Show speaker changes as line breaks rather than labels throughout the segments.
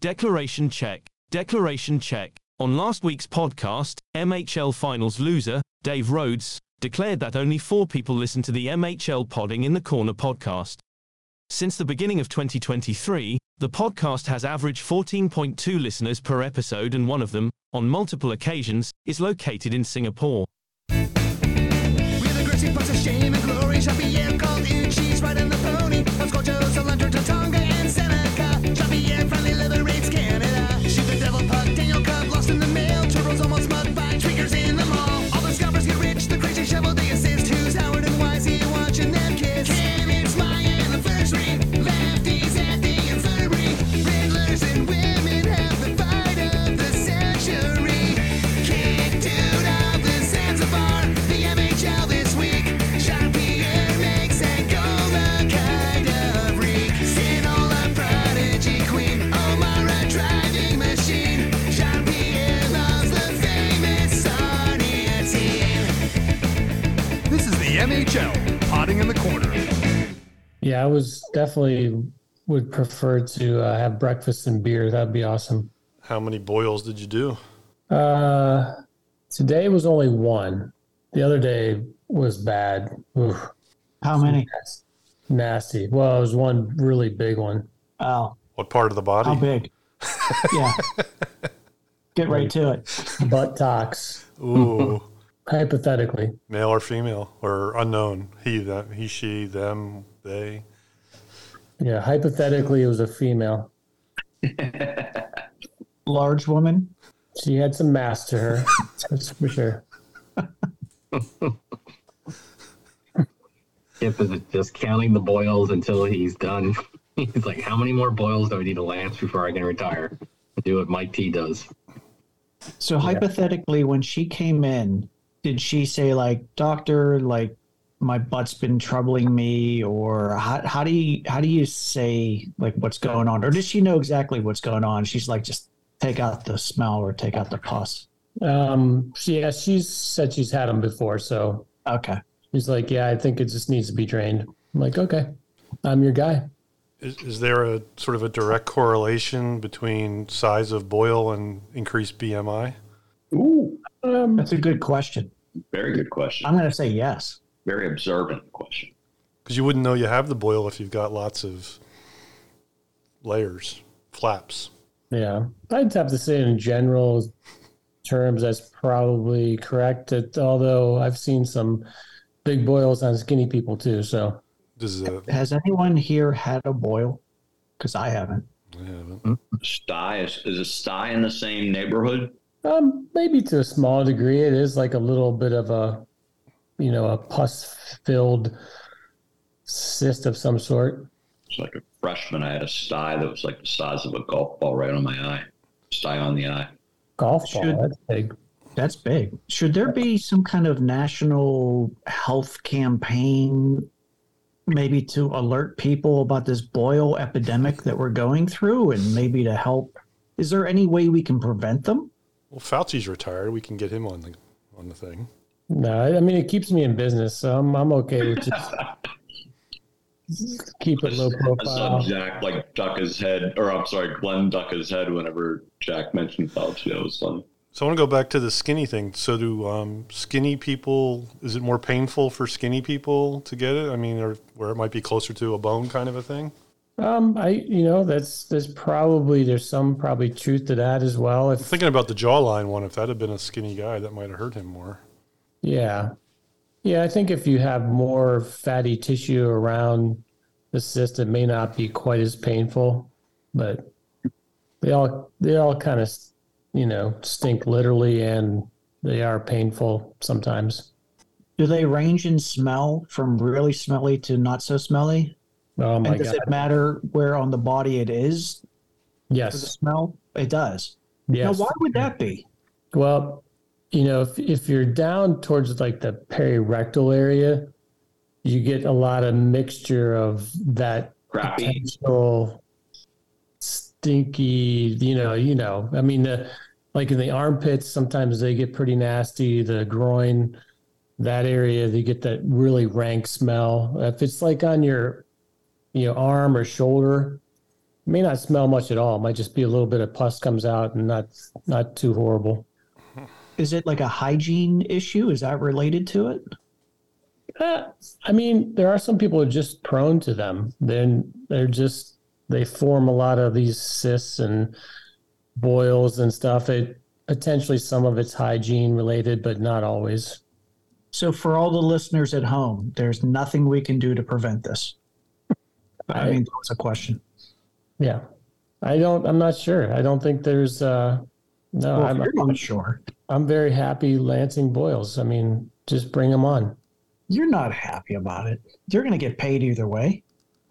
Declaration check. Declaration check. On last week's podcast, MHL Finals loser, Dave Rhodes, declared that only four people listen to the MHL Podding in the Corner podcast. Since the beginning of 2023, the podcast has averaged 14.2 listeners per episode, and one of them, on multiple occasions, is located in Singapore.
With a gritty pot of shame and glory shall be in called Uchi's riding the pony. Of Scorchos, Alundra, Tatonga, and Seneca. Shall be in finally liberates Canada. Shoot the devil puck, Daniel Cub lost in the mail. Turtles almost mud by tweakers in the mall. All the scalpers get rich, the crazy shovel they assist. Who's Howard and Wisey watching them kiss? Cam and Sly and the first ring. Lefties at the infirmary. Riddlers and women have the fight of the century. Kicked out of the Zanzibar, the MHL this week. Jean-Pierre makes Angola kind of reek. Sinola prodigy queen, Omara driving machine. Jean-Pierre loves the famous Sarnia team.
This is the MHL, potting in the corner.
Yeah, I was definitely would prefer to uh, have breakfast and beer. That'd be awesome.
How many boils did you do?
Uh, today was only one. The other day was bad. Oof,
How many?
nasty. Well, it was one really big one.
Oh,
What part of the body?
how big? yeah. Get right to it.
Butt tox,
Ooh,
hypothetically.
male or female or unknown? He, them, he, she, them, they.
Yeah, hypothetically, it was a female.
Large woman.
She had some mass to her, that's for sure.
Kip is just counting the boils until he's done. He's like, how many more boils do I need to lance before I can retire? Do what Mike T does.
So hypothetically, when she came in, did she say like, "Doctor, like my butt's been troubling me," or how, how do you how do you say like what's going on, or does she know exactly what's going on? She's like, just take out the smell or take out the pus.
Um, she, yeah, she's said she's had them before, so
Okay.
she's like, "Yeah, I think it just needs to be drained." I'm like, "Okay, I'm your guy."
Is, is there a sort of a direct correlation between size of boil and increased BMI?
Ooh,
Um,
That's a good question.
very good question.
I'm going to say yes.
Very observant question.
Because you wouldn't know you have the boil if you've got lots of layers, flaps.
yeah, I'd have to say in general terms that's probably correct. That although I've seen some big boils on skinny people too, so
Does the
Has anyone here had a boil? Because I haven't.
I haven't.
Sty is is a sty in the same neighborhood?
um, maybe to a small degree, it is like a little bit of a, you know, a pus-filled cyst of some sort.
It's like a freshman. I had a sty that was like the size of a golf ball right on my eye. Sty on the eye.
Golf
Should-
ball, that's big.
That's big. Should there be some kind of national health campaign, maybe to alert people about this boil epidemic that we're going through and maybe to help? Is there any way we can prevent them?
Well, Fauci's retired. We can get him on the on the thing.
No, I- I mean it keeps me in business, so I'm I'm okay with just keep it low
I saw
profile.
Jack like duck his head, or I'm sorry, Glenn duck his head whenever Jack mentioned Fauci. That was funny.
So I want to go back to the skinny thing. So do um, skinny people? Is it more painful for skinny people to get it? I mean, or where it might be closer to a bone kind of a thing.
Um, I you know that's there's probably there's some probably truth to that as well.
I'm
If
thinking about the jawline one. If that had been a skinny guy, that might have hurt him more.
yeah, yeah, I think if you have more fatty tissue around the cyst, it may not be quite as painful, but they all they all kind of you know stink literally, and they are painful sometimes.
Do they range in smell from really smelly to not so smelly?
Oh my
and does
god!
it matter where on the body it is for the
Yes,
smell? It does.
yes.
Now, why would that be?
Well, you know, if if you're down towards like the perirectal area, you get a lot of mixture of that
Crappy.
potential stinky, you know, you know. I mean the like in the armpits, sometimes they get pretty nasty, the groin, that area, they get that really rank smell. If it's like on your you know, arm or shoulder, may not smell much at all. It might just be a little bit of pus comes out and not not too horrible.
Is it like a hygiene issue? Is that related to it?
Uh, I mean, there are some people who are just prone to them. Then they're just they form a lot of these cysts and boils and stuff. It potentially some of it's hygiene related, but not always.
So, for all the listeners at home, there's nothing we can do to prevent this. I,
I-
mean, that was a question.
Yeah, I don't. I'm not sure. I don't think there's. uh No,
Well, if
I'm.
you're not sure.
I'm very happy lancing boils. I mean, just bring them on.
You're not happy about it. You're going to get paid either way.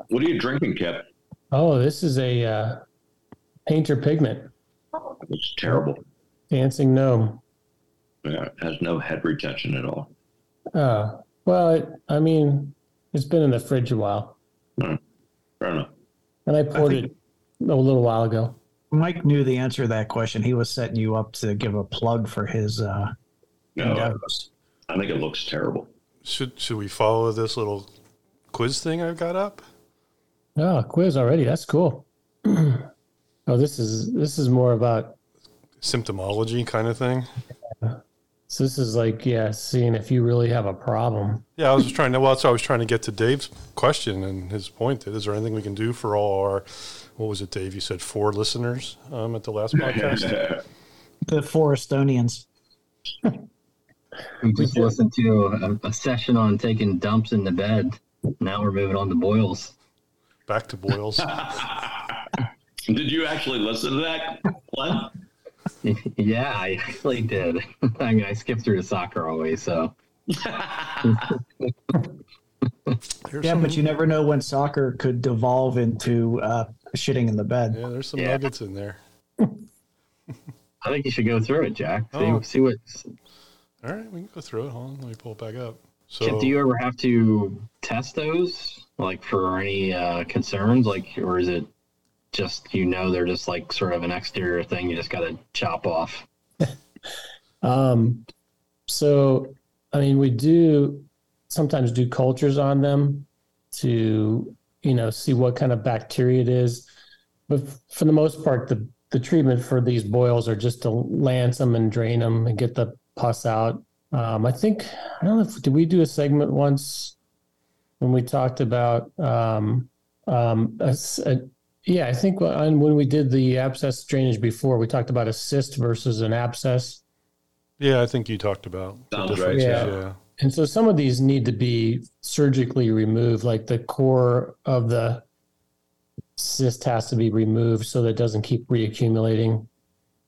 What are you drinking, Cap?
Oh, this is a uh, painter pigment
It's terrible.
dancing gnome.
Yeah, it has no head retention at all.
Uh, well, it, I mean, it's been in the fridge a while,
Fair enough.
and I poured
think-
it a little while ago.
Mike knew the answer to that question. He was setting you up to give a plug for his uh,
No,
endeavors.
I think it looks terrible.
Should should we follow this little quiz thing I've got up?
Oh, quiz already. That's cool. oh, this is this is more about.
Symptomology kind of thing.
So this is like yeah, seeing if you really have a problem.
Yeah, I was just trying to. Well, that's what I was trying to get to Dave's question and his point. That is there anything we can do for all our, what was it, Dave? You said four listeners um, at the last podcast.
The four Estonians.
We just listened to a, a session on taking dumps in the bed. Now we're moving on to boils.
Back to boils.
Did you actually listen to that, Glenn?
yeah, I actually did. I mean, I skip through to soccer always, so
There's
Yeah,
some-
but you never know when soccer could devolve into uh, shitting in the bed.
yeah, there's some
Yeah.
nuggets in there.
I think you should go through it, Jack. See,
Oh.
see what.
All right, we can go through it. Hold on, let me pull it back up. So,
Chip, do you ever have to test those, like for any uh, concerns, like, or is it just you know they're just like sort of an exterior thing you just got to chop off?
Um, so, I mean, we do sometimes do cultures on them to, you know, see what kind of bacteria it is. But f- for the most part, the, the treatment for these boils are just to lance them and drain them and get the pus out. Um, I think, I don't know if, did we do a segment once when we talked about, um, um, a s- a- yeah, I think when when we did the abscess drainage before, we talked about a cyst versus an abscess.
yeah, I think you talked about the
Sounds right,
differences,
yeah.
yeah.
And so some of these need to be surgically removed, like the core of the cyst has to be removed so that it doesn't keep reaccumulating.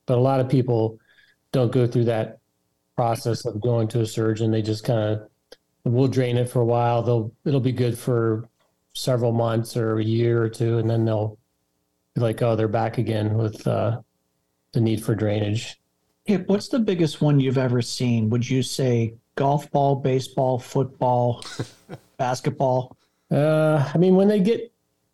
But a lot of people don't go through that process of going to a surgeon. They just kind of will drain it for a while. They'll it'll be good for several months or a year or two, and then they'll be like, oh, they're back again with uh, the need for drainage.
Kip, what's the biggest one you've ever seen? Would you say golf ball, baseball, football, basketball?
Uh, I mean, when they get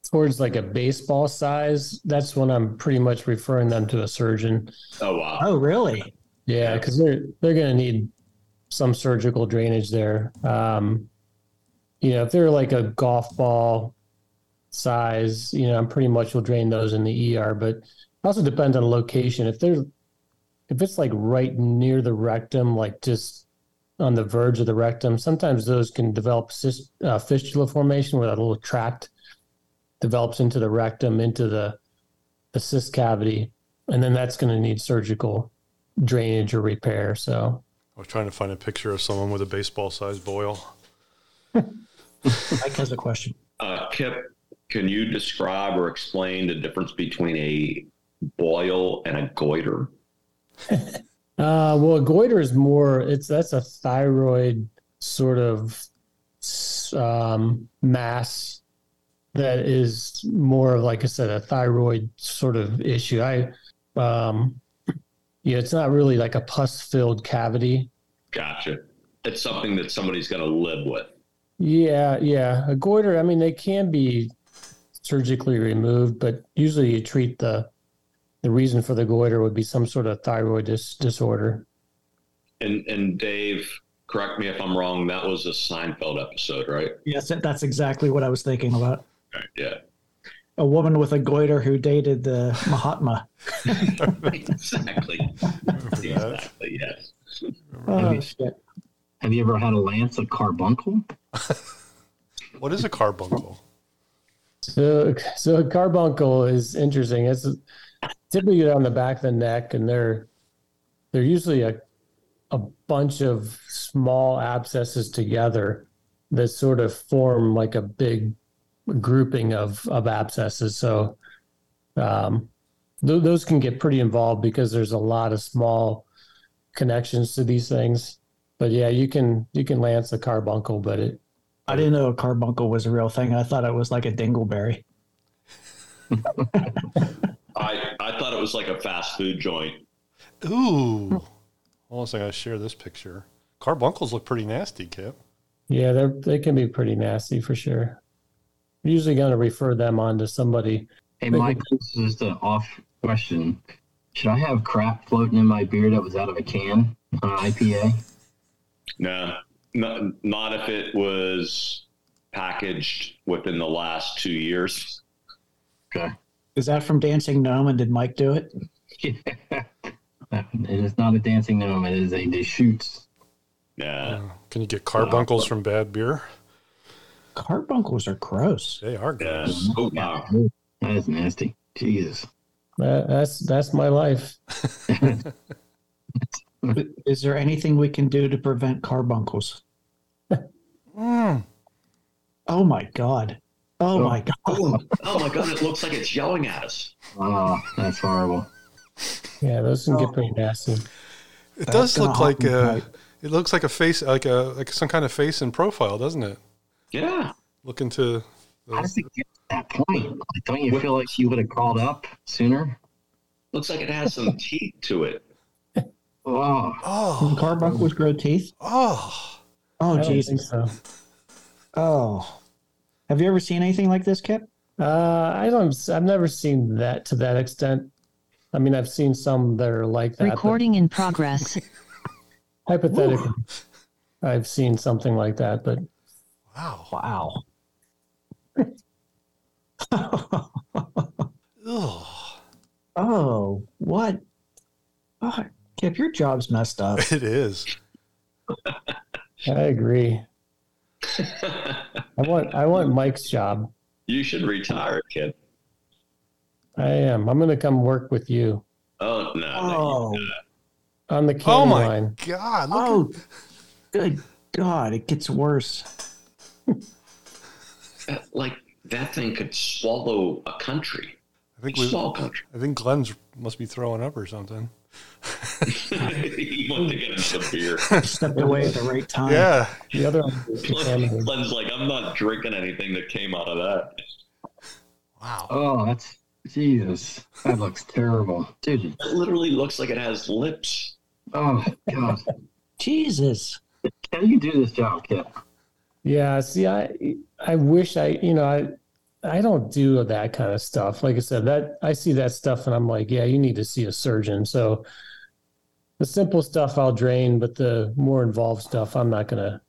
towards like a baseball size, that's when I'm pretty much referring them to a surgeon.
Oh wow.
Oh, really?
Yeah, because they're they're going to need some surgical drainage there. Um, you know, if they're like a golf ball size, you know, I'm pretty much will drain those in the ER. But it also depends on location. If they're if it's like right near the rectum, like just on the verge of the rectum, sometimes those can develop cyst, uh, fistula formation where that little tract develops into the rectum, into the the cyst cavity, and then that's going to need surgical drainage or repair. So
I was trying to find a picture of someone with a baseball-sized boil.
Mike has a question.
Uh, Kip, can you describe or explain the difference between a boil and a goiter?
Uh, well, goiter is more. It's that's a thyroid sort of um, mass that is more of, like I said, a thyroid sort of issue. I, um, yeah, it's not really like a pus-filled cavity.
Gotcha. It's something that somebody's going to live with.
Yeah, yeah. A goiter, I mean, they can be surgically removed, but usually you treat the the reason for the goiter would be some sort of thyroid dis- disorder.
And and Dave, correct me if I'm wrong. That was a Seinfeld episode, right?
Yes, that- that's exactly what I was thinking about.
Right, Yeah.
a woman with a goiter who dated the Mahatma.
exactly. exactly. Yes.
Oh, shit.
Uh, Have you ever had a lance of carbuncle?
What is a carbuncle?
So, so a carbuncle is interesting. It's typically on the back of the neck, and they're they're usually a a bunch of small abscesses together that sort of form like a big grouping of of abscesses. So, um, th- those can get pretty involved because there's a lot of small connections to these things. But yeah, you can you can lance a carbuncle, but it
I didn't know a carbuncle was a real thing. I thought it was like a dingleberry.
I, I thought it was like a fast food joint.
Ooh. Almost like I share this picture. Carbuncles look pretty nasty, Kip.
Yeah, they're they can be pretty nasty for sure. I'm usually going to refer them on to somebody.
Hey, Mike, this is just an off question. Should I have crap floating in my beer that was out of a can on an IPA?
No, no, not if it was packaged within the last two years.
Okay.
Is that from Dancing Gnome? And did Mike do it?
It is not a dancing gnome. It is a they shoots.
Yeah.
Can you get carbuncles from bad beer?
Carbuncles are gross.
They are
yeah.
gross.
Oh, wow.
That is nasty. Jesus.
That, that's that's my life.
Is there anything we can do to prevent carbuncles?
Mm.
Oh my god. Oh my god.
Oh, my God. It looks like it's yelling at us.
Oh, that's horrible.
Yeah, those can get pretty nasty.
It does
Oh. gonna
look like uh,
hot and
a. It looks like a face, like a like some kind of face in profile, doesn't it?
Yeah.
Look into.
How does it get to that point? Like, don't you feel like you would have called up sooner?
Looks like it has some teeth to it.
Oh,
Oh,
Can carbuncles grow teeth?
oh,
Oh
I don't
Jesus.
think so.
Oh. Have you ever seen anything like this, Kip?
Uh, I don't. I've never seen that to that extent. I mean, I've seen some that are like that. but
Recording in progress.
Hypothetically, I've seen something like that, but
wow.
Wow.
Ugh.
Oh, what? Oh, Kip, your job's messed up.
It is.
I agree. I want. I want Mike's job.
You should retire, kid.
I am. I'm going to come work with you
Oh, no.
Oh,
on the candy
Oh my
line.
god! Look at-
oh, good God, it gets worse.
Oh.
That, Uh, like, that thing could swallow a country,
I think
a
we.
small country.
I think Glenn's must be throwing up or something.
you want to get another beer.
Stepped away at the right time.
Yeah,
The other one is contaminated.
Glenn's like, I'm not drinking anything that came out of that.
oh, that's Jesus. That looks terrible, dude.
It literally looks like it has lips.
Oh God,
Jesus.
can you do this job, Kip?
Yeah, see, I I wish I you know I I don't do that kind of stuff. Like I said, that I see that stuff and I'm like, yeah, you need to see a surgeon. So the simple stuff I'll drain, but the more involved stuff I'm not gonna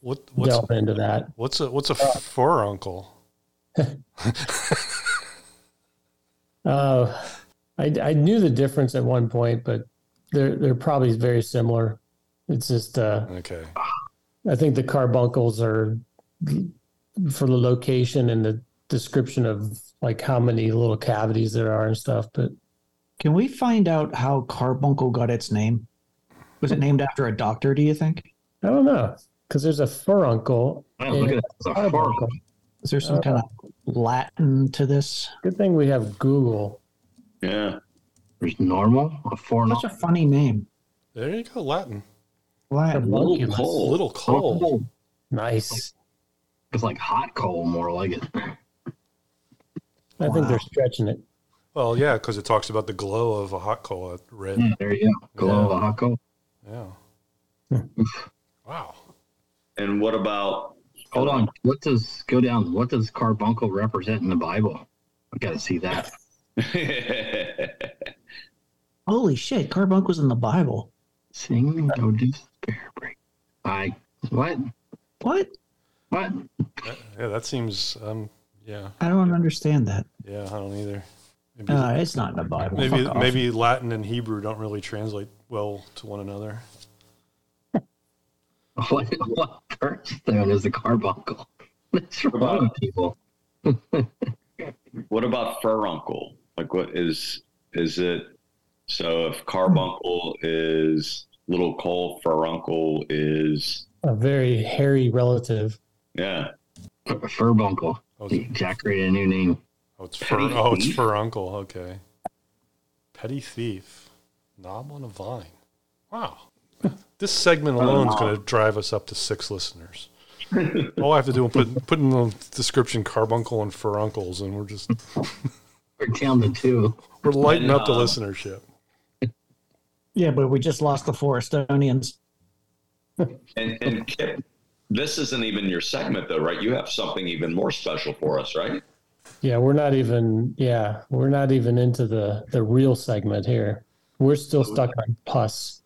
what what's
delve into that.
what's a what's a furuncle?
Uh, I I knew the difference at one point, but they're they're probably very similar. It's just uh,
Okay,
I think the carbuncles are for the location and the description of like how many little cavities there are and stuff, but.
Can we find out how carbuncle got its name? Was it named after a doctor, do you think?
I don't know because there's a furuncle.
Man, Oh, look at that. It's a fart.
Carbuncle. Uh,
Is there some kind of Latin to this?
Good thing we have Google.
Yeah.
There's normal, a foreign,
Such a funny name.
there you go. Latin
Latin.
Little
Homunculus.
coal.
Oh,
little coal.
Nice.
It's like hot coal, more like it.
I think they're stretching it.
Well, yeah, because it talks about the glow of a hot coal at red.
Yeah, Mm, there you go. Glow of a hot coal.
Yeah. wow.
And what about
Hold on. What does go down? What does carbuncle represent in the Bible? I got to see that.
Holy shit, carbuncle's in the Bible.
Sing, go despair break. I what?
What?
What?
Yeah, that seems. I'm Yeah.
I don't understand that.
Yeah, I don't either. Maybe,
Uh, it's not in the Bible.
maybe,
Fuck off.
maybe Latin and Hebrew don't really translate well to one another.
What, what birthstone is the carbuncle? That's wrong, people.
What about furuncle? Like, what is is it? So, if
Hmm.
carbuncle is little coal, furuncle is
A very hairy relative.
yeah.
Furbuncle.
Oh, it's,
Jack created a new name.
oh, it's fur.
Petty
Oh, it's
thief?
fur uncle. Okay. Petty thief, knob on a vine. Wow. This segment alone is going to drive us up to six listeners. All I have to do is put put in the description carbuncle and furuncles, and we're just
We're down to two.
we're lighting up the
uh,
listenership.
Yeah, but we just lost the Forestonians.
And, and Kip, this isn't even your segment, though, right? You have something even more special for us, right?
Yeah, we're not even. Yeah, we're not even into the the real segment here. We're still stuck on pus.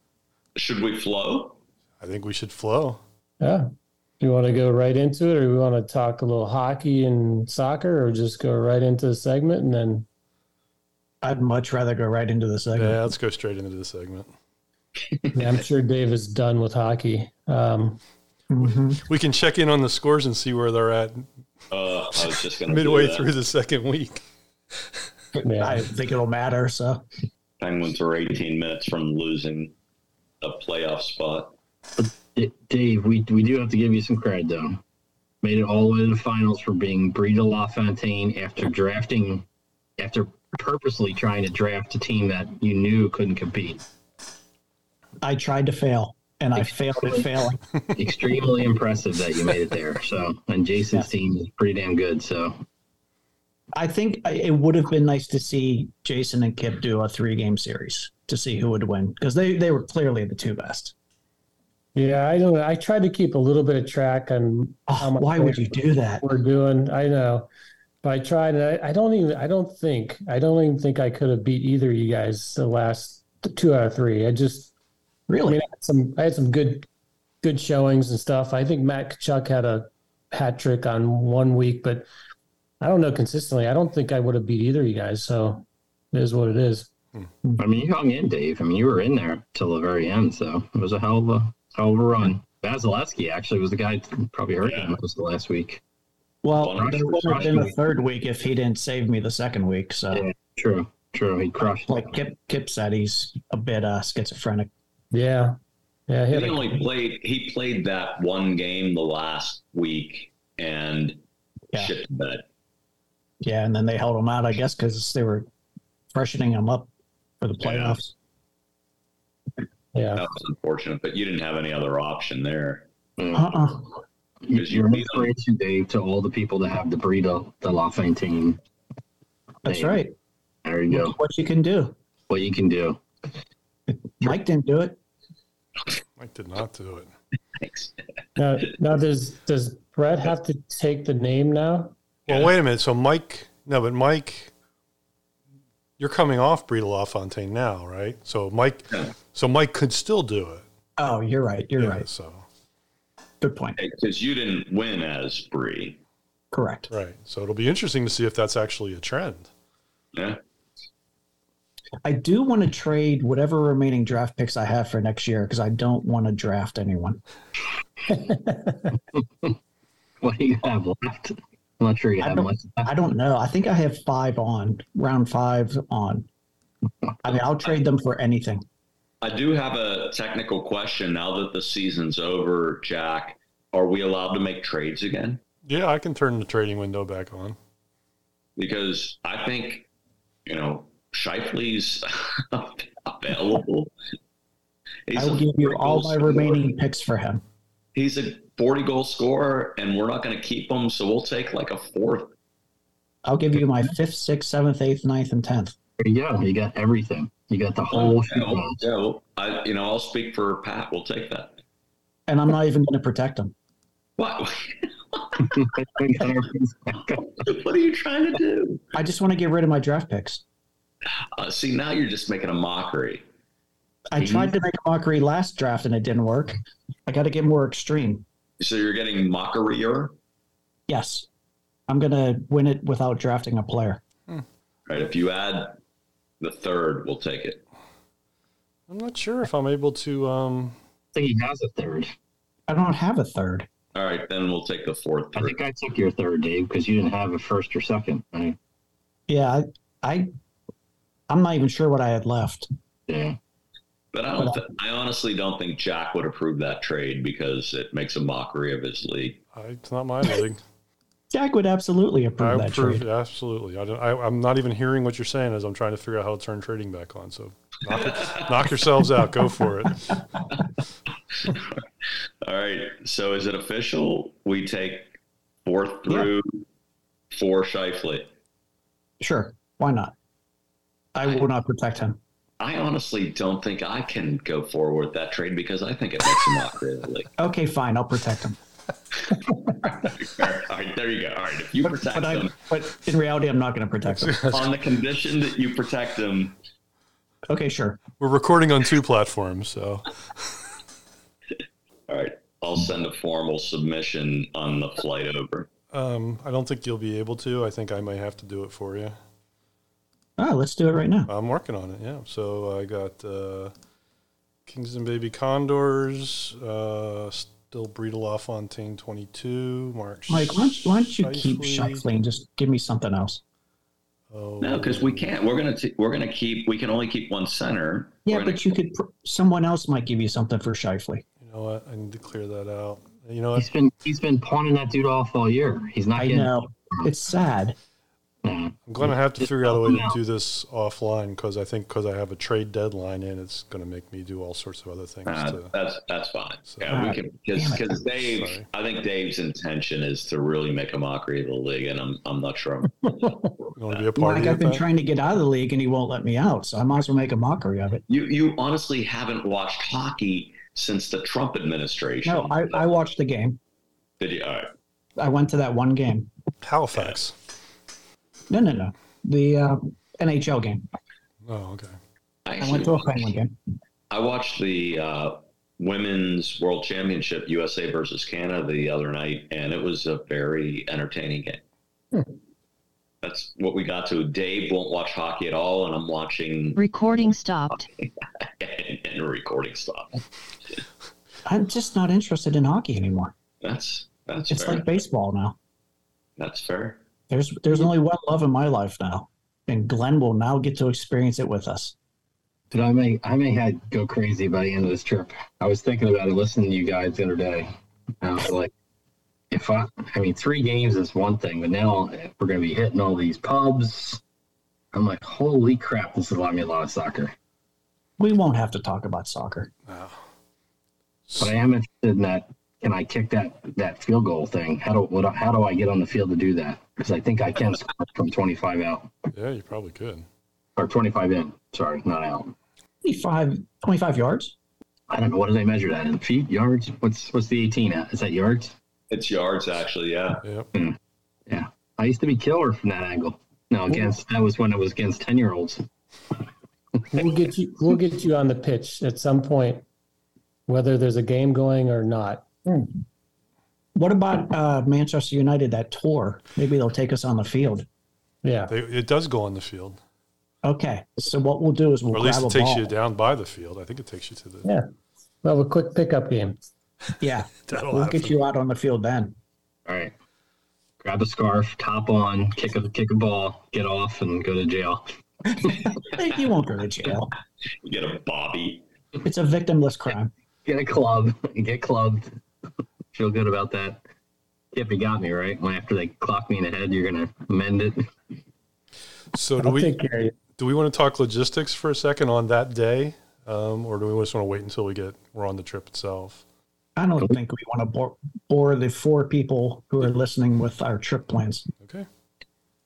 Should we flow?
I think we should flow.
Yeah. Do you want to go right into it, or we want to talk a little hockey and soccer, or just go right into the segment and then?
I'd much rather go right into the segment.
Yeah, let's go straight into the segment.
Yeah, I'm sure Dave is done with hockey. Um,
Mm-hmm.
We can check in on the scores and see where they're at
Uh, I was just going to
midway through the second week.
yeah.
I think it'll matter. So
Penguins are 18 minutes from losing a playoff spot.
D- Dave, we, we do have to give you some credit, though. Made it all the way to the finals for being Brita LaFontaine after drafting, after purposely trying to draft a team that you knew couldn't compete.
I tried to fail and I failed at failing.
Extremely impressive that you made it there. So, and Jason's team is pretty damn good. So,
I think I- it would have been nice to see Jason and Kip do a three game series to see who would win because they, they were clearly the two best.
yeah, I don't. know. I tried to keep a little bit of track on how
Oh,
much
why would you do that?
we're doing. I know, but I tried, and I, I don't even. I don't think. I don't even think I could have beat either of you guys the last two out of three. I just I
Really?
mean, I had some I had some good good showings and stuff. I think Matt Kachuk had a hat trick on one week, but I don't know consistently. I don't think I would have beat either of you guys. So it is what it is.
I mean, you hung in, Dave. I mean, you were in there till the very end. So, it was a hell of a, hell of a run. Vasilevsky actually was the guy who probably hurt him most of last week.
Well, there would have been a third week if he didn't save me the second week. So,
Yeah, true, true. He crushed.
like Kip, Kip said, he's a bit uh, schizophrenic.
Yeah. Yeah. He had
He
a-
only played. He played that one game the last week and
Yeah.
shit to bed.
Yeah, and then they held him out, I guess, because they were freshening him up for the playoffs.
yeah.
That was unfortunate, but you didn't have any other option there.
Yeah.
Uh-uh.
Because
You're
you
an
beat them.
inspiration, Dave, to all the people that have the burrito, the Lafayette team.
That's
Hey,
right.
There you
Look
go.
What you can do.
What you can do.
Mike didn't do it.
I did not do it.
Thanks.
Now, now does does Brett have to take the name now?
Well, wait a minute. So Mike, no, but Mike, you're coming off Brita LaFontaine now, right? So Mike,
Yeah.
so Mike could still do it.
Oh, you're right. You're
Yeah,
right.
So
Good point.
Because you didn't win as Bree.
Correct.
right. So it'll be interesting to see if that's actually a trend.
Yeah.
I do want to trade whatever remaining draft picks I have for next year because I don't want to draft anyone.
What do you have left? I'm not sure you
I
have
don't-
much.
I don't know. I think I have five on round five on. I mean, I'll trade them for anything.
I do have a technical question. Now that the season's over, Jack, are we allowed to make trades again?
Yeah, I can turn the trading window back on.
Because I think, you know, Shifley's available. He's
I will
a
give you
40
all
goal
my
scorer.
remaining picks for him.
He's a 40 goal scorer, and we're not going to keep him. So we'll take like a fourth.
I'll give you my fifth, sixth, seventh, eighth, ninth, and tenth.
There you go. You got everything. You got the
Oh,
whole shootout.
Yeah, well, I, you know, I'll speak for Pat. We'll take that.
And I'm not even going to protect them.
What?
You got everything.
what are you trying to do?
I just want to get rid of my draft picks.
Uh, see, now you're just making a mockery.
I tried to make a mockery last draft and it didn't work. I got to get more extreme.
So you're getting mockerier.
Yes. I'm gonna win it without drafting a player.
Right. If you add the third, we'll take it.
I'm not sure if I'm able to. Um,
I think he has a third.
I don't have a third.
All right, then we'll take the fourth.
I think I took your third, Dave, because you didn't have a first or second. Right?
Yeah, I, I I'm not even sure what I had left.
Yeah.
But I don't. Th- I honestly don't think Jack would approve that trade because it makes a mockery of his league.
I, it's not my league.
Jack would absolutely
I
approve that
approve
trade.
absolutely. I don't, I, I'm not even hearing what you're saying as I'm trying to figure out how to turn trading back on. So knock, it- knock yourselves out. Go for it.
All right. So is it official? We take fourth through for Shifley.
Sure, why not? I will not protect him.
I honestly don't think I can go forward with that trade because I think it makes a mockery of the league.
Okay, fine, I'll protect him.
All right, all right, there you go. All right, if you protect
But I
them
but in reality, I'm not gonna protect him.
on the condition that you protect them,
Okay, sure.
We're recording on two platforms, so
all right, I'll send a formal submission on the flight over.
um, I don't think you'll be able to. I think I may have to do it for you.
Oh, let's do it right now.
I'm working on it. Yeah. So I got uh, Kings and Baby Condors, uh, still Breedaloff Fontaine 22, Mark.
Mike, why don't, why don't you keep
Shifley.
shuffling? Just give me something else.
Oh,
No, because we can't. We're gonna t- we're gonna keep. We can only keep one center.
Yeah,
We're gonna-
but you could. pr- Someone else might give you something for Shifley.
You know what? I need to clear that out. You know
He's
what?
been he's been pawning that dude off all year. He's not
I
getting.
know it's sad.
Nah.
I'm going to have to figure out a way to do this offline because I think because I have a trade deadline in, it's going to make me do all sorts of other things.
Uh,
to,
that's that's fine.
So-
Yeah, we can
Damn it.
because Dave.
Sorry.
I think Dave's intention is to really make a mockery of the league, and I'm I'm not sure. I'm,
you want to be a party
Like I've
at
been
that?
trying to get out of the league and he won't let me out, so I might as well make a mockery of it.
you you honestly haven't watched hockey since the Trump administration.
No, I, I watched the game.
did you? All right.
I went to that one game.
Halifax.
No, no, no. The uh, NHL game.
Oh, okay.
I,
I
actually,
went to a Penguin game.
I watched the uh, women's World Championship USA versus Canada the other night, and it was a very entertaining game.
Hmm.
That's what we got to. Dave won't watch hockey at all, and I'm watching
Recording stopped.
and, and recording stuff.
I'm just not interested in hockey anymore.
That's that's
It's
fair.
like baseball now.
that's fair.
There's there's only one love in my life now, and Glenn will now get to experience it with us.
But I may I may had go crazy by the end of this trip. I was thinking about it listening to you guys the other day. And I was like, if I I mean three games is one thing, but now we're gonna be hitting all these pubs. I'm like, holy crap, this is allowing me a lot of soccer.
We won't have to talk about soccer.
Wow.
But I am interested in that. Can I kick that that field goal thing? How do what, how do I get on the field to do that? Because I think I can score from 25 out
Yeah, you probably could.
or 25 in. Sorry, not out.
25, 25 yards.
I don't know what do they measure that in feet, yards. What's what's the 18 at? Is that yards? Hmm.
It's yards, actually. Yeah.
Yep.
I used to be killer from that angle. No, against that was when it was against ten year olds.
We'll get you. We'll get you on the pitch at some point, whether there's a game going or not.
What about uh, Manchester United? That tour. Maybe they'll take us on the field.
Yeah,
They, it does go on the field,
Okay. So what we'll do is we'll
or at least
grab
it
a
takes
ball.
you down by the field. I think it takes you to the.
Yeah. we'll have a quick pickup game.
Yeah,
That'll
we'll
happen.
get you out on the field then.
All right. Grab a scarf, top on, kick a kick a ball, get off, and go to jail.
You won't go to jail.
You get a Bobby.
It's a victimless crime.
Get a club, get clubbed. Feel good about that. Yep, you got me right. When after they clock me in the head, you're gonna mend it.
So do
I'll
we?
take care of you.
Do we want to talk logistics for a second on that day, um, or do we just want to wait until we get we're on the trip itself?
I don't think we want to bore, bore the four people who are listening with our trip plans.
Okay,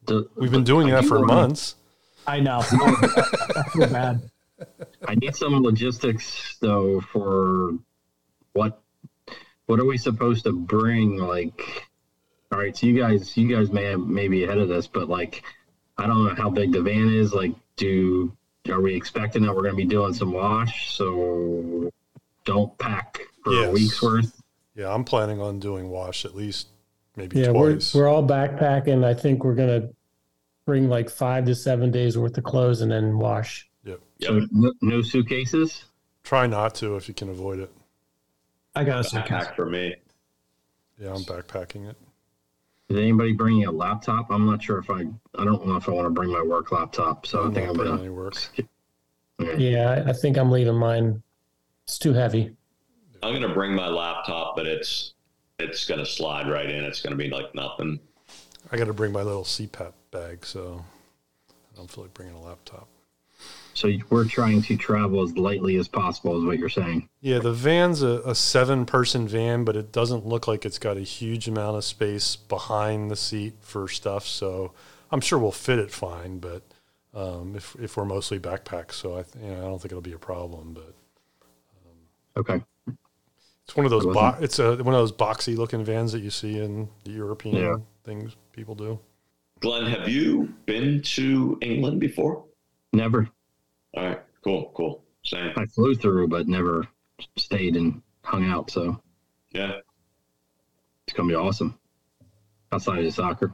So-
we've been doing
I
that
do
for
wanna-
months.
I know. I feel bad.
I need some logistics though for what what are we supposed to bring? Like, all right, so you guys you guys may have maybe ahead of this, but like, I don't know how big the van is. Like, do are we expecting that we're going to be doing some wash? So don't pack for a
Yes.
week's worth.
Yeah, I'm planning on doing wash at least maybe
Yeah, we're,
twice.
we're all backpacking. I think we're gonna bring like five to seven days worth of clothes and then wash.
Yep.
Yep.
No, no suitcases.
Try not to if you can avoid it.
I got a second.
Backpack for me.
Yeah, I'm backpacking it.
Did anybody bring a laptop? I'm not sure if I. I don't know if I want to bring my work laptop, so I
I'm
think
not
I'm
bringing
gonna.
any work. Hmm.
Okay.
Yeah, I, I think I'm leaving mine. It's too heavy.
I'm gonna bring my laptop, but it's it's gonna slide right in. It's gonna be like nothing.
I got to bring my little CPAP bag, so I don't feel like bringing a laptop.
So we're trying to travel as lightly as possible, is what you're saying.
Yeah, the van's a, a seven person van, but it doesn't look like it's got a huge amount of space behind the seat for stuff. So I'm sure we'll fit it fine, but um, if, if we're mostly backpacks, so I, th- you know, I don't think it'll be a problem. But um,
Okay.
it's one of those
It
bo-
wasn't-
it's a, one of those boxy looking vans that you see in the European
Yeah.
things people do.
Glenn, have you been to England before?
Never.
All right, cool, cool. Same.
I flew through, but never stayed and hung out. So
Yeah.
it's gonna be awesome. Outside of soccer.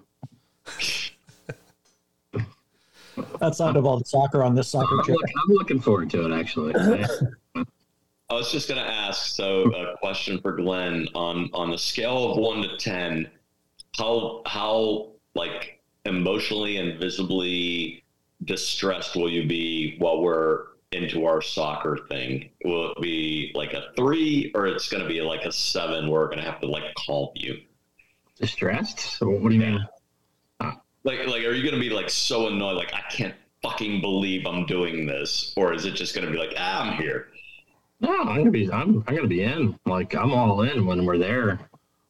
Outside of all the soccer on this
I'm,
soccer trip,
look, I'm looking forward to it actually.
I was just going to ask. So, a question for Glenn on on the scale of one to ten, how how like emotionally and visibly distressed will you be while we're into our soccer thing? Will it be like a three, or it's going to be like a seven? Where we're going to have to like calm you.
Distressed? So what do you mean?
Like like, are you going to be like so annoyed? Like I can't fucking believe I'm doing this, or is it just going to be like ah, I'm here?
No, I'm gonna be. I'm. I'm gonna be in. Like I'm all in when we're there.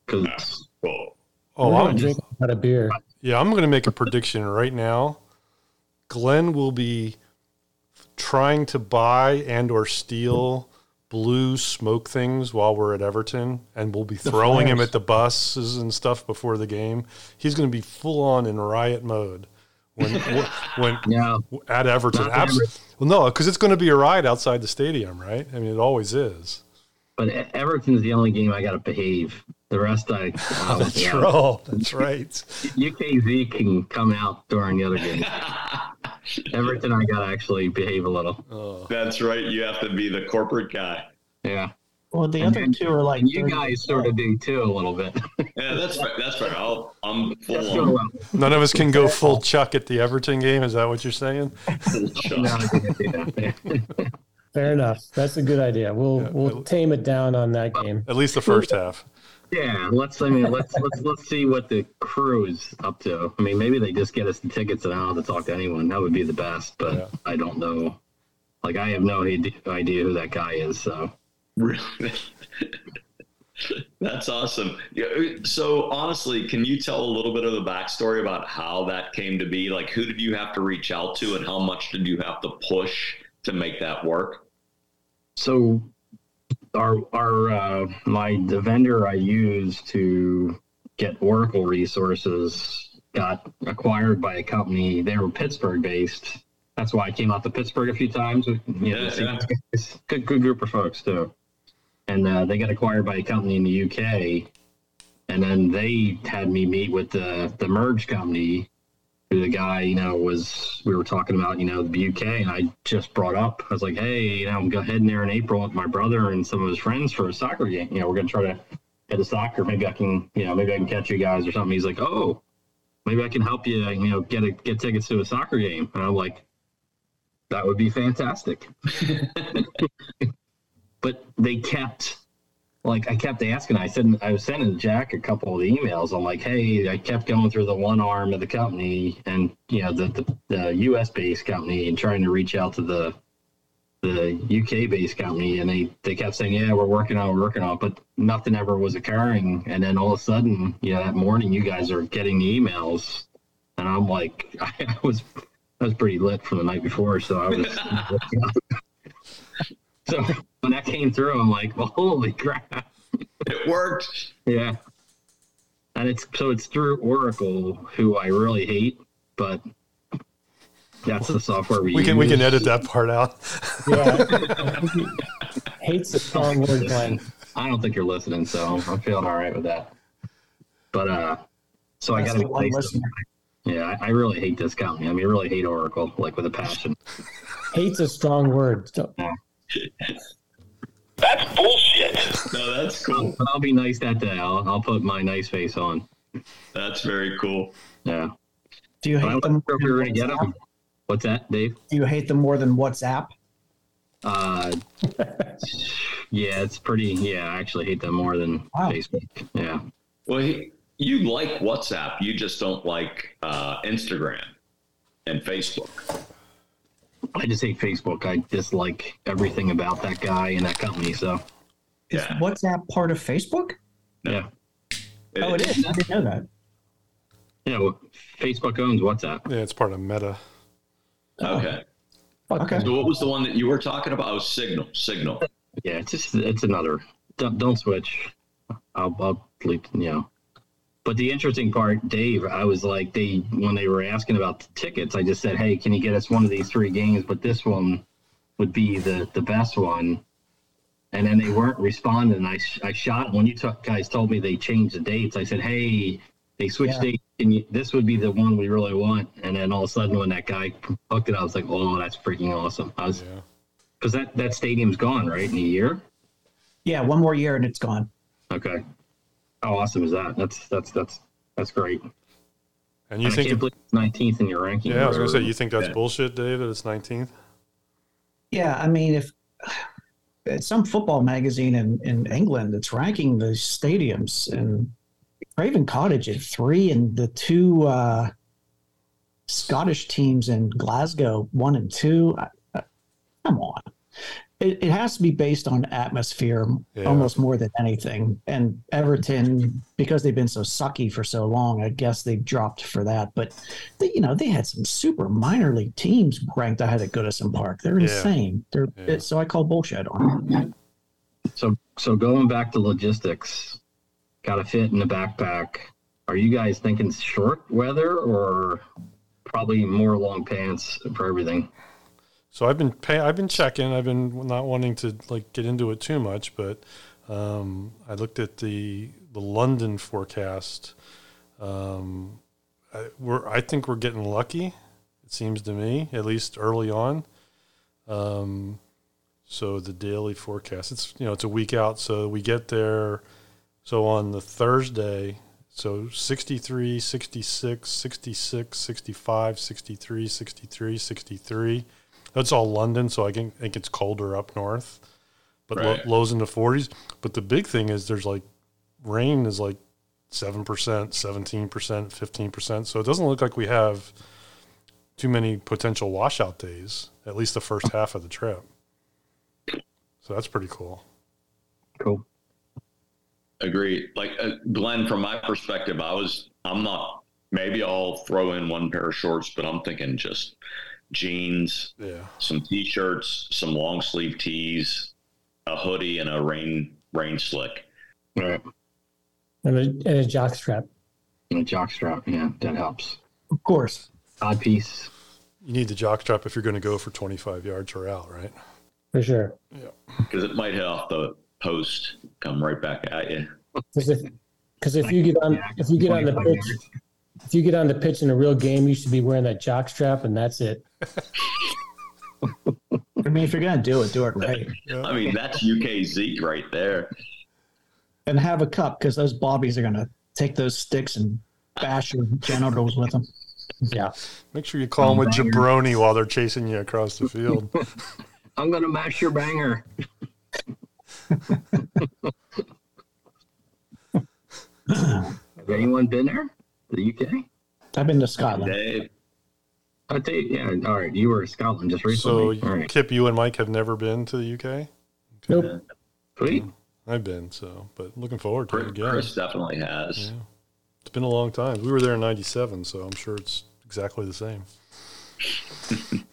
Because
Cool.
Oh,
we're
I'm
gonna drink a lot of beer.
Yeah, I'm going to make a prediction right now. Glenn will be trying to buy and or steal blue smoke things while we're at Everton and we'll be throwing him
flares.
at the buses and stuff before the game. He's going to be full on in riot mode when when
yeah,
at Everton.
Not
Abs-
Everton.
well no, cuz it's going to be a riot outside the stadium, right? I mean it always is.
but Everton's the only game I gotta behave. The rest I. I
That's
yeah.
right. That's right.
UKZ can come out during the other game. Everton I gotta actually behave a little.
Oh,
That's right. You have to be the corporate guy.
Yeah.
well, the
And
other
then-
two are like
And you
30
guys sort of do too a little bit.
Yeah, that's fair. That's fair. I'll, I'm
That's
full
doing
on
well.
none of us can go full chuck at the Everton game, is that what you're saying?
full
No,
shot.
I didn't do that.
Fair enough. That's a good idea. We'll we'll tame it down on that game.
At least the first half.
Yeah, let's. I mean, let's let's let's see what the crew is up to. I mean, maybe they just get us the tickets and I don't have to talk to anyone. That would be the best. But
Yeah.
I don't know. Like, I have no ide- idea who that guy is. So
Really? That's awesome. Yeah, uh, So, honestly, can you tell a little bit of the backstory about how that came to be? Like, who did you have to reach out to, and how much did you have to push to make that work?
so our our uh, my the vendor I use to get Oracle resources got acquired by a company. They were Pittsburgh based. That's why I came out to Pittsburgh a few times. You know,
Yeah,
see
yeah.
these guys. Good, good group of folks too. And uh, they got acquired by a company in the UK, and then they had me meet with the the merge company who the guy, you know, was we were talking about, you know, the UK, and I just brought up, I was like, hey, you know, I'm go heading there in April with my brother and some of his friends for a soccer game. You know, we're gonna try to head to soccer. Maybe I can, you know, maybe I can catch you guys or something. He's like, oh, maybe I can help you, you know, get a, get tickets to a soccer game. And I'm like, that would be fantastic. but they kept like I kept asking. I said I was sending Jack a couple of the emails. I'm like, hey, I kept going through the one arm of the company and you know the the, the U.S. based company and trying to reach out to the the UK based company, and they they kept saying, yeah, we're working on, it, we're working on, it," but nothing ever was occurring. And then all of a sudden, you know, that morning, you guys are getting the emails, and I'm like, I was I was pretty lit from the night before, so I was. so when that came through, I'm like, well, holy crap.
It worked.
Yeah. And it's so it's through Oracle, who I really hate, but that's the software we,
We can we can
use.
edit that part out.
Yeah. Hates the strong word, Glenn.
I don't think you're listening, so I'm feeling all right with that. But uh, so
That's
I got
the
to
one
replace.
listener.
Them. Yeah, I, I really hate this company. I mean, I really hate Oracle like with a passion.
Hate's a strong word. So-
That's bullshit.
No, that's cool.
But I'll be nice that day. I'll, I'll put my nice face on.
That's very cool.
Yeah.
Do you
But I
hate them?
wasn't sure if we were
more
gonna
than
get
WhatsApp?
'em. What's that, Dave?
Do you hate them more than WhatsApp?
Uh, yeah, it's pretty. Yeah, I actually hate them more than
Wow.
Facebook. Yeah.
Well, he, you like WhatsApp, you just don't like uh, Instagram and Facebook.
I just hate Facebook. I dislike everything about that guy and that company. So,
Is
Yeah.
WhatsApp part of Facebook?
yeah.
Oh, it is. I didn't know that.
You know, Facebook owns WhatsApp.
Yeah, it's part of Meta.
Okay.
Okay.
So, what was the one that you were talking about? Oh, Signal. Signal.
Yeah, it's just, it's another. Don't, don't switch. I'll, I'll leave, you know. But the interesting part, Dave, I was like, they, when they were asking about the tickets, I just said, hey, can you get us one of these three games? But this one would be the, the best one. And then they weren't responding. I, sh- I shot when you t- guys told me they changed the dates. I said, hey, they switched
Yeah.
dates. And you, this would be the one we really want. And then all of a sudden, when that guy hooked it, I was like, oh, that's freaking awesome. I was,
Yeah.
because that, that stadium's gone, right? In a year?
Yeah, one more year and it's gone.
Okay. How awesome is that? That's that's that's that's great.
And you
I
think?
can't believe it's nineteenth in your ranking.
yeah, I was gonna say you
Or-
think that's bullshit, Dave. That it's nineteenth.
Yeah, I mean, if it's some football magazine in, in England that's ranking the stadiums and Craven Cottage at three and the two uh, Scottish teams in Glasgow, one and two. I, I, come on. It, it has to be based on atmosphere
Yeah.
almost more than anything. And Everton, because they've been so sucky for so long, I guess they've dropped for that. But, they, you know, they had some super minor league teams ranked ahead at Goodison Park. They're
Yeah.
insane. They're,
Yeah.
it- so I call bullshit on it.
So so going back to logistics, got to fit in the backpack. Are you guys thinking short weather or probably more long pants for everything?
So I've been pay- I've been checking. I've been not wanting to like get into it too much, but um, I looked at the the London forecast. Um, I, we're I think we're getting lucky. It seems to me, at least early on. Um, so the daily forecast. It's you know it's a week out, so we get there. So on the Thursday, so 63, 66, 66, 65, 63, 63, 63. That's all London, so I can, think it's colder up north, but lo-
Right.
lows in the 40s. But the big thing is there's like rain is like 7%, 17%, 15%. So it doesn't look like we have too many potential washout days, at least the first half of the trip. So that's pretty cool.
Cool.
Agreed. Like uh, Glenn, from my perspective, I was I'm not. Maybe I'll throw in one pair of shorts, but I'm thinking just jeans,
Yeah.
some t-shirts, some long sleeve tees, a hoodie, and a rain rain slick.
All right.
and, a, and a jockstrap.
And a jockstrap. Yeah, that helps.
Of course.
Odd piece.
You need the jockstrap if you're going to go for 25 yards or out, right?
For sure.
because it might hit off the post, come right back at you.
Because if, 'cause if you get on if you get on the
25
pitch
yards.
if you get on the pitch in a real game, you should be wearing that jockstrap, and that's it.
I mean, if you're going to do it, do it right.
I mean, that's UK Zeke right there.
and have a cup because those bobbies are going to take those sticks and bash your genitals with them.
Yeah.
Make sure you call them with jabroni while they're chasing you across the field.
I'm gonna mash your banger. Has anyone been there? The UK?
I've been to Scotland.
Dave,
I think yeah. All right, you were in Scotland just
so,
recently. all right,
Kip, you and Mike have never been to the UK?
Nope.
sweet.
Mm, I've been, so, but looking forward to it
Chris,
again.
Chris definitely has.
Yeah. It's been a long time. We were there in 97, so I'm sure it's exactly the same.
The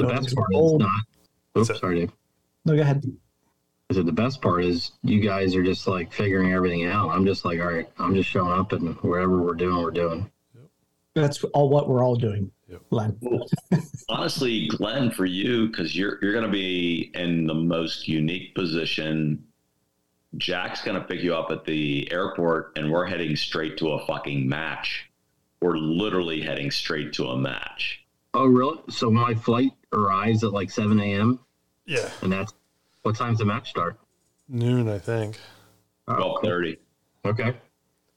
Well,
best
it's
part is
old.
not. Oops,
So-
sorry, Dave.
No, go ahead.
I said the best part is you guys are just like figuring everything out. I'm just like, all right, I'm just showing up and wherever we're doing, we're doing.
That's all what we're all doing,
Yep.
Glenn.
Honestly, Glenn, for you, because you're you're going to be in the most unique position Jack's going to pick you up at the airport and we're heading straight to a fucking match. We're literally heading straight to a match.
Oh, really? So my flight arrives at like 7 a.m.
Yeah.
And that's what time's the match start?
Noon, I think.
Oh,
Twelve
cool.
thirty.
Okay.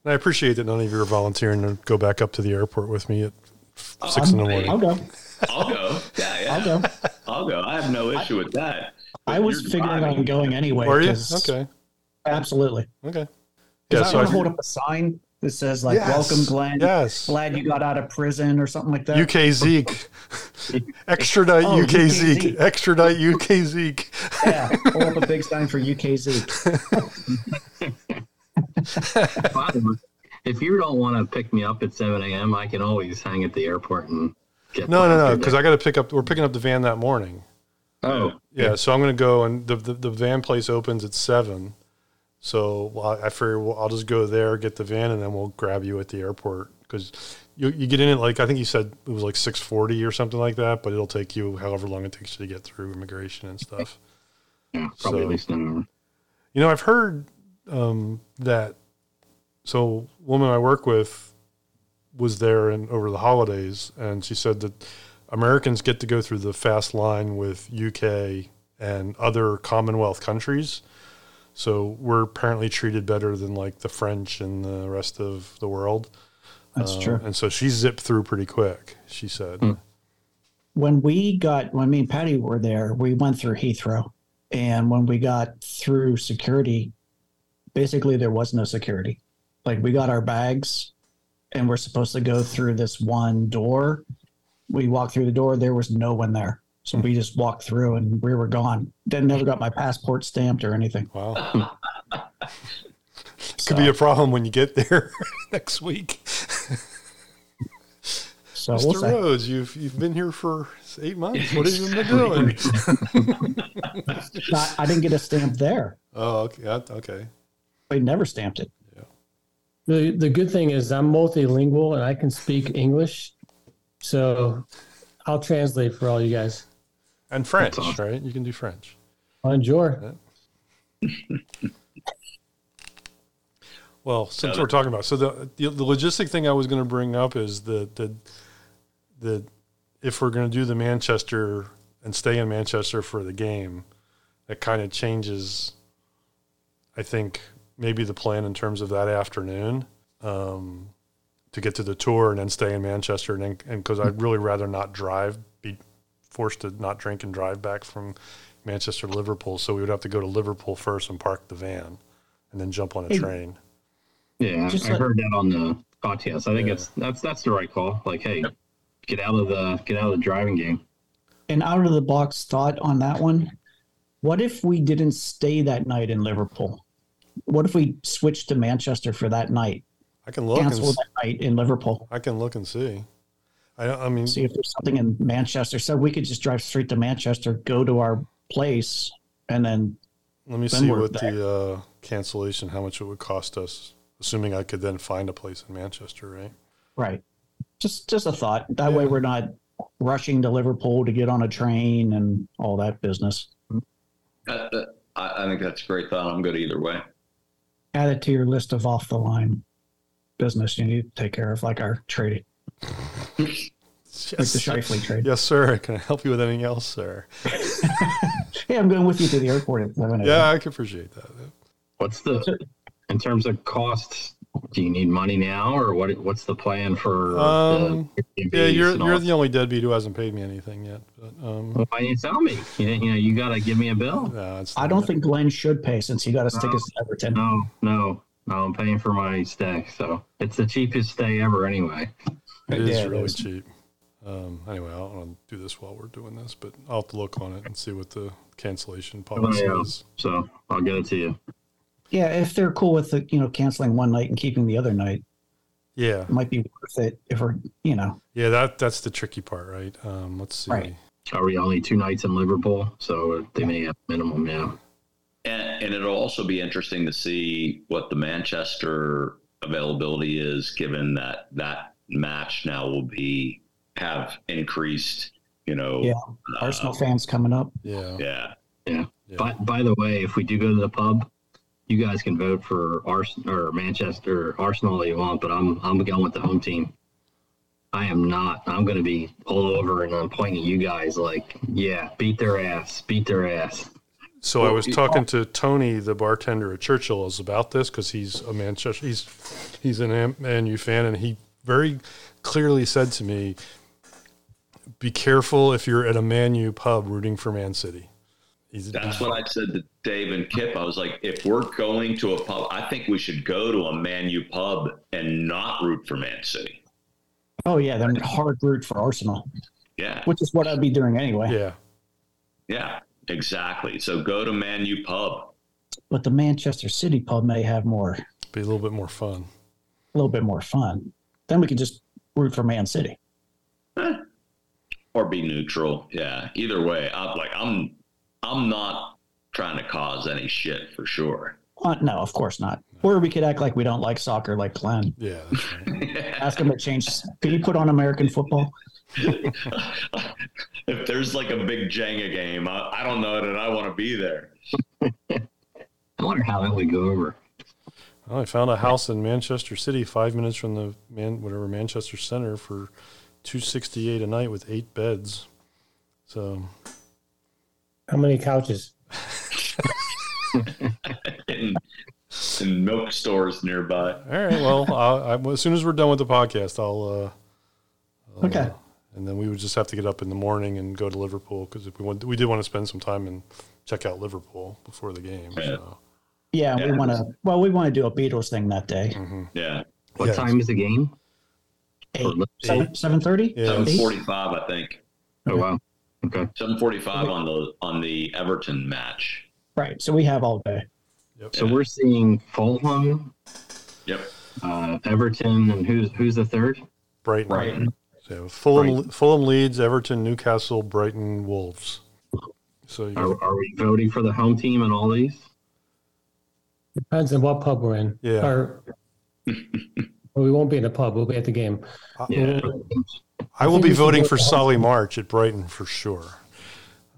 And I appreciate that none of you are volunteering to go back up to the airport with me at f- six in the morning.
I'll go.
I'll go. Yeah, yeah.
I'll go.
I'll go. I have no issue with that.
I was
You're
figuring
driving.
on going anyway.
Are you?
'cause-
Okay.
Absolutely.
Okay.
Because I
so
want
I-
to hold up a sign that says like
Yes.
"Welcome, Glenn.
Yes.
Glad you got out of prison" or something like that.
UK Zeke. Extradite UK,
Oh, UK
Zeke.
Zeke.
Extradite UK Zeke.
Yeah, hold up a big sign for UKZ.
Fine. if you don't want to pick me up at 7 a.m., I can always hang at the airport and get.
No, no, no. Because I got to pick up. We're picking up the van that morning.
oh,
Yeah. So I'm going to go and the, the the van place opens at seven. So well, I, I figure well, I'll just go there, get the van, and then we'll grab you at the airport because you you get in at like I think you said it was like six forty or something like that, but it'll take you however long it takes you to get through immigration and stuff.
yeah, probably
So-
at least an hour.
You know, I've heard um, that. So, a woman I work with was there and over the holidays, and she said that Americans get to go through the fast line with UK and other Commonwealth countries. So we're apparently treated better than like the French and the rest of the world.
That's
Uh,
true. Hmm.
And so she zipped through pretty quick. She said,
When we got, when me and Patty were there, we went through Heathrow, and when we got through security, basically there was no security. Like we got our bags, and we're supposed to go through this one door. We walked through the door. There was no one there, so we just walked through, and we were gone. Then never got my passport stamped or anything.
"Wow,
So,
could be a problem when you get there next week."
so we'll
Mr.
see.
Rhodes, you've you've been here for eight months. What have you been doing?
Not- I didn't get a stamp there.
oh, okay, yeah, okay.
They never stamped it.
The the good thing is I'm multilingual and I can speak English, so I'll translate for all you guys.
And French,
awesome.
right? You can do French.
Bonjour.
Well, since we're talking about so the the, the logistic thing I was going to bring up is the the the if we're going to do the Manchester and stay in Manchester for the game, that kind of changes. I think maybe the plan in terms of that afternoon um, to get to the tour and then stay in Manchester and then- and because I'd really rather not drive, be forced to not drink and drive back from Manchester to Liverpool. So we would have to go to Liverpool first and park the van, and then jump on a
Hey,
train.
Yeah,
Just
I
like-
heard that on the podcast. I think
Yeah.
it's that's that's the right call. Like, hey, get out of the get out of the driving game.
An out of the box thought on that one. What if we didn't stay that night in Liverpool? What if we switched to Manchester for that night?
I can look.
Cancel
And,
that night in Liverpool.
I can look and see. I, I mean,
See if there's something in Manchester. So we could just drive straight to Manchester, go to our place, and then
let me
then
see
we're
what
back.
the uh, cancellation, how much it would cost us, assuming I could then find a place in Manchester, right?
right. Just just a thought. That way we're not rushing to Liverpool to get on a train and all that business.
Uh, uh, I, I think that's a great thought. I'm good either way.
add it to your list of off the line business you need to take care of, like our trading, like the Shifley trade.
Yes, sir. Can I help you with anything else, sir?
Hey, I'm going with you to the airport at 11
Yeah, I can appreciate that.
What's the in terms of costs? Do you need money now, or what? What's the plan for?
Um,
the
Yeah,
Uh, Airbnbs
you're
and all Oh,
you're
that?
the only deadbeat who hasn't paid me anything yet. But, um,
Why didn't you tell me? You, you know, you gotta give me a bill.
no, it's
I
not-
don't think Glenn should pay since he got us tickets
Uh-huh.
to Everton.
No, no, no. I'm paying for my stay, so it's the cheapest stay ever, anyway.
it is
Yeah, it
really
is.
cheap. Um, anyway, I don't want to do this while we're doing this, but I'll have to look on it and see what the cancellation policy
Oh, yeah.
is.
So I'll get it to you.
Yeah, if they're cool with the, you know canceling one night and keeping the other night,
Yeah,
it might be worth it if we're you know
yeah. That that's the tricky part, right? Um, let's see.
Right.
Are we only two nights in Liverpool? So they may have minimum now.
And, and it'll also be interesting to see what the Manchester availability is, given that that match now will be have increased. You
Oh,
know,
Yeah.
uh,
Arsenal fans coming up.
Yeah.
Yeah,
But by the way, if we do go to the pub, you guys can vote for Ars- or Manchester Arsenal all you want, but I'm I'm going with the home team. I am not. I'm going to be all over and I'm pointing at you guys like, yeah, beat their ass, beat their ass.
So I was talking to Tony, the bartender at Churchill's, about this because he's a Manchester, he's he's an Am- Man U fan, and he very clearly said to me, "Be careful if you're at a Man U pub rooting for Man City." He's,
That's what I said to Dave and Kip. I was like, if we're going to a pub, I think we should go to a Man U pub and not root for Man City.
Oh yeah, then hard root for Arsenal,
Yeah.
which is what I'd be doing anyway.
yeah,
Yeah. Exactly. So go to Man U pub.
But the Manchester City pub may have more, a
be a little bit more fun.
little bit more fun. Then we could just root for Man City.
or be neutral. Yeah, either way, I'm like I'm I'm not trying to cause any shit for sure.
Uh, no, of course not. Or we could act like we don't like soccer, like Glenn.
Yeah, that's right.
Ask him to change. Could you put on American football?
if there's like a big Jenga game, I, I don't know that I want to be there.
I wonder how that would go over.
Well, I found a house in Manchester City, five minutes from the man whatever Manchester Center for two sixty eight a night with eight beds. So
How many couches?
In, in milk stores nearby.
all right, well, I, I, as soon as we're done with the podcast, I'll. Uh,
Okay.
and then we would just have to get up in the morning and go to Liverpool because we want, we did want to spend some time and check out Liverpool before the game. So.
Yeah, we
Yeah.
want to. Well, we want to do a Beatles thing that day.
Mm-hmm.
Yeah,
What
Yeah.
time is the game?
Eight, seven, seven thirty.
Yeah.
seven
it's-
forty-five, I think.
Oh wow. Okay.
Seven forty-five on the on the Everton match.
Right. So we have all day.
So we're seeing Fulham,
Yep.
uh, Everton, and who's who's the third?
Brighton.
Brighton.
So Fulham, Fulham leads Everton, Newcastle, Brighton, Wolves. So you
Are, are we voting for the home team in all these?
Depends on what pub we're in.
Yeah.
Or, well, we won't be in a pub. We'll be at the game.
Yeah.
Uh, I will
think
be
we should
voting
go
for
to-
Solly March at Brighton for sure.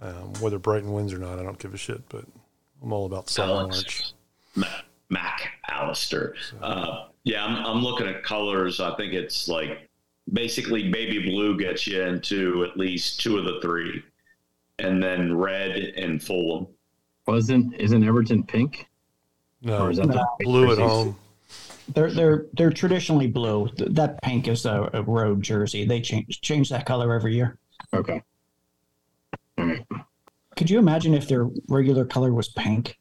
Um, whether Brighton wins or not, I don't give a shit. But I'm all about Solly
Alex.
March.
Mac, Mac Alistair. Uh, yeah, I'm, I'm looking at colors. I think it's like basically baby blue gets you into at least two of the three, and then red and Fulham.
Wasn't isn't Everton pink?
No,
is that the-
blue at home.
They're they're they're traditionally blue. Th- That pink is a, a road jersey. They change change that color every year.
Okay. All right.
Could you imagine if their regular color was pink?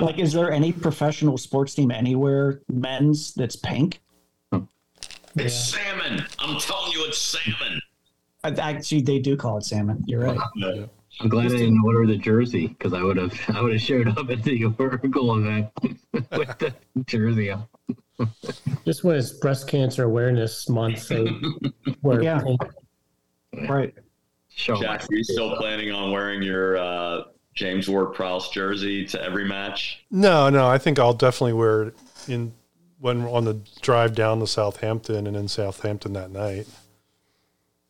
like, is there any professional sports team anywhere, men's, that's pink?
It's salmon. I'm telling you, it's salmon.
Uh, Actually, they do call it salmon. You're right.
Yeah.
I'm glad I didn't order the jersey because I would have I would have showed up at the Oracle event with the jersey on.
Just when it's Breast Cancer Awareness Month, so we're
Yeah. Right.
Show my
Jack, are you still planning on wearing your uh, James Ward-Prowse jersey to every match?
No, no, I think I'll definitely wear it in when on the drive down to Southampton and in Southampton that night.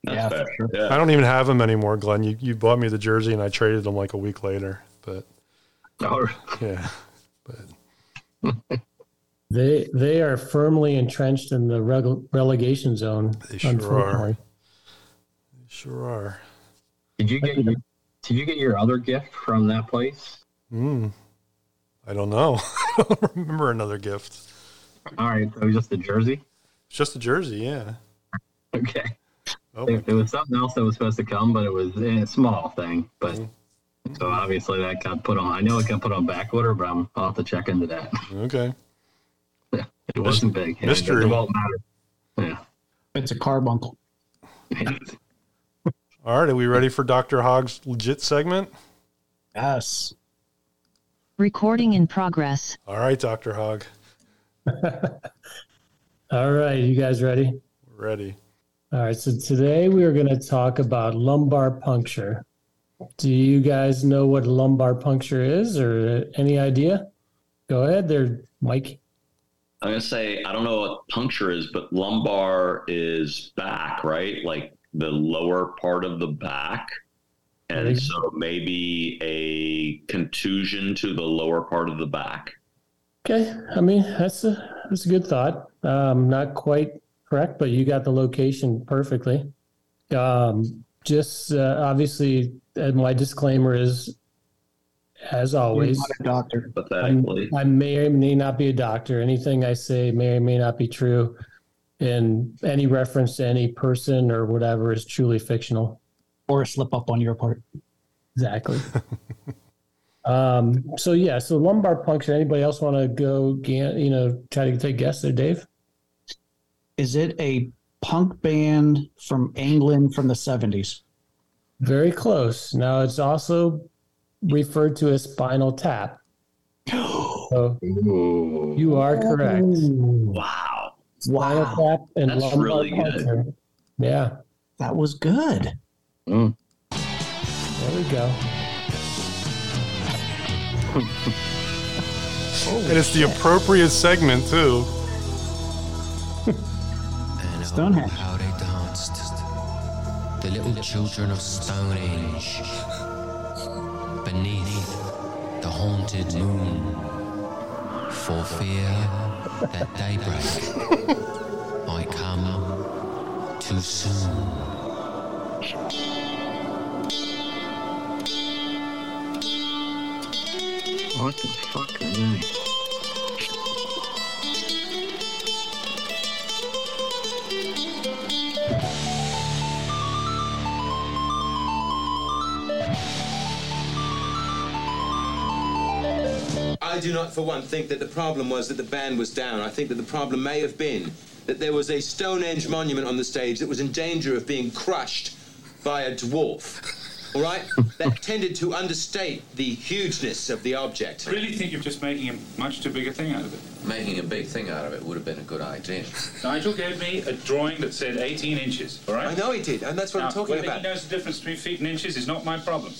yeah,
fair.
for sure.
I don't even have them anymore, Glenn. You you bought me the jersey and I traded them like a week later. But
Oh,
yeah,
They they are firmly entrenched in the reg- relegation zone.
They sure
unfortunately.
sure are.
did you get your, did you get your other gift from that place?
Mm. I don't know. I don't remember another gift.
All right, it was just the jersey.
It's just a jersey, yeah.
Okay,
Oh, my
it, it was something else that was supposed to come, but it was a small thing. But
Mm-hmm.
so obviously that got put on. I know it got put on back order, but I'm I'll have to check into that.
okay.
It wasn't big. and
mystery.
It won't matter.
It's a carbuncle.
Yeah.
All right, are we ready for Dr. Hogg's legit segment?
Yes.
Recording in progress.
All right, Dr. Hogg,
All right, you guys ready?
we're ready.
All right, so today we are going to talk about lumbar puncture. Do you guys know what lumbar puncture is or any idea? Go ahead there, Mike.
I'm gonna say I don't know what puncture is, but lumbar is back, right? Like the lower part of the back, And so maybe a contusion to the lower part of the back.
Okay, I mean that's a that's a good thought. Um, not quite correct, but you got the location perfectly. Um, just uh, obviously, and my disclaimer is, as always, Um,
Not a doctor.
Pathetically.
I may or may not be a doctor. Anything I say may or may not be true, and any reference to any person or whatever is truly fictional.
Or a slip up on your part.
Exactly. um, so yeah, so lumbar puncture. Anybody else want to go? gan- You know, try to take a guess there, Dave.
Is it a punk band from England from the 70s?
Very close. Now it's also referred to as spinal tap. So
Ooh.
you are correct.
Wow.
Spinal tap and
That's
lumbar
really good.
puncture. Yeah,
That was good.
Mm.
there we go.
and it's the appropriate segment too.
and
Stonehenge.
oh, how they danced. The little children of Stonehenge. Beneath the haunted moon. For fear that daybreak might come too soon.
What the fuck are they?
I do not, for one, think that the problem was that the band was down. I think that the problem may have been that there was a Stonehenge monument on the stage that was in danger of being crushed by a dwarf. All right? That tended to understate the hugeness of the object.
really think you're just making a much too big a thing out of it.
Making a big thing out of it would have been a good idea.
Nigel gave me a drawing that said 18 inches, all right?
I know he did, and that's what
Now,
I'm talking
whether
about.
he knows the difference between feet and inches is not my problem.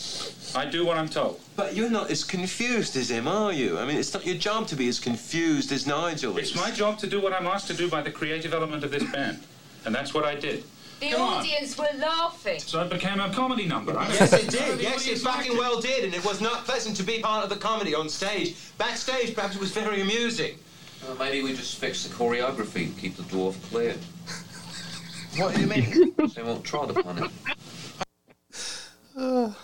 I do what I'm told.
But you're not as confused as him, are you? I mean, it's not your job to be as confused as Nigel is.
It's my job to do what I'm asked to do by the creative element of this band, and that's what I did.
The
Come on.
audience were laughing.
So it became a comedy number. I
Yes, it did. Yes, it fucking well did, and it was not pleasant to be part of the comedy on stage. Backstage, perhaps it was very amusing.
Well, Uh, maybe we just fix the choreography and keep the dwarf clear.
What do you mean?
They won't trod upon it.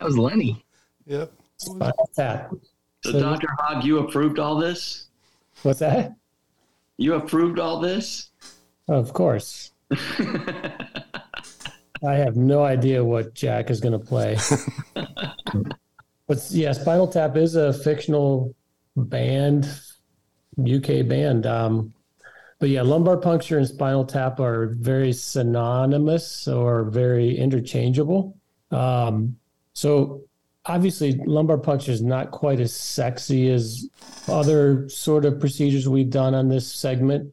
That was Lenny.
Yep.
Spinal tap.
So,
So-
Dr. Hogg, you approved all this?
What's that?
You approved all this?
Of course. I have no idea what Jack is going to play. but yeah, Spinal Tap is a fictional band, UK band. Um, but yeah, lumbar puncture and spinal tap are very synonymous or very interchangeable. Um, so obviously, lumbar puncture is not quite as sexy as other sort of procedures we've done on this segment.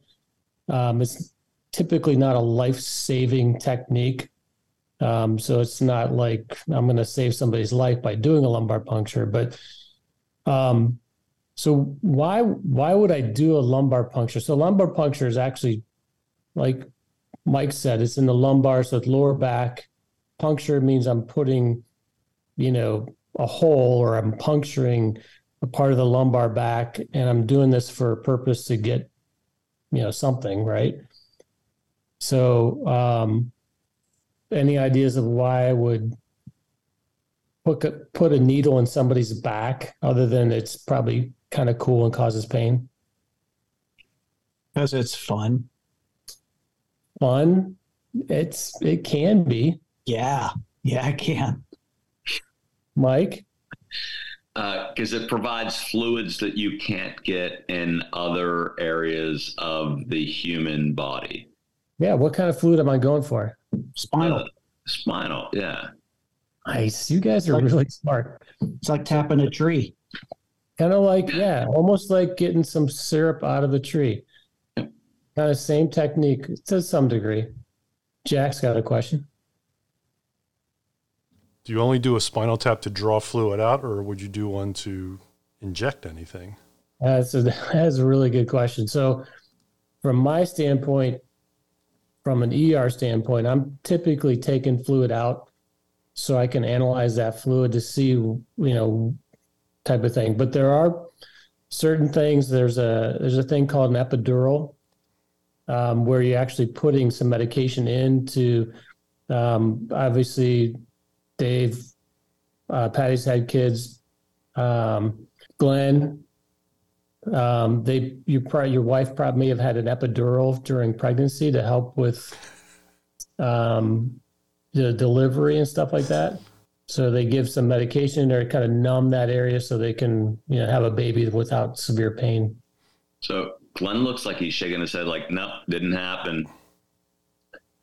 Um, it's typically not a life saving technique. Um, so it's not like I'm going to save somebody's life by doing a lumbar puncture. But um, so why why would I do a lumbar puncture? So lumbar puncture is actually like Mike said, it's in the lumbar, so it's lower back. Puncture means I'm putting, you know, a hole or I'm puncturing a part of the lumbar back, and I'm doing this for a purpose to get, you know, something right. So, um, any ideas of why I would put a, put a needle in somebody's back, other than it's probably kind of cool and causes pain?
Because it's fun.
Fun, it's it can be.
Yeah. Yeah, I can.
Mike,
Because Uh, it provides fluids that you can't get in other areas of the human body.
yeah, what kind of fluid am I going for?
Spinal.
Uh, spinal, yeah.
Nice, you guys are really smart.
it's like tapping a tree.
Kind of like yeah, almost like getting some syrup out of a tree. Kind of same technique to some degree. Jack's got a question.
Do you only do a spinal tap to draw fluid out, or would you do one to inject anything?
That's a, that's a really good question. So, from my standpoint, from an ER standpoint, I'm typically taking fluid out so I can analyze that fluid to see, you know, type of thing. But there are certain things. There's a there's a thing called an epidural, um, where you're actually putting some medication in to. Um, obviously, Dave, uh, Patty's had kids. Um, Glenn, um, they you probably your wife probably may have had an epidural during pregnancy to help with um, the delivery and stuff like that. So they give some medication or kind of numb that area so they can you know have a baby without severe pain.
So Glenn looks like he's shaking his head, like, nope, didn't happen.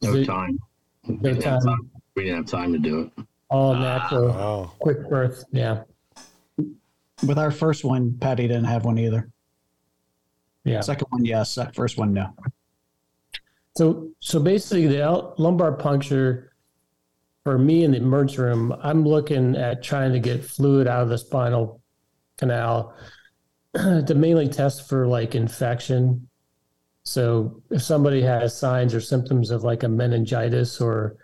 No time.
No
We didn't, have
time.
time. we didn't have time to do it.
All natural, quick birth. Yeah,
Ah. With our first one, Patty didn't have one either.
yeah.
Second one, yes. That First one, no.
So, so basically, the l- lumbar puncture for me in the emergency room, I'm looking at trying to get fluid out of the spinal canal to mainly test for like infection. So, if somebody has signs or symptoms of like a meningitis or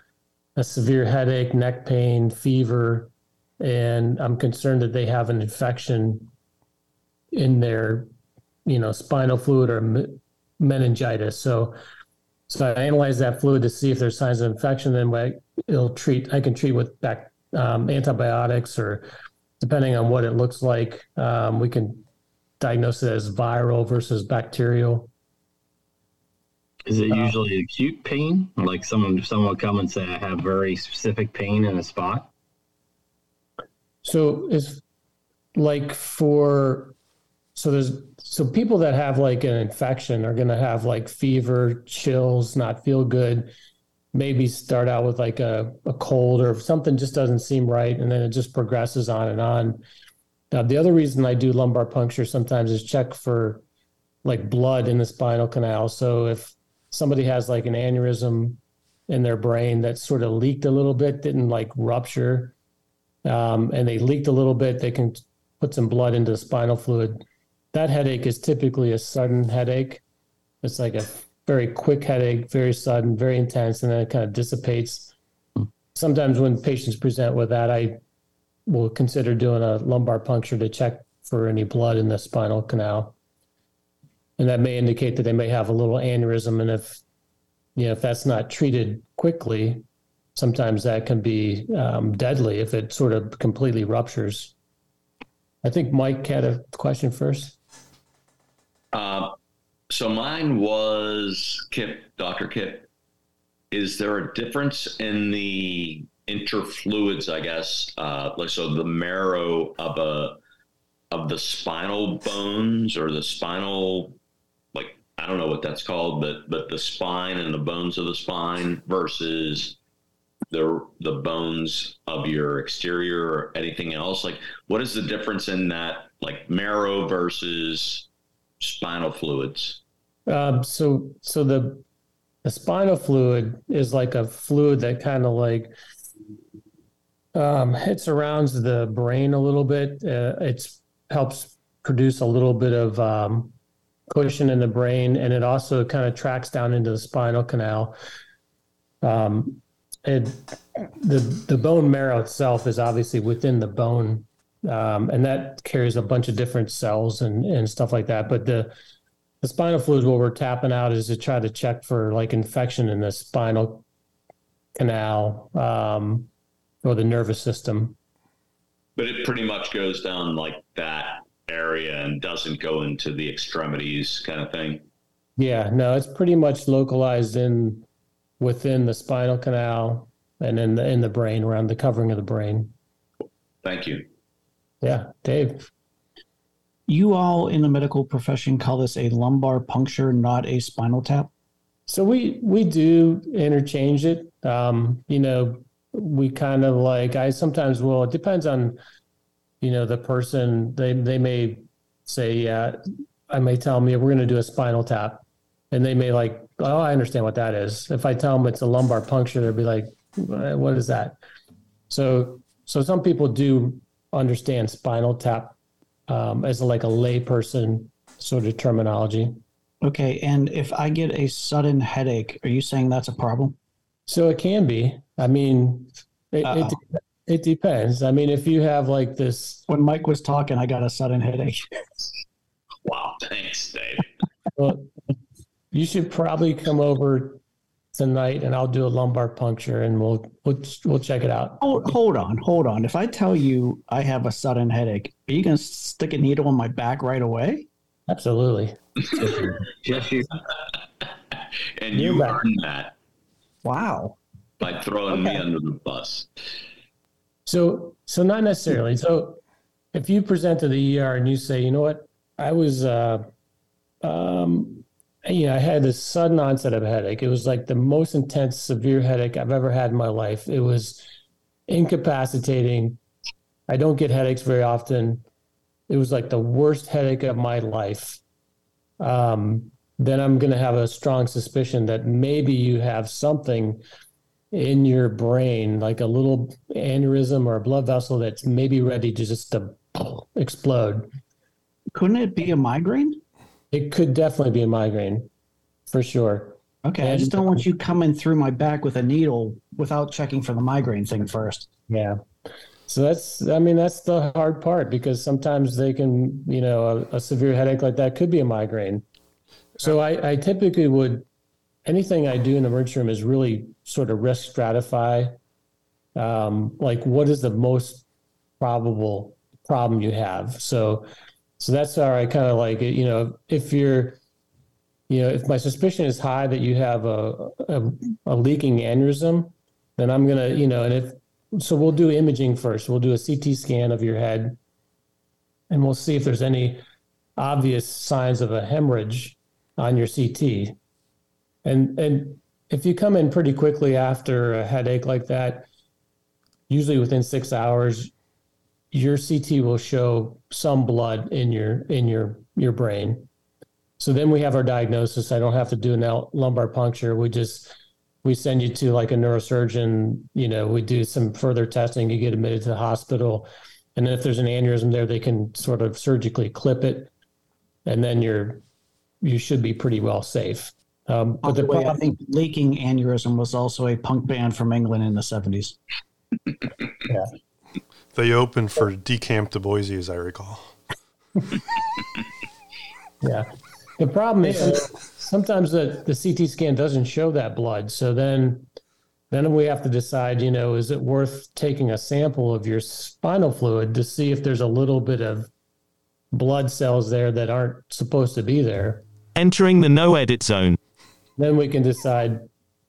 a severe headache, neck pain, fever, and I'm concerned that they have an infection in their, you know, spinal fluid or me- meningitis. So, so I analyze that fluid to see if there's signs of infection. Then I, it'll treat. I can treat with back, um, antibiotics or depending on what it looks like, um, we can diagnose it as viral versus bacterial.
Is
Oh.
it usually acute pain? Like someone someone would come and say, I have very specific pain in a spot.
So it's like for so there's so people that have like an infection are going to have like fever, chills, not feel good, maybe start out with like a, a cold or if something just doesn't seem right and then it just progresses on and on. Now the other reason I do lumbar puncture sometimes is check for like blood in the spinal canal. So if somebody has like an aneurysm in their brain that sort of leaked a little bit, didn't like rupture, um, and they leaked a little bit, they can put some blood into the spinal fluid. That headache is typically a sudden headache. It's like a very quick headache, very sudden, very intense, and then it kind of dissipates. Sometimes when patients present with that, I will consider doing a lumbar puncture to check for any blood in the spinal canal. And that may indicate that they may have a little aneurysm. And if, you know, if that's not treated quickly, sometimes that can be um, deadly if it sort of completely ruptures. I think Mike had a question first.
Uh, so mine was Kip, Dr. Kip. Is there a difference in the interfluids, I guess? Uh, like, so the marrow of a of the spinal bones or the spinal like I don't know what that's called, but but the spine and the bones of the spine versus the the bones of your exterior or anything else. Like, what is the difference in that like marrow versus spinal fluids?
Um, so, so the the spinal fluid is like a fluid that kind of like um, it surrounds the brain a little bit. Uh, it helps produce a little bit of um, cushion in the brain, and it also kind of tracks down into the spinal canal. Um, it the the bone marrow itself is obviously within the bone, um, and that carries a bunch of different cells and and stuff like that. But the the spinal fluid, what we're tapping out is to try to check for like infection in the spinal canal um, or the nervous system.
But it pretty much goes down like that area and doesn't go into the extremities kind of thing.
Yeah, no, it's pretty much localized in within the spinal canal and in the in the brain around the covering of the brain.
Thank you.
Yeah, Dave.
You all in the medical profession call this a lumbar puncture, not a spinal tap.
So we we do interchange it. Um, you know, we kind of like I sometimes will. It depends on you know the person. They they may say yeah. I may tell them yeah, we're going to do a spinal tap, and they may like oh I understand what that is. If I tell them it's a lumbar puncture, they'll be like "Wha- what is that? So so some people do understand spinal tap um, as like a layperson sort of terminology.
Okay, and if I get a sudden headache, are you saying that's a problem?
So it can be. I mean, it, it, de- it depends. I mean, if you have like this.
When Mike was talking, I got a sudden headache.
Wow, thanks, Dave.
Well, you should probably come over tonight, and I'll do a lumbar puncture, and we'll we'll we'll check it out.
Hold, hold on, hold on. If I tell you I have a sudden headache, are you going to stick a needle in my back right away?
Absolutely.
Yes, you.
And you earned that
Wow.
by throwing me under the bus.
So, so not necessarily. So, if you present to the ER and you say, you know what, I was, uh, um, you know, I had this sudden onset of headache. It was like the most intense, severe headache I've ever had in my life. It was incapacitating. I don't get headaches very often. It was like the worst headache of my life. Um, then I'm going to have a strong suspicion that maybe you have something in your brain, like a little aneurysm or a blood vessel that's maybe ready to just to explode.
Couldn't it be a migraine?
It could definitely be a migraine, for sure.
Okay, I
And-
just don't want you coming through my back with a needle without checking for the migraine thing first.
Yeah. So that's, I mean, that's the hard part because sometimes they can, you know, a, a severe headache like that could be a migraine. So I, I typically would, anything I do in the emergency room is really sort of risk stratify. Um, like what is the most probable problem you have? So, so that's how I kind of like it. You know, if you're, you know, if my suspicion is high that you have a, a, a leaking aneurysm, then I'm going to, you know, and if, so we'll do imaging first. We'll do a CT scan of your head and we'll see if there's any obvious signs of a hemorrhage on your CT. And, and if you come in pretty quickly after a headache like that, usually within six hours, your CT will show some blood in your, in your, your brain. So then we have our diagnosis. I don't have to do an L- lumbar puncture. We just we send you to like a neurosurgeon. You know, we do some further testing. You get admitted to the hospital, and then if there's an aneurysm there, they can sort of surgically clip it, and then you're you should be pretty well safe. Um,
By
but
the
the
way, I
problem,
think leaking aneurysm was also a punk band from England in the seventies.
They opened for Decamp to Boise, as I recall.
yeah, the problem is sometimes the the CT scan doesn't show that blood. So then then we have to decide, you know, is it worth taking a sample of your spinal fluid to see if there's a little bit of blood cells there that aren't supposed to be there?
Entering the no edit zone.
Then we can decide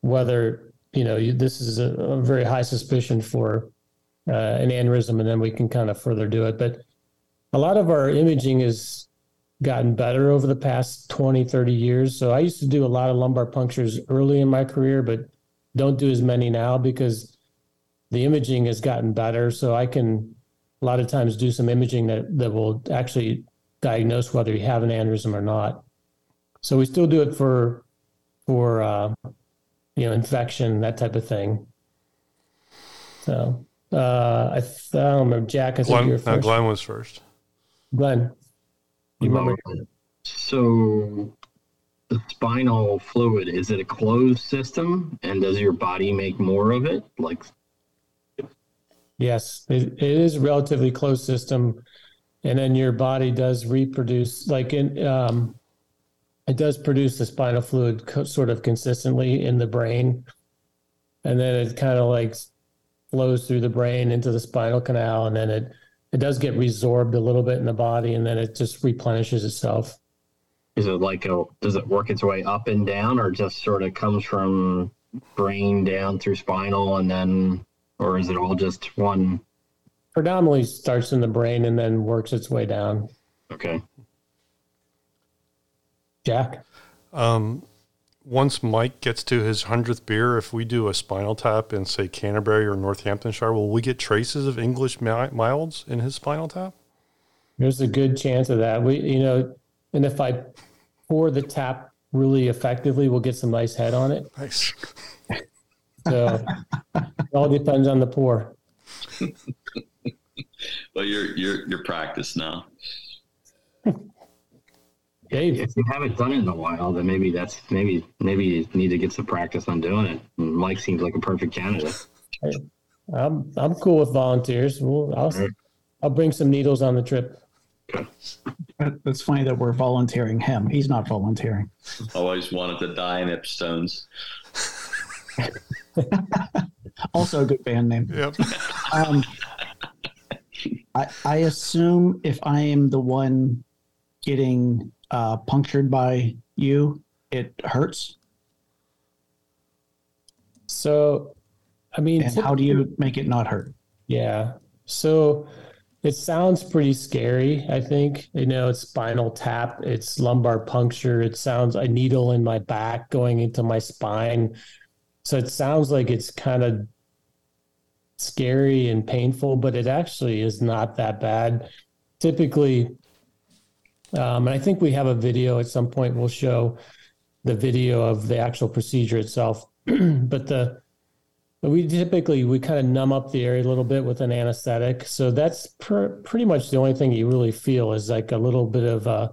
whether, you know, you, this is a, a very high suspicion for uh, an aneurysm, and then we can kind of further do it. But a lot of our imaging has gotten better over the past 20, 30 years. So I used to do a lot of lumbar punctures early in my career, but don't do as many now because the imaging has gotten better. So I can a lot of times do some imaging that, that will actually diagnose whether you have an aneurysm or not. So we still do it for for uh, you know infection that type of thing. So uh, I, th- I don't remember Jack. I think you were
Glenn, no,
first.
Glenn was first.
Glenn, you remember?
So the spinal fluid is it a closed system, and does your body make more of it? Like
Yes, it, it is a relatively closed system, and then your body does reproduce like in um, it does produce the spinal fluid co- sort of consistently in the brain, and then it kind of like flows through the brain into the spinal canal, and then it it does get resorbed a little bit in the body, and then it just replenishes itself.
is it like a does it work its way up and down, or just sort of comes from brain down through spinal, and then, or is it all just one?
Predominantly starts in the brain and then works its way down.
Okay.
Jack,
Um, once Mike gets to his hundredth beer, if we do a spinal tap in say Canterbury or Northamptonshire, will we get traces of English mi- milds in his spinal tap?
there's a good chance of that. We you know, and if I pour the tap really effectively, we'll get some nice head on it.
Nice.
So it all depends on the pour.
Well, you're you're you're practiced now.
If you haven't done it in a while, then maybe that's maybe maybe you need to get some practice on doing it. And Mike seems like a perfect candidate.
I'm I'm cool with volunteers. We'll, I'll I'll bring some needles on the trip.
That- That's funny that we're volunteering him. He's not volunteering.
Always wanted to die in Ipstones.
Also, a good band name.
Yep.
Um, I, I assume if I am the one getting uh, punctured by you, it hurts.
So, I mean,
and how do you make it not hurt?
Yeah. So it sounds pretty scary, I think. You know, it's spinal tap, it's lumbar puncture, it sounds a needle in my back going into my spine. So it sounds like it's kind of scary and painful, but it actually is not that bad. Typically, um, and I think we have a video at some point we'll show the video of the actual procedure itself. but the but we typically we kind of numb up the area a little bit with an anesthetic. So that's pr- pretty much the only thing you really feel is like a little bit of uh,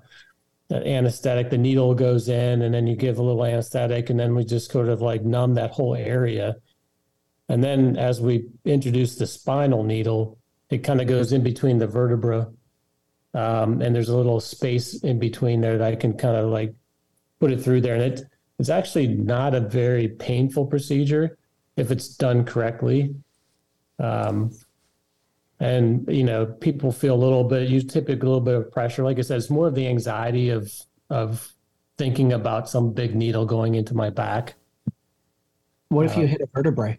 an anesthetic. The needle goes in, and then you give a little anesthetic, and then we just sort of like numb that whole area. And then as we introduce the spinal needle, it kind of goes in between the vertebra, um, and there's a little space in between there that I can kind of like put it through there, and it it's actually not a very painful procedure if it's done correctly. Um, and you know, people feel a little bit. You typically a little bit of pressure. Like I said, it's more of the anxiety of of thinking about some big needle going into my back.
What if
Uh,
you hit a vertebrae?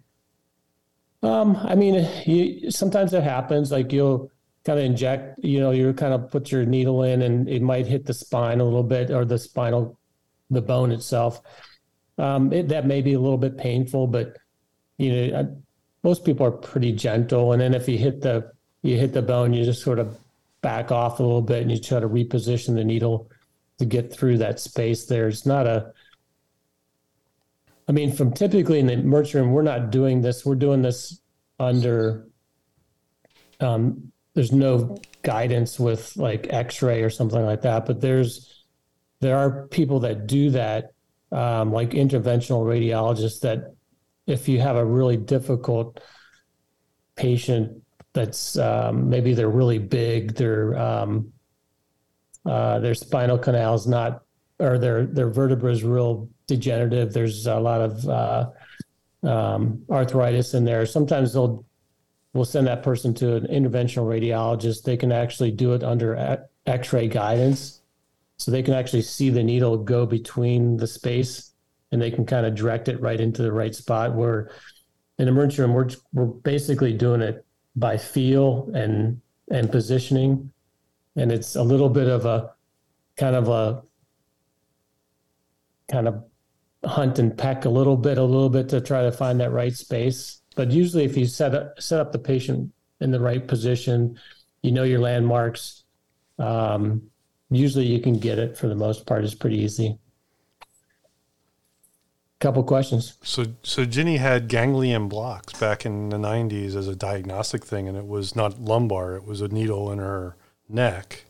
Um, I mean, you, sometimes it happens. Like you'll kind of inject, you know, you kind of put your needle in, and it might hit the spine a little bit or the spinal, the bone itself. Um, it, that may be a little bit painful, but you know, I, most people are pretty gentle. And then if you hit the you hit the bone, you just sort of back off a little bit, and you try to reposition the needle to get through that space. There, it's not a I mean, from typically in the emergency room, we're not doing this. We're doing this under. Um, there's no guidance with like X-ray or something like that, but there's there are people that do that, um, like interventional radiologists. That if you have a really difficult patient, that's um, maybe they're really big, they're um, uh, their spinal canal is not, or their their vertebra is real degenerative. There's a lot of uh, um, arthritis in there. Sometimes they'll we'll send that person to an interventional radiologist. They can actually do it under a- X-ray guidance, so they can actually see the needle go between the space, and they can kind of direct it right into the right spot. Where in emergency room, we're we're basically doing it by feel and and positioning and it's a little bit of a kind of a kind of hunt and peck a little bit a little bit to try to find that right space but usually if you set up set up the patient in the right position you know your landmarks um, usually you can get it for the most part it's pretty easy couple questions
So, so Ginny had ganglion blocks back in the 90s as a diagnostic thing, and it was not lumbar, it was a needle in her neck.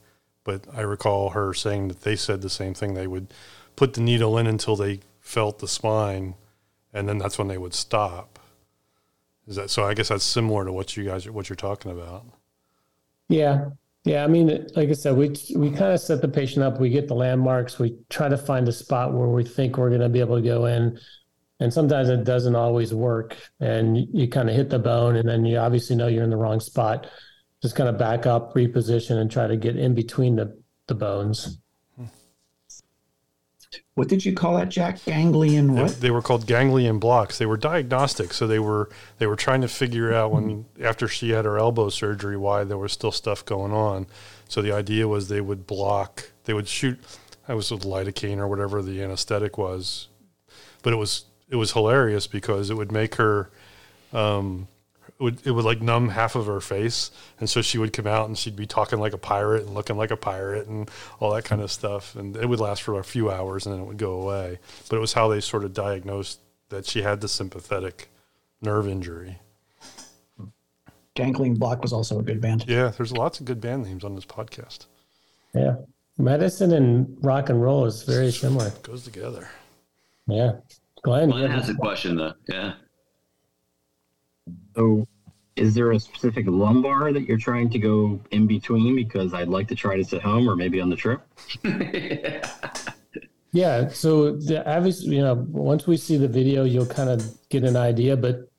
But I recall her saying that they said the same thing. They would put the needle in until they felt the spine, and then that's when they would stop. Is that so? I guess that's similar to what you guys what you're talking about.
Yeah. Yeah. I mean, like I said, we, we kind of set the patient up. We get the landmarks. We try to find a spot where we think we're going to be able to go in. And sometimes it doesn't always work. And you, you kind of hit the bone, and then you obviously know you're in the wrong spot. Just kind of back up, reposition, and try to get in between the, the bones.
What did you call that, Jack? Ganglion
They-
what?
They were called ganglion blocks. They were diagnostic, so they were they were trying to figure out when after she had her elbow surgery why there was still stuff going on. So the idea was they would block, they would shoot. I was with lidocaine or whatever the anesthetic was, but it was it was hilarious because it would make her. Um, it would, it would like numb half of her face, and so she would come out and she'd be talking like a pirate and looking like a pirate and all that kind of stuff. And it would last for a few hours and then it would go away. But it was how they sort of diagnosed that she had the sympathetic nerve injury.
Gangling Block was also a good band.
Yeah, there's lots of good band names on this podcast.
Yeah. Medicine and rock and roll is very similar.
Goes together.
Yeah. Glenn,
Glenn has a question though. Yeah.
So, is there a specific lumbar that you're trying to go in between? Because I'd like to try this at home or maybe on the trip.
Yeah, so the, obviously, you know, once we see the video, you'll kind of get an idea. But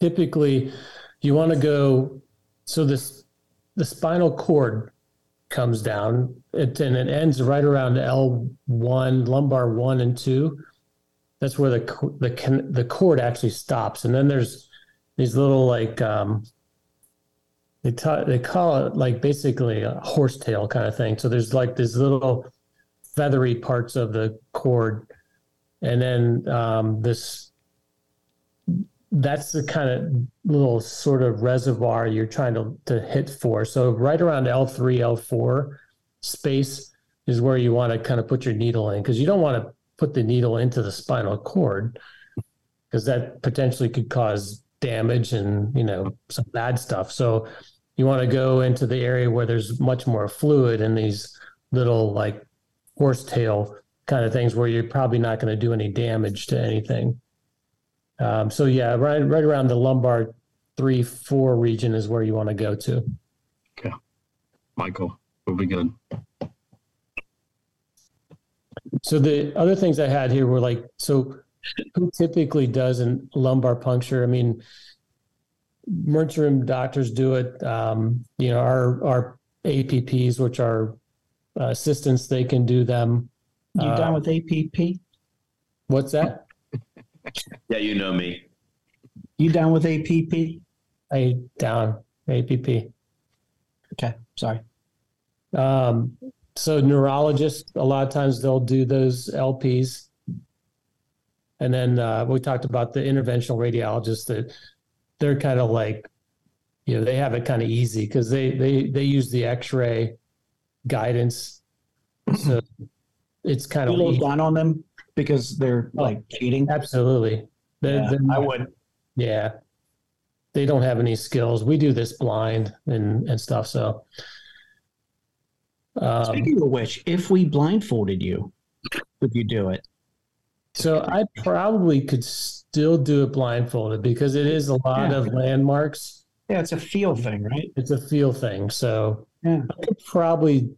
typically, you want to go. So this the spinal cord comes down, it, and it ends right around L one, lumbar one and two. That's where the co- the con- the cord actually stops, and then there's these little like um, they ta- they call it like basically a horsetail kind of thing. So there's like these little feathery parts of the cord and then um, this that's the kind of little sort of reservoir you're trying to, to hit for so right around l3 l4 space is where you want to kind of put your needle in because you don't want to put the needle into the spinal cord because that potentially could cause damage and you know some bad stuff so you want to go into the area where there's much more fluid and these little like horsetail kind of things where you're probably not going to do any damage to anything. Um, so yeah, right right around the lumbar three four region is where you want to go to.
Okay, Michael, we'll be good.
So the other things I had here were like so who typically does a lumbar puncture? I mean, emergency room doctors do it. Um, you know, our our APPs, which are uh, assistance, they can do them.
You
Uh,
done with APP?
What's that?
Yeah, you know me.
You down with APP?
I down APP.
Okay, sorry.
Um, so neurologists, a lot of times they'll do those LPs. And then uh, we talked about the interventional radiologists that they're kind of like, you know, they have it kind of easy because they they they use the X-ray guidance, so it's kind
You
of
look down on them because they're like cheating.
Absolutely. They're-
Yeah,
they're
I
not-
would.
Yeah. They don't have any skills. We do this blind and, and stuff. So, um,
Speaking of which, if we blindfolded you, would you do it?
so I probably could still do it blindfolded because it is a lot
Yeah.
of landmarks.
Yeah, it's a feel thing, right?
It's a feel thing. So
Yeah.
I could probably,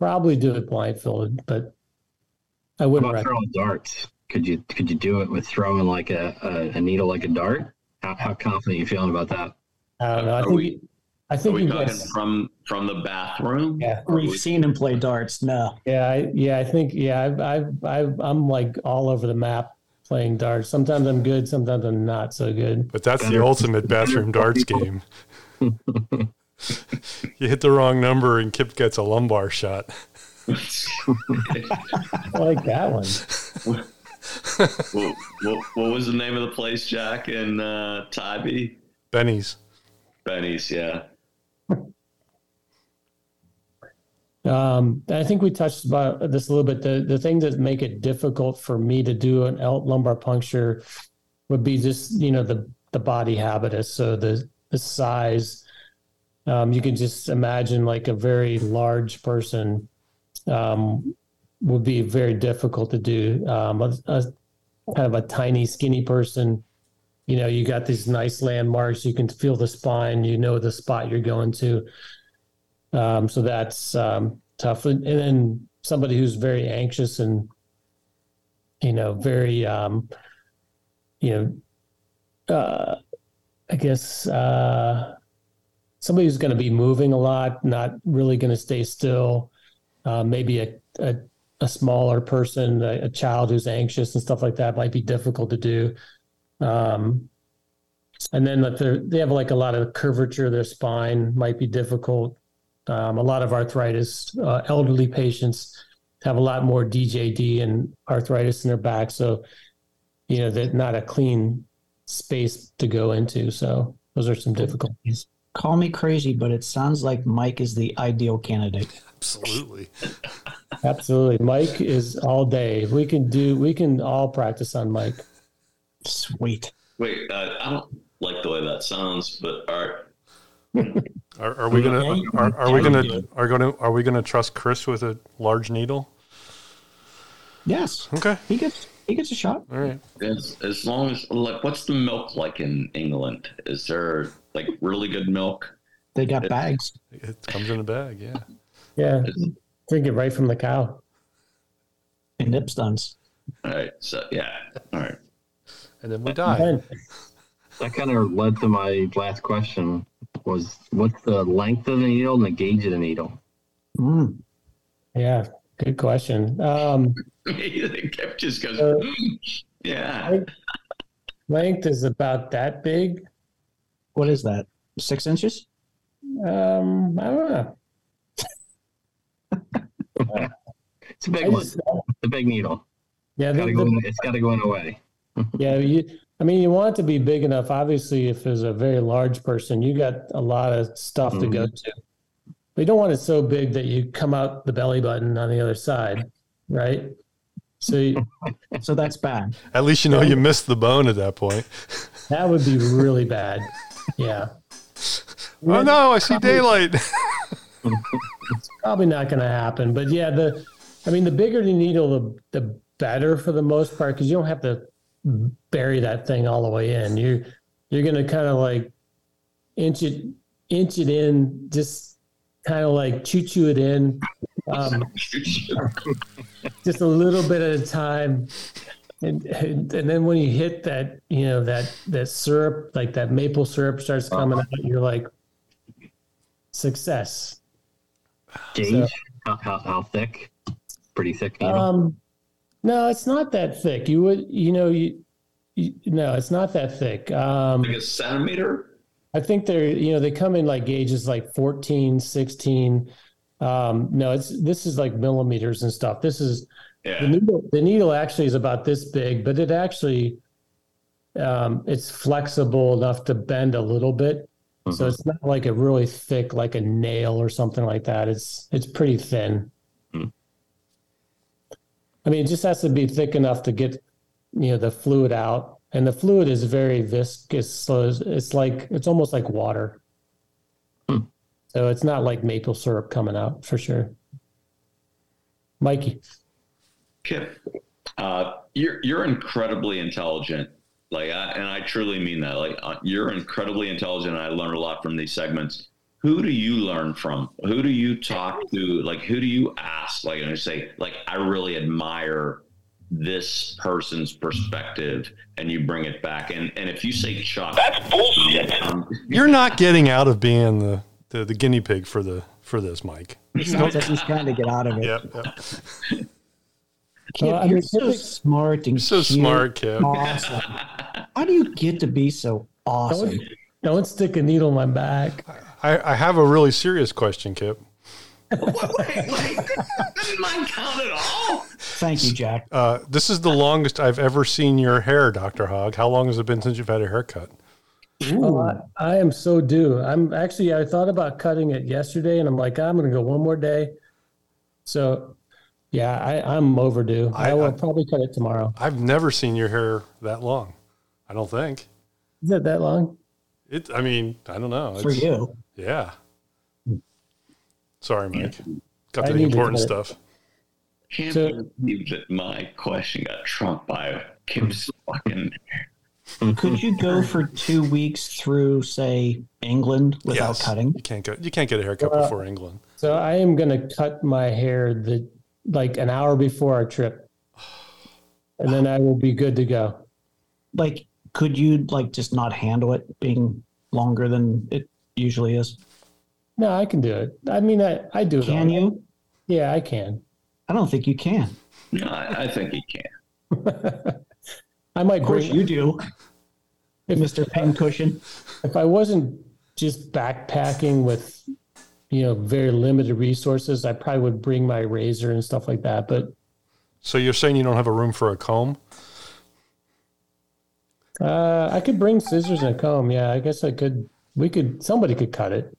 probably do it blindfolded, but I
What
wouldn't
about
recommend.
throwing darts? Could you could you do it with throwing like a, a, a needle like a dart? How, how confident you feeling about that?
I don't know. I
Are
think,
we-
I
Are
think
we
you
talking
guys,
from from the bathroom?
yeah.
We've seen him play darts. No,
Yeah, I, yeah, I think yeah, I've, I've, I've, I'm like all over the map playing darts. Sometimes I'm good, sometimes I'm not so good.
But that's the ultimate bathroom darts game. you hit the wrong number and Kip gets a lumbar shot.
I like that one.
what, what, what was the name of the place, Jack and uh, Tybee?
Benny's.
Benny's, yeah.
Um, I think we touched about this a little bit. The the thing that make it difficult for me to do an L- lumbar puncture would be just you know the the body habitus, so the the size. Um, you can just imagine like a very large person um, would be very difficult to do. Um, a, a kind of a tiny, skinny person, you know, you got these nice landmarks. You can feel the spine. You know the spot you're going to. Um, so that's um, tough. And, and then somebody who's very anxious and, you know, very, um, you know, uh, I guess uh, somebody who's going to be moving a lot, not really going to stay still, uh, maybe a, a, a smaller person, a, a child who's anxious and stuff like that might be difficult to do. Um, and then if they're- they have like a lot of curvature, their spine might be difficult um, a lot of arthritis. Uh, elderly patients have a lot more DJD and arthritis in their back, so you know that not a clean space to go into. So those are some difficulties.
call me crazy, but it sounds like Mike is the ideal candidate.
Absolutely.
Absolutely, Mike is all day. We can do. We can all practice on Mike.
Sweet.
Wait, uh, I don't like the way that sounds, but are
Are, are we gonna are, are we gonna are gonna are we gonna trust Chris with a large needle?
Yes.
Okay.
He gets he gets a shot.
All right.
As, as long as like, what's the milk like in England? Is there like really good milk?
They got bags.
It comes in a bag. Yeah.
Yeah. Drink it right from the cow.
And nip stunts.
All right. So yeah. All right.
And then we die.
That kind of led to my last question: was what's the length of the needle and the gauge of the needle?
Mm. Yeah. Good question. Um,
Kev just goes, mm,
Uh,
yeah.
length- length is about that big.
What is that? Six inches?
Um, I don't know.
It's a big one. It's a big needle.
Yeah,
It's
the-
gotta
the-
go in- it's got to go in a way.
Yeah, you, I mean, you want it to be big enough. Obviously, if it's a very large person, you got a lot of stuff to
Mm-hmm.
go to. But you don't want it so big that you come out the belly button on the other side, right? So you-
So that's bad.
At least you know you missed the bone at that point.
that would be really bad. Yeah.
Oh no! I see daylight.
Probably not going to happen. But yeah, the, I mean, the bigger the needle, the, the better for the most part, because you don't have to
Mm-hmm.
bury that thing all the way in. You, you're going to kind of like inch it, inch it in, just kind of like choo choo it in, um, just a little bit at a time. And, and and then when you hit that, you know that that syrup, like that maple syrup, starts
Uh-huh.
coming out. You're like, success.
Gauge?
So-
how, how, how thick? Pretty thick needle.
Um, no, it's not that thick. You would, you know, you, you no, it's not that thick. Um,
Like a centimeter?
I think they're, you know, they come in like gauges like 14, 16. Um, no, it's this is like millimeters and stuff. This is
yeah.
the needle. The needle actually is about this big, but it actually um, it's flexible enough to bend a little bit. So it's not like a really thick, like a nail or something like that. It's it's pretty thin. I mean, it just has to be thick enough to get you know the fluid out, and the fluid is very viscous. So it's, it's like it's almost like water. So it's not like maple syrup coming out for sure. Mikey,
Kip, uh, you're you're incredibly intelligent. Like, I, and I truly mean that. Like, uh, you're incredibly intelligent. I learn a lot from these segments. Who do you learn from? Who do you talk to? Like, who do you ask? Like, and I say, like, I really admire this person's perspective, and you bring it back. And and if you say Chuck, um, that's bullshit.
You're not getting out of being the, the, the guinea pig for the for this, Mike.
It sounds like he's trying to get out of it.
Yep, yep.
Kip,
Well, I
you're
mean,
so
typic-
smart and
so
cute.
smart, Kip.
Awesome. How do you get to be so awesome?
don't, don't stick a needle in my back.
I, I have a really serious question, Kip.
Didn't mine count at all?
Thank you, Jack.
Uh, this is the longest I've ever seen your hair, Doctor Hogg. How long has it been since you've had a haircut?
Oh, I, I am so due. I'm actually I thought about cutting it yesterday, and I'm like "Ah, I'm going to go one more day. So, yeah, I, I'm overdue. I, will probably cut it tomorrow.
I've never seen your hair that long. I don't think
Is it that long?
it. I mean, I don't know.
For
It's-
you.
yeah. Sorry, Mike. Got
I
to the
need to
important
cut it.
stuff.
Can't
So-
believe that my question got trumped by Kim's fucking.
Could you go for two weeks through, say, England without
Yes.
cutting? Uh,
You can't go. You can't get a haircut
Well,
before England.
So I am going to cut my hair the like an hour before our trip, and then I will be good to go.
Like, could you like just not handle it being longer than it usually is?
No, I can do it. I mean, I I do it.
Can
all.
you?
Yeah, I can.
I don't think you can.
No, I, I think he can.
I might
Of course
bring
you do. Mr. Pincushion.
if I wasn't just backpacking with, you know, very limited resources, I probably would bring my razor and stuff like that. But
So you're saying you don't have a room for a comb?
uh, I could bring scissors and a comb. Yeah, I guess I could. We could. Somebody could cut it.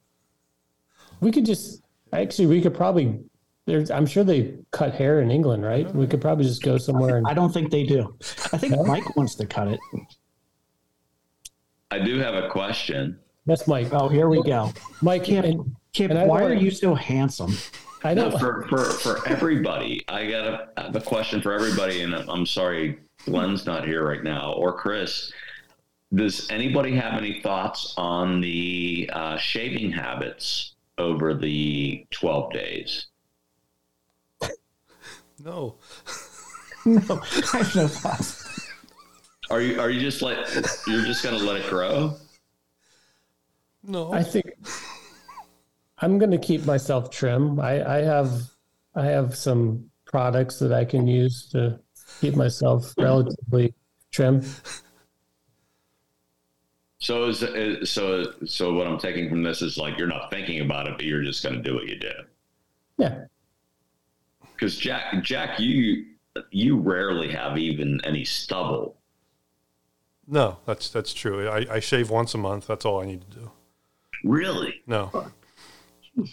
We could just. Actually, we could probably. There's. I'm sure they cut hair in England, right? We could probably just go somewhere and.
I don't think they do. I think Mike wants to cut it.
I do have a question.
That's Mike.
Oh, here we go.
Mike,
Kip,
and-
Kip
and I
why
don't-
are you so handsome?
I
No, for, for, for everybody, I got a, I have a question for everybody, and I'm sorry Glenn's not here right now or Chris. Does anybody have any thoughts on the uh, shaving habits over the 12 days?
No.
no, I have no thoughts.
Are you are you just like you're just gonna let it grow?
No.
I think I'm going to keep myself trim. I, I have I have some products that I can use to keep myself relatively trim.
So is, is so so what I'm taking from this is like you're not thinking about it, but you're just gonna do what you do.
Yeah.
Because Jack Jack you you rarely have even any stubble.
No, that's that's true. I, I shave once a month. That's all I need to do.
Really?
No.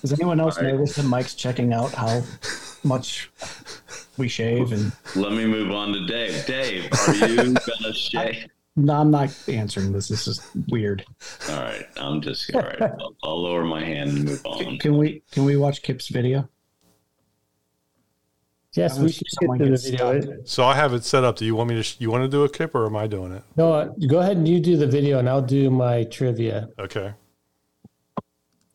Does anyone else notice that Mike's checking out how much we shave? And
Let me move on to Dave. Dave, are you gonna shave?
no, I'm not answering this. This is weird.
All right, I'm just all right. I'll, I'll lower my hand and move on.
Can we can we watch Kip's video?
Yes,
we should get to the video.
So I have it set up. Do you want me to? Sh- you want to do a kip, or am I doing it?
No, uh, go ahead and you do the video, and I'll do my trivia.
Okay.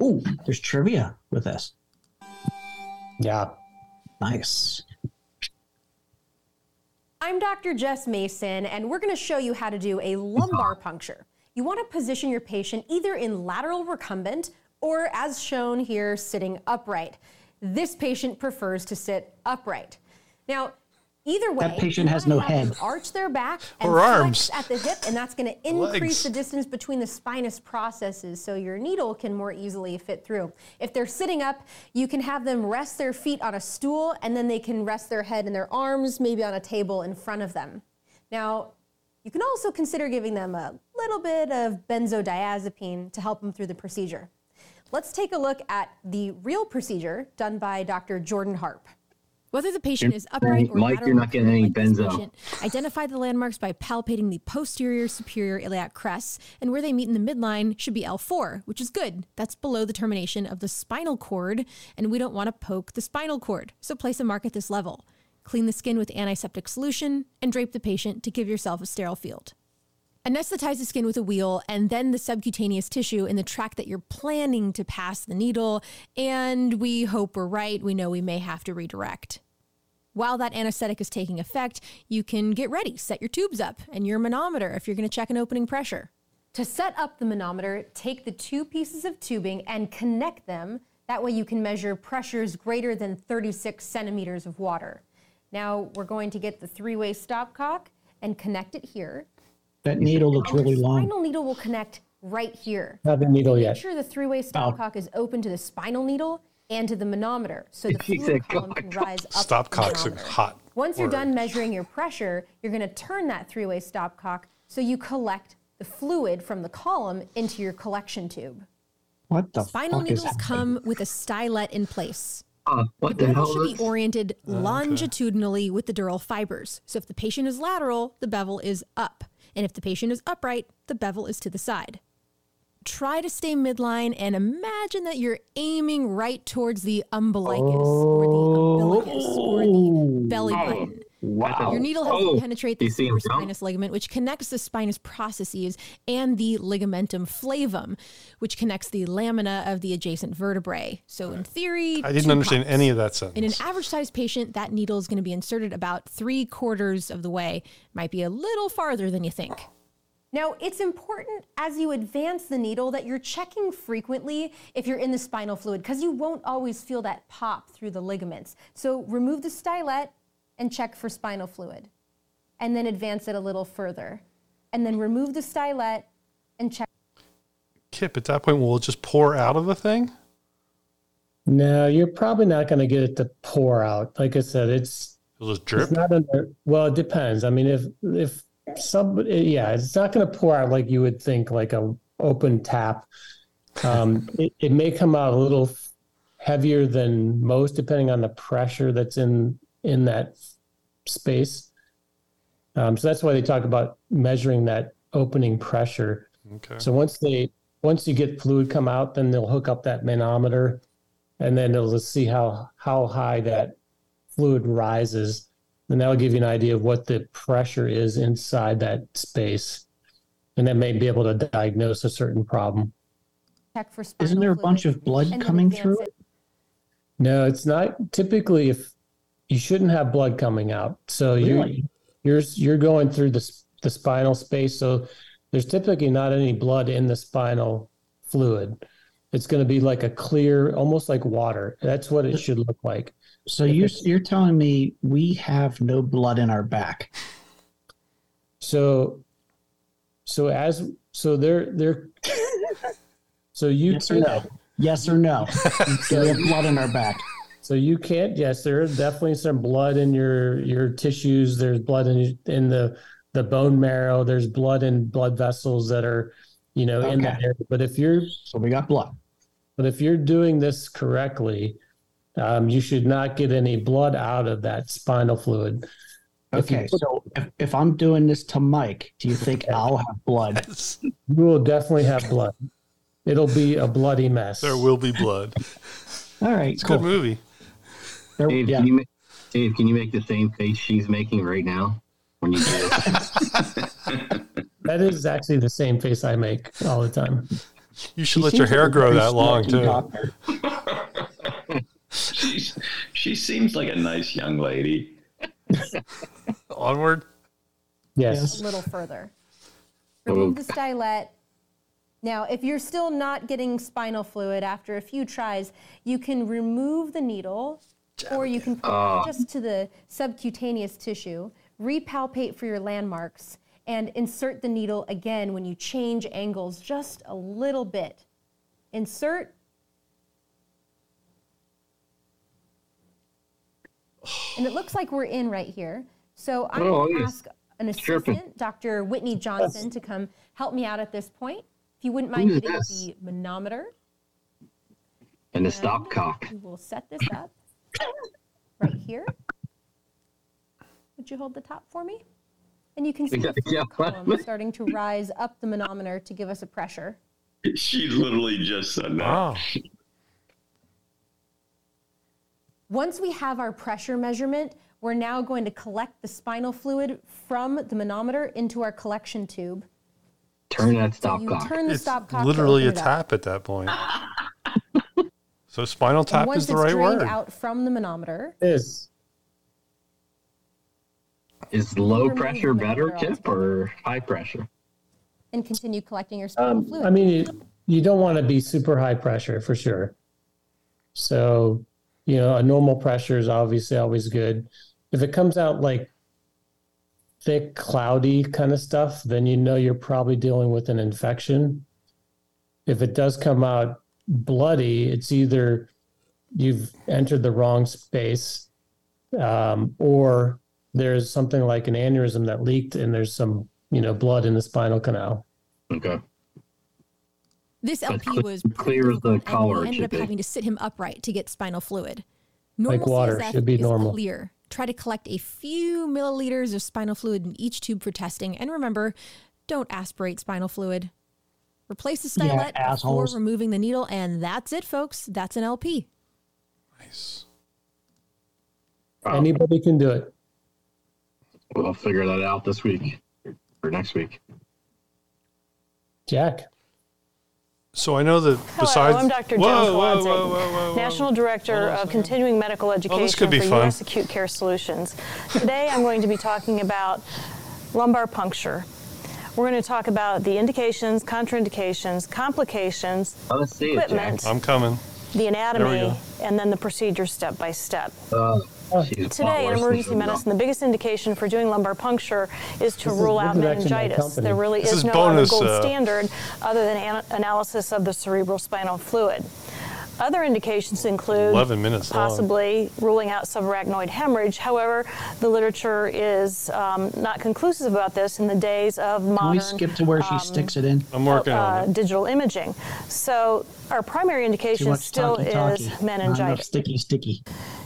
Oh, there's trivia with this.
Yeah.
Nice.
I'm Dr. Jess Mason, and we're going to show you how to do a lumbar puncture. You want to position your patient either in lateral recumbent or, as shown here, sitting upright. This patient prefers to sit upright. Now, either way,
patient
you
has
wanna
no
have
head.
them Arch their back and
Or arms.
flex at the hip, and that's going to increase
Legs.
the distance between the spinous processes so your needle can more easily fit through. If they're sitting up, you can have them rest their feet on a stool and then they can rest their head and their arms maybe on a table in front of them. Now, you can also consider giving them a little bit of benzodiazepine to help them through the procedure. Let's take a look at the real procedure done by Dr. Jordan Harp. Whether the patient is upright or
Mike,
lateral
you're not getting any benzo.
patient. Identify the landmarks by palpating the posterior superior iliac crests, and where they meet in the midline should be L4, which is good. That's below the termination of the spinal cord, and we don't want to poke the spinal cord, so place a mark at this level. Clean the skin with antiseptic solution and drape the patient to give yourself a sterile field. Anesthetize the skin with a wheel and then the subcutaneous tissue in the tract that you're planning to pass the needle. And we hope we're right. We know we may have to redirect. While that anesthetic is taking effect, you can get ready, set your tubes up and your manometer if you're going to check an opening pressure. To set up the manometer, take the two pieces of tubing and connect them. That way, you can measure pressures greater than 36 centimeters of water. Now, we're going to get the three way stopcock and connect it here.
That needle looks really long.
Spinal needle will connect right here.
Not the needle
Make
yet.
sure the three-way stopcock is open to the spinal needle and to the manometer, so the
He
fluid
said
column can rise up.
Stopcocks are hot.
Once you're
word.
done measuring your pressure, you're going to turn that three-way stopcock so you collect the fluid from the column into your collection tube.
What the
Spinal
fuck is
needles come with a stylet in place.
Uh, what the
The
hell
bevel
is Oh,
should be oriented
okay.
longitudinally with the dural fibers. So if the patient is lateral, the bevel is up. And if the patient is upright, the bevel is to the side. Try to stay midline and imagine that you're aiming right towards the umbilicus or the umbilicus or the belly button.
Oh. Wow.
Your needle helps
Oh,
penetrate the
you see him jump?
supraspinous ligament, which connects the spinous processes, and the ligamentum flavum, which connects the lamina of the adjacent vertebrae. So, in theory,
I didn't
two
understand
pops.
any of that
In
sentence.
an average sized patient, that needle is going to be inserted about three quarters of the way, might be a little farther than you think. Now, it's important as you advance the needle that you're checking frequently if you're in the spinal fluid because you won't always feel that pop through the ligaments. So remove the stylet and check for spinal fluid. And then advance it a little further. And then remove the stylet and check.
Kip, at that point, will it just pour out of the thing?
No, you're probably not going to get it to pour out. Like I said, it's
It'll just drip.
It's not under, well, it depends. I mean, if if some, yeah, it's not going to pour out like you would think, like a open tap. Um, it, it may come out a little f- heavier than most, depending on the pressure that's in in that space. Um, so that's why they talk about measuring that opening pressure.
Okay.
So once they once you get fluid come out, then they'll hook up that manometer, and then it'll just see how how high that fluid rises, and that'll give you an idea of what the pressure is inside that space, and that may be able to diagnose a certain problem.
Check for spinal
Isn't there a bunch of blood coming through it?
No, it's not typically if you shouldn't have blood coming out. So
Really?
you're you're you're going through the s- the spinal space. So there's typically not any blood in the spinal fluid. It's going to be like a clear, almost like water. That's what it should look like.
So you you're telling me we have no blood in our back?
So so as so they're they're so you
Yes or no? Yes or no? Do we have blood in our back?
So you can't. Yes, there's definitely some blood in your your tissues. There's blood in in the the bone marrow. There's blood in blood vessels that are, you know, in
Okay.
that area. But if you're
so we got blood.
But if you're doing this correctly, um, you should not get any blood out of that spinal fluid. If you
Okay,
put-
so if, if I'm doing this to Mike, do you think I'll have blood?
you will definitely have blood. It'll be a bloody mess.
There will be blood.
All right,
it's a good movie.
Dave, can you make, Dave, can you make the same face she's making right now when you do it?
That is actually the same face I make all the time.
You should let your hair grow that long too.
She's, she seems like a nice young lady.
Onward.
Yes.
a little further.
Oh.
Remove the stylet. Now, if you're still not getting spinal fluid after a few tries, you can remove the needle or you can put
Ah.
it just to the subcutaneous tissue, repalpate for your landmarks, and insert the needle again when you change angles just a little bit. Insert And it looks like we're in right here. So I'm
Oh,
going to
yes.
ask an
Chirping.
assistant, Dr. Whitney Johnson, to come help me out at this point. If you wouldn't
Who
mind
is
hitting
this?
the manometer,
And the stop cock.
we will set this up right here. Would you hold the top for me? And you can see
Yeah,
the
yeah,
fluid
what-
column
what?
starting to rise up the manometer to give us a pressure.
She literally just said that.
Once we have our pressure measurement, we're now going to collect the spinal fluid from the manometer into our collection tube.
Turn that stop
you
cock.
turn the stop cock. to
Literally a
open it up.
tap at that point. so spinal
And
tap
once
is the
it's
right
drained
word.
out from the manometer.
Is
Is low
Remove
pressure
the
better,
mineral.
Kip, or high pressure?
and continue collecting
Um,
your spinal fluid.
Um, I mean, you, you don't want to be super high pressure for sure. So, you know, a normal pressure is obviously always good. If it comes out like thick, cloudy kind of stuff, then you know you're probably dealing with an infection. If it does come out bloody, it's either you've entered the wrong space um, or there's something like an aneurysm that leaked and there's some, you know, blood in the spinal canal.
Okay.
This
But
LP
cle-
was
clear as
difficult,
the
and We
collar, it
ended
should
up
be.
having to sit him upright to get spinal fluid.
Like water,
CSF
should be
is
normal.
Clear. Try to collect a few milliliters of spinal fluid in each tube for testing, and remember, don't aspirate spinal fluid. Replace the
Yeah,
stylet before
assholes.
removing the needle, and that's it, folks. That's an LP.
Anybody can do it.
We'll figure that out this week or next week.
Jack.
So I know that
Hello,
besides
I'm Dr.
Whoa,
Joan
whoa,
Kwanzig,
whoa, whoa, whoa, whoa.
National Director of Continuing Medical Education
could be
for
fun.
U.S. Acute Care Solutions. Today, I'm going to be talking about lumbar puncture. We're going to talk about the indications, contraindications, complications,
Let's see it, Jack.
equipment,
I'm coming.
the anatomy,
go.
and then the procedure step by step.
Uh,
Today, in emergency medicine, the biggest indication for doing lumbar puncture is to
This is-
rule
this
out
is actually my
meningitis.
company.
There really
This
is,
is
no
bonus,
other gold
uh,
standard other than ana- analysis of the cerebrospinal fluid. Other indications include
11 minutes long.
possibly ruling out subarachnoid hemorrhage. However, the literature is um, not conclusive about this in the days of
Can
modern
we skip to where she
um,
sticks it in?
I'm working
uh, digital imaging. So our primary
Too
indication
much
still
talky-talky,
is
not enough
meningitis.
Sticky, sticky.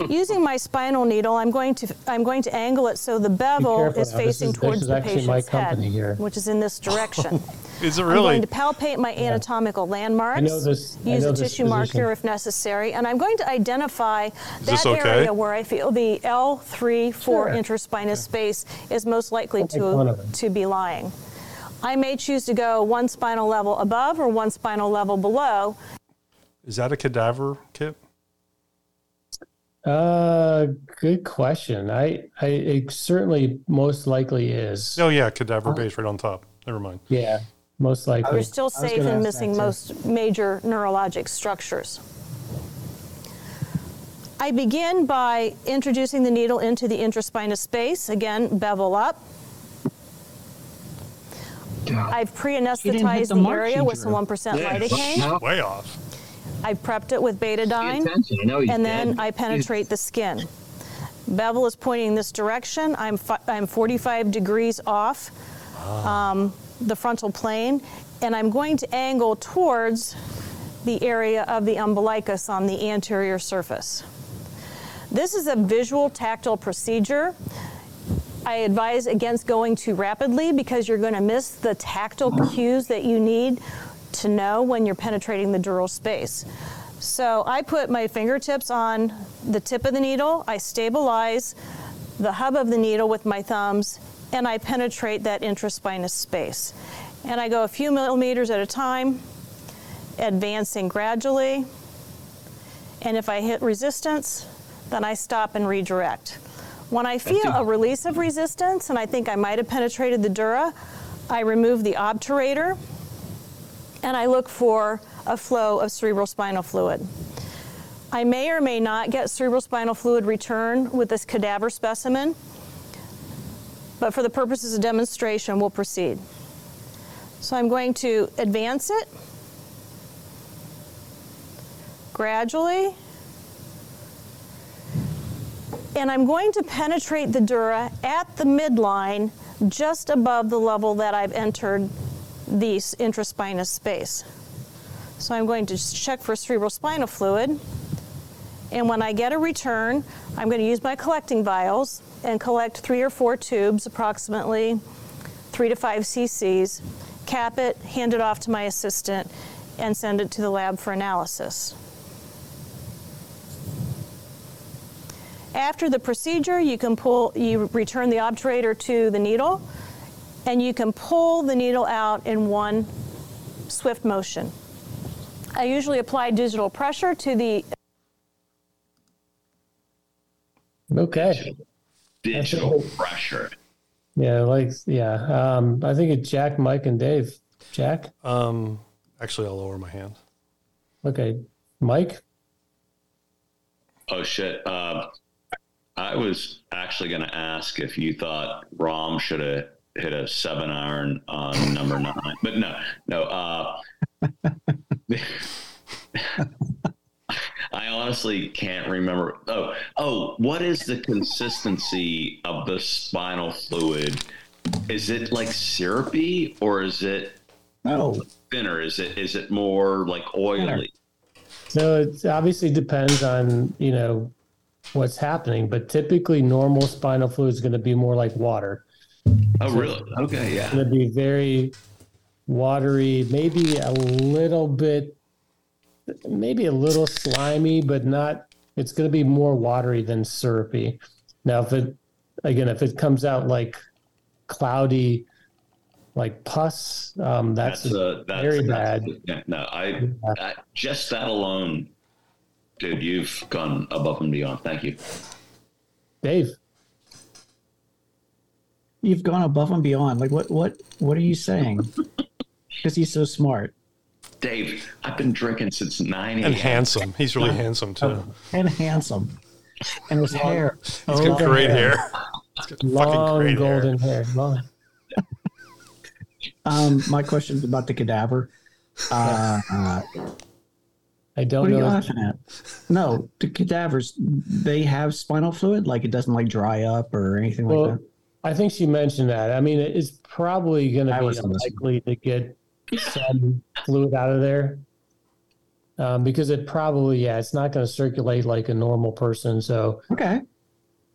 Using my spinal needle, I'm going to I'm going to angle it so the bevel
careful
is
now. This is-
facing
this
towards
is
the
actually my
patient's head,
company here.
which is in this direction.
Is it
I'm
really?
going to palpate my anatomical landmarks.
I know this- I
use
know
a
this
tissue
position.
marker if necessary, and I'm going to identify that
this okay?
area where I feel the L3-4
Sure.
interspinous space is most likely
take one of
to
them.
to be lying. I may choose to go one spinal level above or one spinal level below.
Is that a cadaver kit?
Uh, good question. I, I, it certainly most likely is.
Oh yeah, cadaver base right on top. Never mind.
Yeah, most likely.
We're still safe and missing most major neurologic structures. I begin by introducing the needle into the intraspinous space. Again, bevel up. I've
She didn't hit
pre-anesthetized
the
the
mark she
area with some
drew.
1% lidocaine.
Way off.
I prepped it with betadine,
attention. I know you
and then
did.
I penetrate the skin. Bevel is pointing this direction. I'm fi- I'm 45 degrees off
Ah.
um, the frontal plane, and I'm going to angle towards the area of the umbilicus on the anterior surface. This is a visual tactile procedure. I advise against going too rapidly because you're going to miss the tactile cues that you need to know when you're penetrating the dural space. So I put my fingertips on the tip of the needle, I stabilize the hub of the needle with my thumbs, and I penetrate that intraspinous space. And I go a few millimeters at a time, advancing gradually. And if I hit resistance, then I stop and redirect. When I feel a release of resistance, and I think I might have penetrated the dura, I remove the obturator and I look for a flow of cerebrospinal fluid. I may or may not get cerebrospinal fluid return with this cadaver specimen, but for the purposes of demonstration, we'll proceed. So I'm going to advance it gradually. And I'm going to penetrate the dura at the midline just above the level that I've entered the s- intraspinous space. So I'm going to s- check for cerebrospinal fluid. And when I get a return, I'm going to use my collecting vials and collect three or four tubes, approximately three to five cc's, cap it, hand it off to my assistant, and send it to the lab for analysis. After the procedure, you can pull, you return the obturator to the needle, and you can pull the needle out in one swift motion. I usually apply digital pressure to the
Okay.
Digital pressure.
Yeah, like yeah. Um, I think it's Jack, Mike, and Dave. Jack.
Um, actually, I'll lower my hand.
Okay, Mike.
Oh shit. Uh, I was actually going to ask if you thought Rom should have hit a seven iron on number nine, but no, no. Uh, I honestly can't remember. Oh, oh, what is the consistency of the spinal fluid? Is it like syrupy or is it
no
thinner? Is it is it more like oily?
So it obviously depends on you know what's happening, but typically normal spinal fluid is going to be more like water.
Oh, really? Okay, yeah.
It's going to be very watery, maybe a little bit, maybe a little slimy, but not. It's going to be more watery than syrupy. Now, if it again, if it comes out like cloudy, like pus, um, that's,
That's a- that's-
very
that's-
bad.
yeah, no, I, I just that alone, dude. You've gone above and beyond. Thank you.
Dave.
You've gone above and beyond. Like what? What? What are you saying? Because he's so smart.
Dave, I've been drinking since 9 a.m.
And handsome. He's really handsome
Oh.
too.
and handsome, and his hair.
He's got great hair.
Long
great hair.
golden
hair. Long.
um, my question's about the cadaver. Uh, uh,
I don't
What are you
know.
laughing at? No, the cadavers, they have spinal fluid. Like it doesn't like dry up or anything like
Well,
that.
I think she mentioned that. I mean, it's probably going to
I
be
wasn't
unlikely to get some fluid out of there um, because it probably, yeah, it's not going to circulate like a normal person. So,
okay,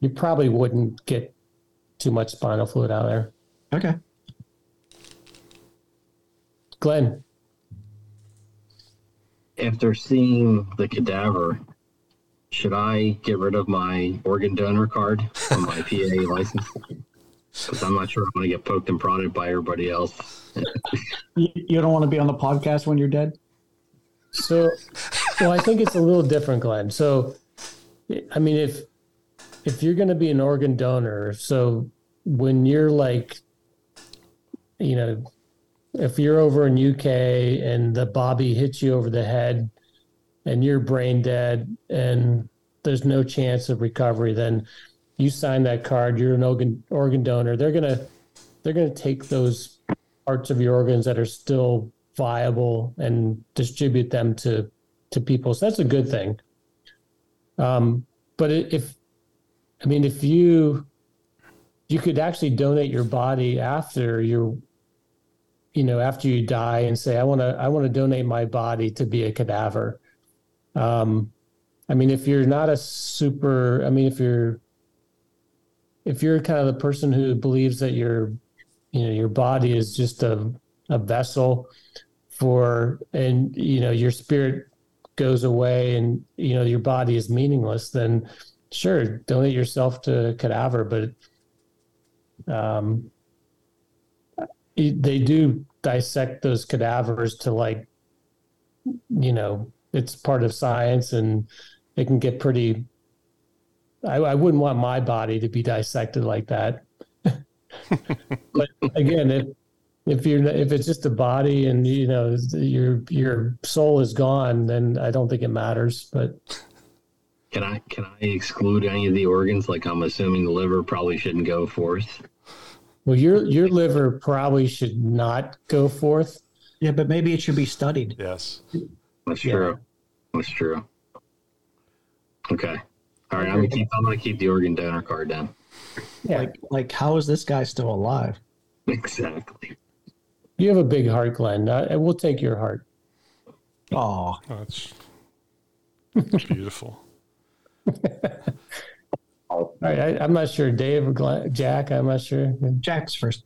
you probably wouldn't get too much spinal fluid out of there.
Okay,
Glenn.
After seeing the cadaver, should I get rid of my organ donor card and my PA license? Because I'm not sure I'm going to get poked and prodded by everybody else.
You, you don't want to be on the podcast when you're dead?
So, well, I think it's a little different, Glenn. So, I mean, if if you're going to be an organ donor, so when you're like, you know, if you're over in UK and the bobby hits you over the head and you're brain dead and there's no chance of recovery, then you sign that card. You're an organ organ donor. They're gonna they're gonna take those parts of your organs that are still viable and distribute them to to people. So that's a good thing. Um, but i- if I mean, if you you could actually donate your body after you you know after you die and say i want to i want to donate my body to be a cadaver um i mean if you're not a super i mean if you're if you're kind of the person who believes that your you know your body is just a a vessel for and you know your spirit goes away and you know your body is meaningless then sure donate yourself to a cadaver but um it- they do dissect those cadavers to like you know it's part of science and it can get pretty I, I wouldn't want my body to be dissected like that but again if if you're if it's just a body and you know your your soul is gone then i don't think it matters but
Can I can I exclude any of the organs? Like I'm assuming the liver probably shouldn't go forth.
well your your liver probably should not go forth
yeah but maybe it should be studied
yes
That's true. That's true. Okay. All right. I'm gonna keep. I'm gonna keep the organ donor card down.
Like, like how is this guy still alive?
Exactly.
you have a big heart glenn i, I will take your heart
oh
that's beautiful
all right I, i'm not sure dave or glenn, jack i'm not sure
jack's first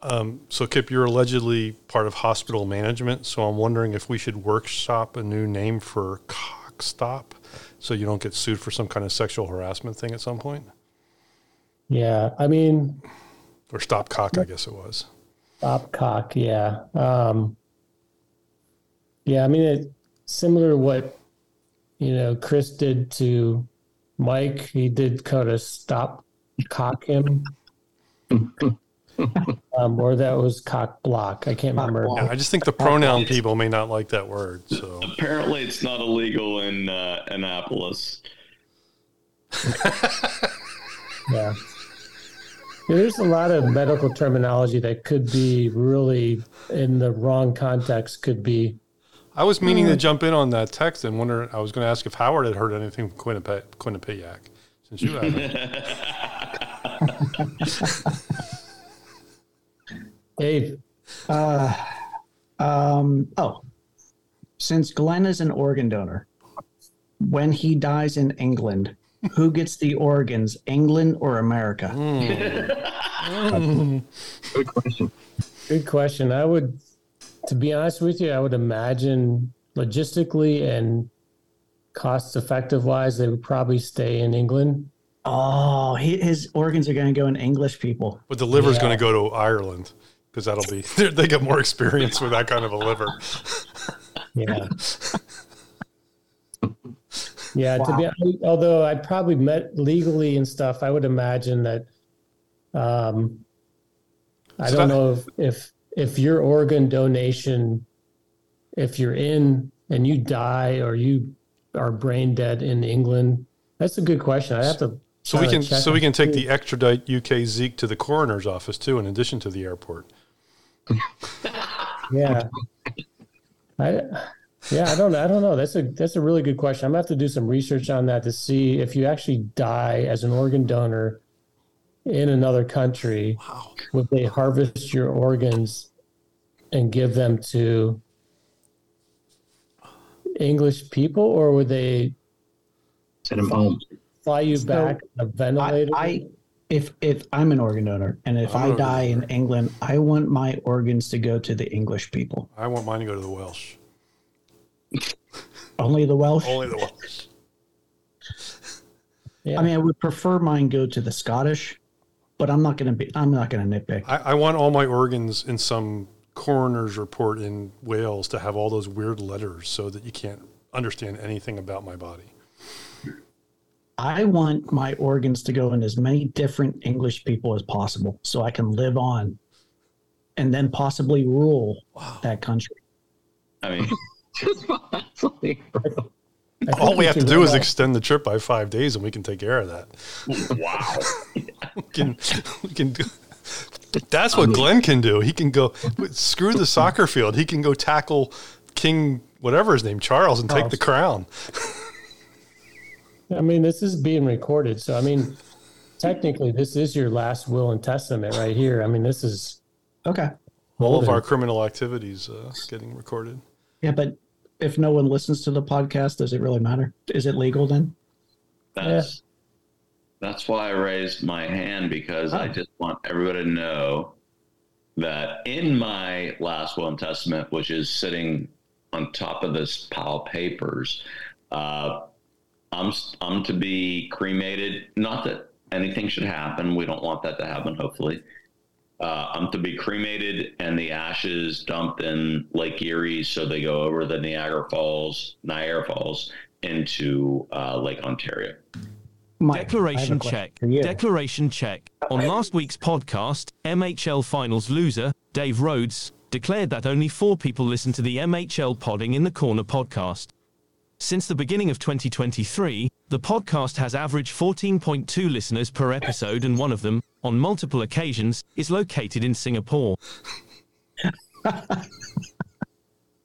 Um, so, Kip, you're allegedly part of hospital management. So, I'm wondering if we should workshop a new name for cock stop so you don't get sued for some kind of sexual harassment thing at some point.
yeah i mean
Or stop cock, I
Mm.
guess it was.
Opcock, yeah. Um, yeah, I mean, it, similar to what, you know, Chris did to Mike, he did kind of stop cock him. um, or that was cock block. I can't remember.
Yeah, I just think the pronoun people may not like that word. So,
Apparently, it's not illegal in uh, Annapolis.
Yeah. There's a lot of medical terminology that could be really in the wrong context, could be
I was meaning
Hmm.
to jump in on that text and wonder, I was going to ask if Howard had heard anything from Quinnipiac, Quinnipiac since you haven't.
Dave.
Uh, um, oh, since Glenn is an organ donor, when he dies in England, who gets the organs, England or America?
Hmm.
Good question.
Good question. I would, to be honest with you, I would imagine logistically and cost effective wise, they would probably stay in England.
Oh, he, his organs are going to go in English people.
But the liver's going to go to Ireland because that'll be they get more experience with that kind of a liver.
Yeah. Yeah. To be, although I probably met legally and stuff, I would imagine that. Um, I
So
don't
that-
know if, if if your organ donation, if you're in and you die or you are brain dead in England, that's a good question. I have to.
So we
kinda
can
check
so we can
and
take
see.
the extradite UK Zeke to the coroner's office too, in addition to the airport.
Yeah. I, Yeah, I don't I don't know. That's a that's a really good question. I'm gonna have to do some research on that to see if you actually die as an organ donor in another country, would they harvest your organs and give them to English people or would they
send them home?
Fly you back on a ventilator?
I, if if I'm an organ donor and if i
I'm an
die in England, I want my organs to go to the English people.
I want mine to go to the Welsh.
Only the Welsh.
Only the Welsh.
I mean, I would prefer mine go to the Scottish, but I'm not gonna be. I'm not gonna nitpick.
I, I want all my organs in some coroner's report in Wales to have all those weird letters so that you can't understand anything about my body.
I want my organs to go in as many different English people as possible, so I can live on, and then possibly rule that country.
I mean,
All we have to do is extend the trip by five days, and we can take care of that.
Wow!
we can, we can do. That's what Glenn can do. He can go screw the soccer field. He can go tackle King, whatever his name, Charles, and take the crown.
I mean, this is being recorded, so I mean, technically, this is your last will and testament right here. I mean, this is
okay.
All of our criminal activities uh, getting recorded.
Yeah, but if no one listens to the podcast, does it really matter? Is it legal then?
That's that's why I raised my hand because I just want everybody to know that in my last will and testament, which is sitting on top of this pile of papers, uh, I'm I'm to be cremated. Not that anything should happen. We don't want that to happen. Hopefully, uh, I'm to be cremated and the ashes dumped in Lake Erie, so they go over the Niagara Falls, Niagara Falls, into uh, Lake Ontario.
Declaration check. Declaration check. On last week's podcast, MHL Finals loser, Dave Rhodes, declared that only four people listen to the MHL Podding in the Corner podcast. Since the beginning of 2023, the podcast has averaged 14.2 listeners per episode, and one of them, on multiple occasions, is located in Singapore.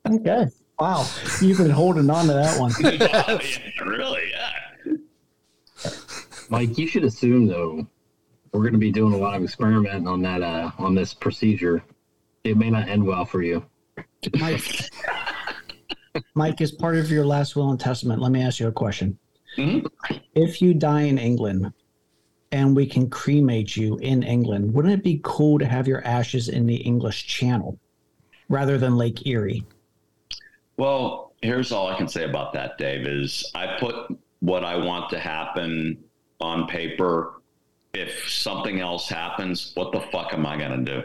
Okay. Wow, you've been holding on to that one.
really? Yeah.
Mike, you should assume though, we're going to be doing a lot of experimenting on that uh, on this procedure. It may not end well for you.
Mike, Mike, as part of your last will and testament, let me ask you a question. Hmm? If you die in England and we can cremate you in England, wouldn't it be cool to have your ashes in the English Channel rather than Lake Erie?
Well, here's all I can say about that, Dave, is I put what I want to happen on paper. If something else happens, what the fuck am I gonna do?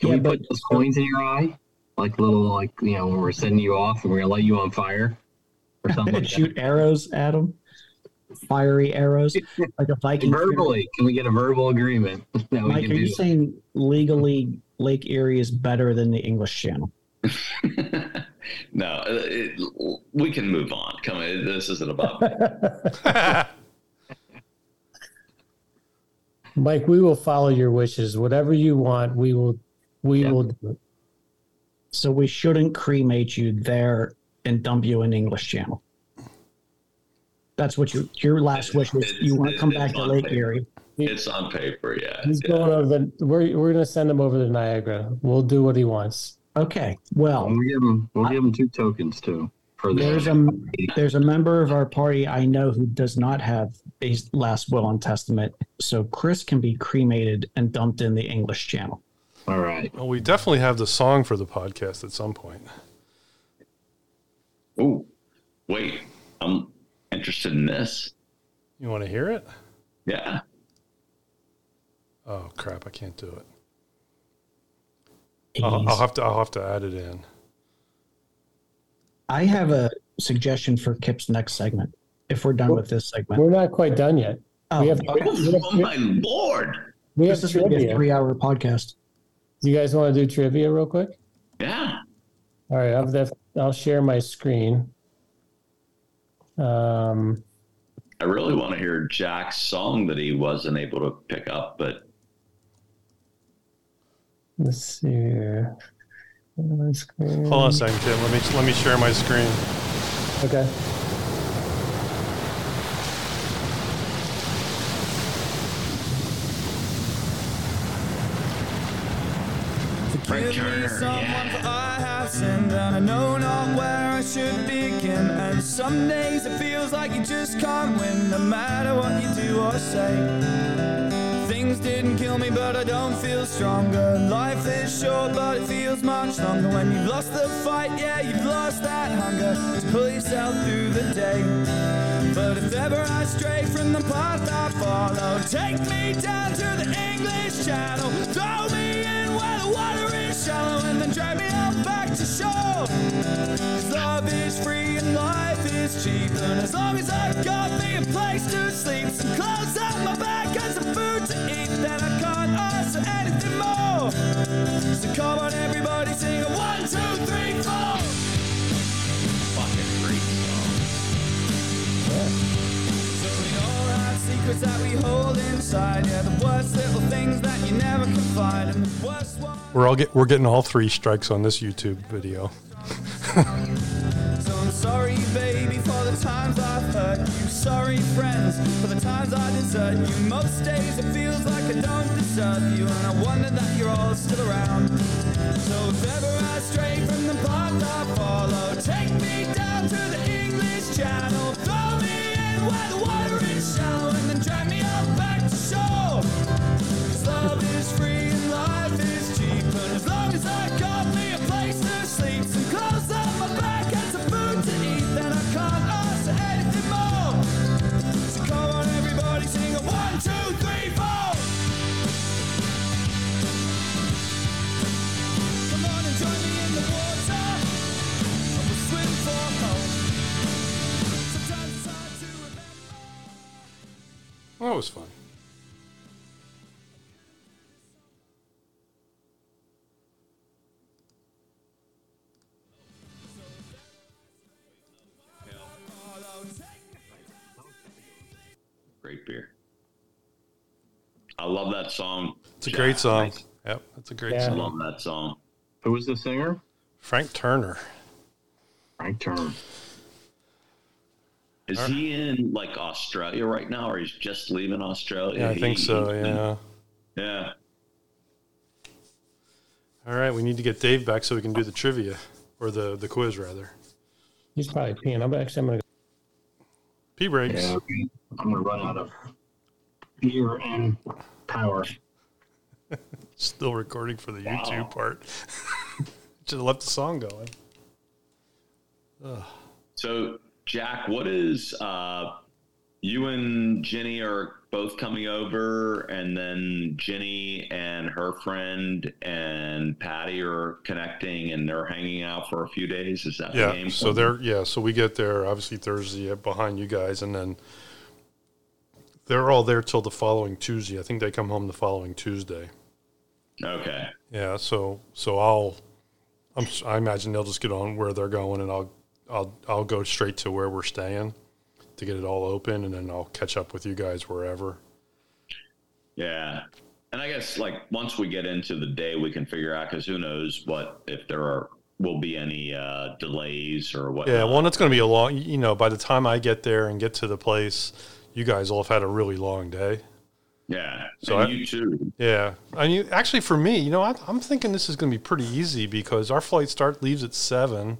Can we put those coins in your eye, like little, like you know, when we're sending you off and we're gonna light you on fire or something? like
Shoot arrows at them, fiery arrows, like a
that.
Viking.
verbally, can we get a verbal agreement? that we
Mike,
can
are
do
you
that?
saying legally Lake Erie is better than the English Channel?
No, uh, it, it- we can move on. Come on, this isn't about. me.
Mike. We will follow your wishes. Whatever you want, we will. We will do it.
So we shouldn't cremate you there and dump you in English Channel. That's what your your last wish was. You want to come back to Lake Erie.
It's on paper, yeah.
He's going over the. We're we're gonna send him over to Niagara. We'll do what he wants.
Okay. Well,
we'll give him we'll give him two tokens too for the
There's a there's a member of our party I know who does not have a last will and testament, so Chris can be cremated and dumped in the English Channel.
All right.
Well, we definitely have the song for the podcast at some point.
Oh, wait, I'm interested in this.
You want to hear it?
Yeah.
Oh crap! I can't do it. I'll, I'll have to. I'll have to add it in.
I have a suggestion for Kip's next segment. If we're done with this segment,
We're not quite done yet.
Oh,
we have,
okay.
we have,
Oh my lord!
we have
this is going to be a
trivia.
three-hour podcast.
You guys want to do trivia real quick?
Yeah.
All right, I'll, def- I'll share my screen. Um,
I really want to hear Jack's song that he wasn't able to pick up, but
let's see here.
Hold on a second, Tim. Let me let me share my screen.
Okay.
Give me someone for I have sinned and I know not where I should begin. And some days it feels like you just can't win, no matter what you do or say. Things didn't kill me, but I don't feel stronger. Life is short, but it feels much longer when you've lost the fight. Yeah, you've lost that hunger to pull yourself through the day. But if ever I stray from the path I follow, take me down to the English Channel, throw me in where the water is shallow, and then drag me out back to shore. 'Cause love is free and life is cheap, and as long as I got me a place to sleep, some clothes on my back, and some food to eat, then I can't ask for anything more. So come on, everybody, sing a one, two, three, four.
Fucking great song.
So we all have secrets that we hold inside. Yeah, the worst little things that you never confide. And the worst one.
We're all get we're getting all three strikes on this YouTube video.
So I'm sorry, baby, for the times I've hurt you. Sorry, friends, for the times I desert you. Most days it feels like I don't deserve you, and I wonder that you're all still around. So if ever I stray from the path I follow, take me down to the English Channel. Throw me in where the water is shallow, and then drag me out back to shore. 'Cause love is free and life is cheap, and as long as I got me a place to sleep, some clothes on my back and some food to eat, then I can't ask for anything more. So come on, everybody, sing a one, two, three, four. Come on and join me in the water, and we'll swim for home. Sometimes it's hard to
Well, that was fun.
Great beer. I love that song.
It's a great song. Yep, that's a great
I
song.
love that song.
Who was the singer?
Frank Turner.
Frank Turner.
Is he in like Australia right now, or he's just leaving Australia?
Yeah, I think
He-
so. Yeah.
Yeah.
All right, we need to get Dave back so we can do the trivia or the the quiz rather.
He's probably peeing. I'm actually I'm gonna.
Pee breaks.
Yeah, okay. I'm gonna run out of beer and power.
Still recording for the
Wow.
YouTube part. Should have left the song going. Ugh.
So, Jack, what is uh, you and Jenny are both coming over, and then Jenny and her friend and Patty are connecting, and they're hanging out for a few days. Is that the
Yeah.
game?
So they're yeah. So we get there obviously Thursday uh, behind you guys, and then they're all there till the following Tuesday. I think they come home the following Tuesday.
okay.
Yeah, so so I'll, I'm s- I imagine they'll just get on where they're going, and I'll I'll I'll go straight to where we're staying to get it all open, and then I'll catch up with you guys wherever.
Yeah. And I guess like once we get into the day, we can figure out because who knows what if there are will be any uh, delays or what.
Yeah, well, and it's going to be a long. You know, by the time I get there and get to the place, you guys will have had a really long day.
Yeah.
So
and
I-
you too.
Yeah, I mean, actually, for me, you know, I, I'm thinking this is going to be pretty easy because our flight start leaves at seven,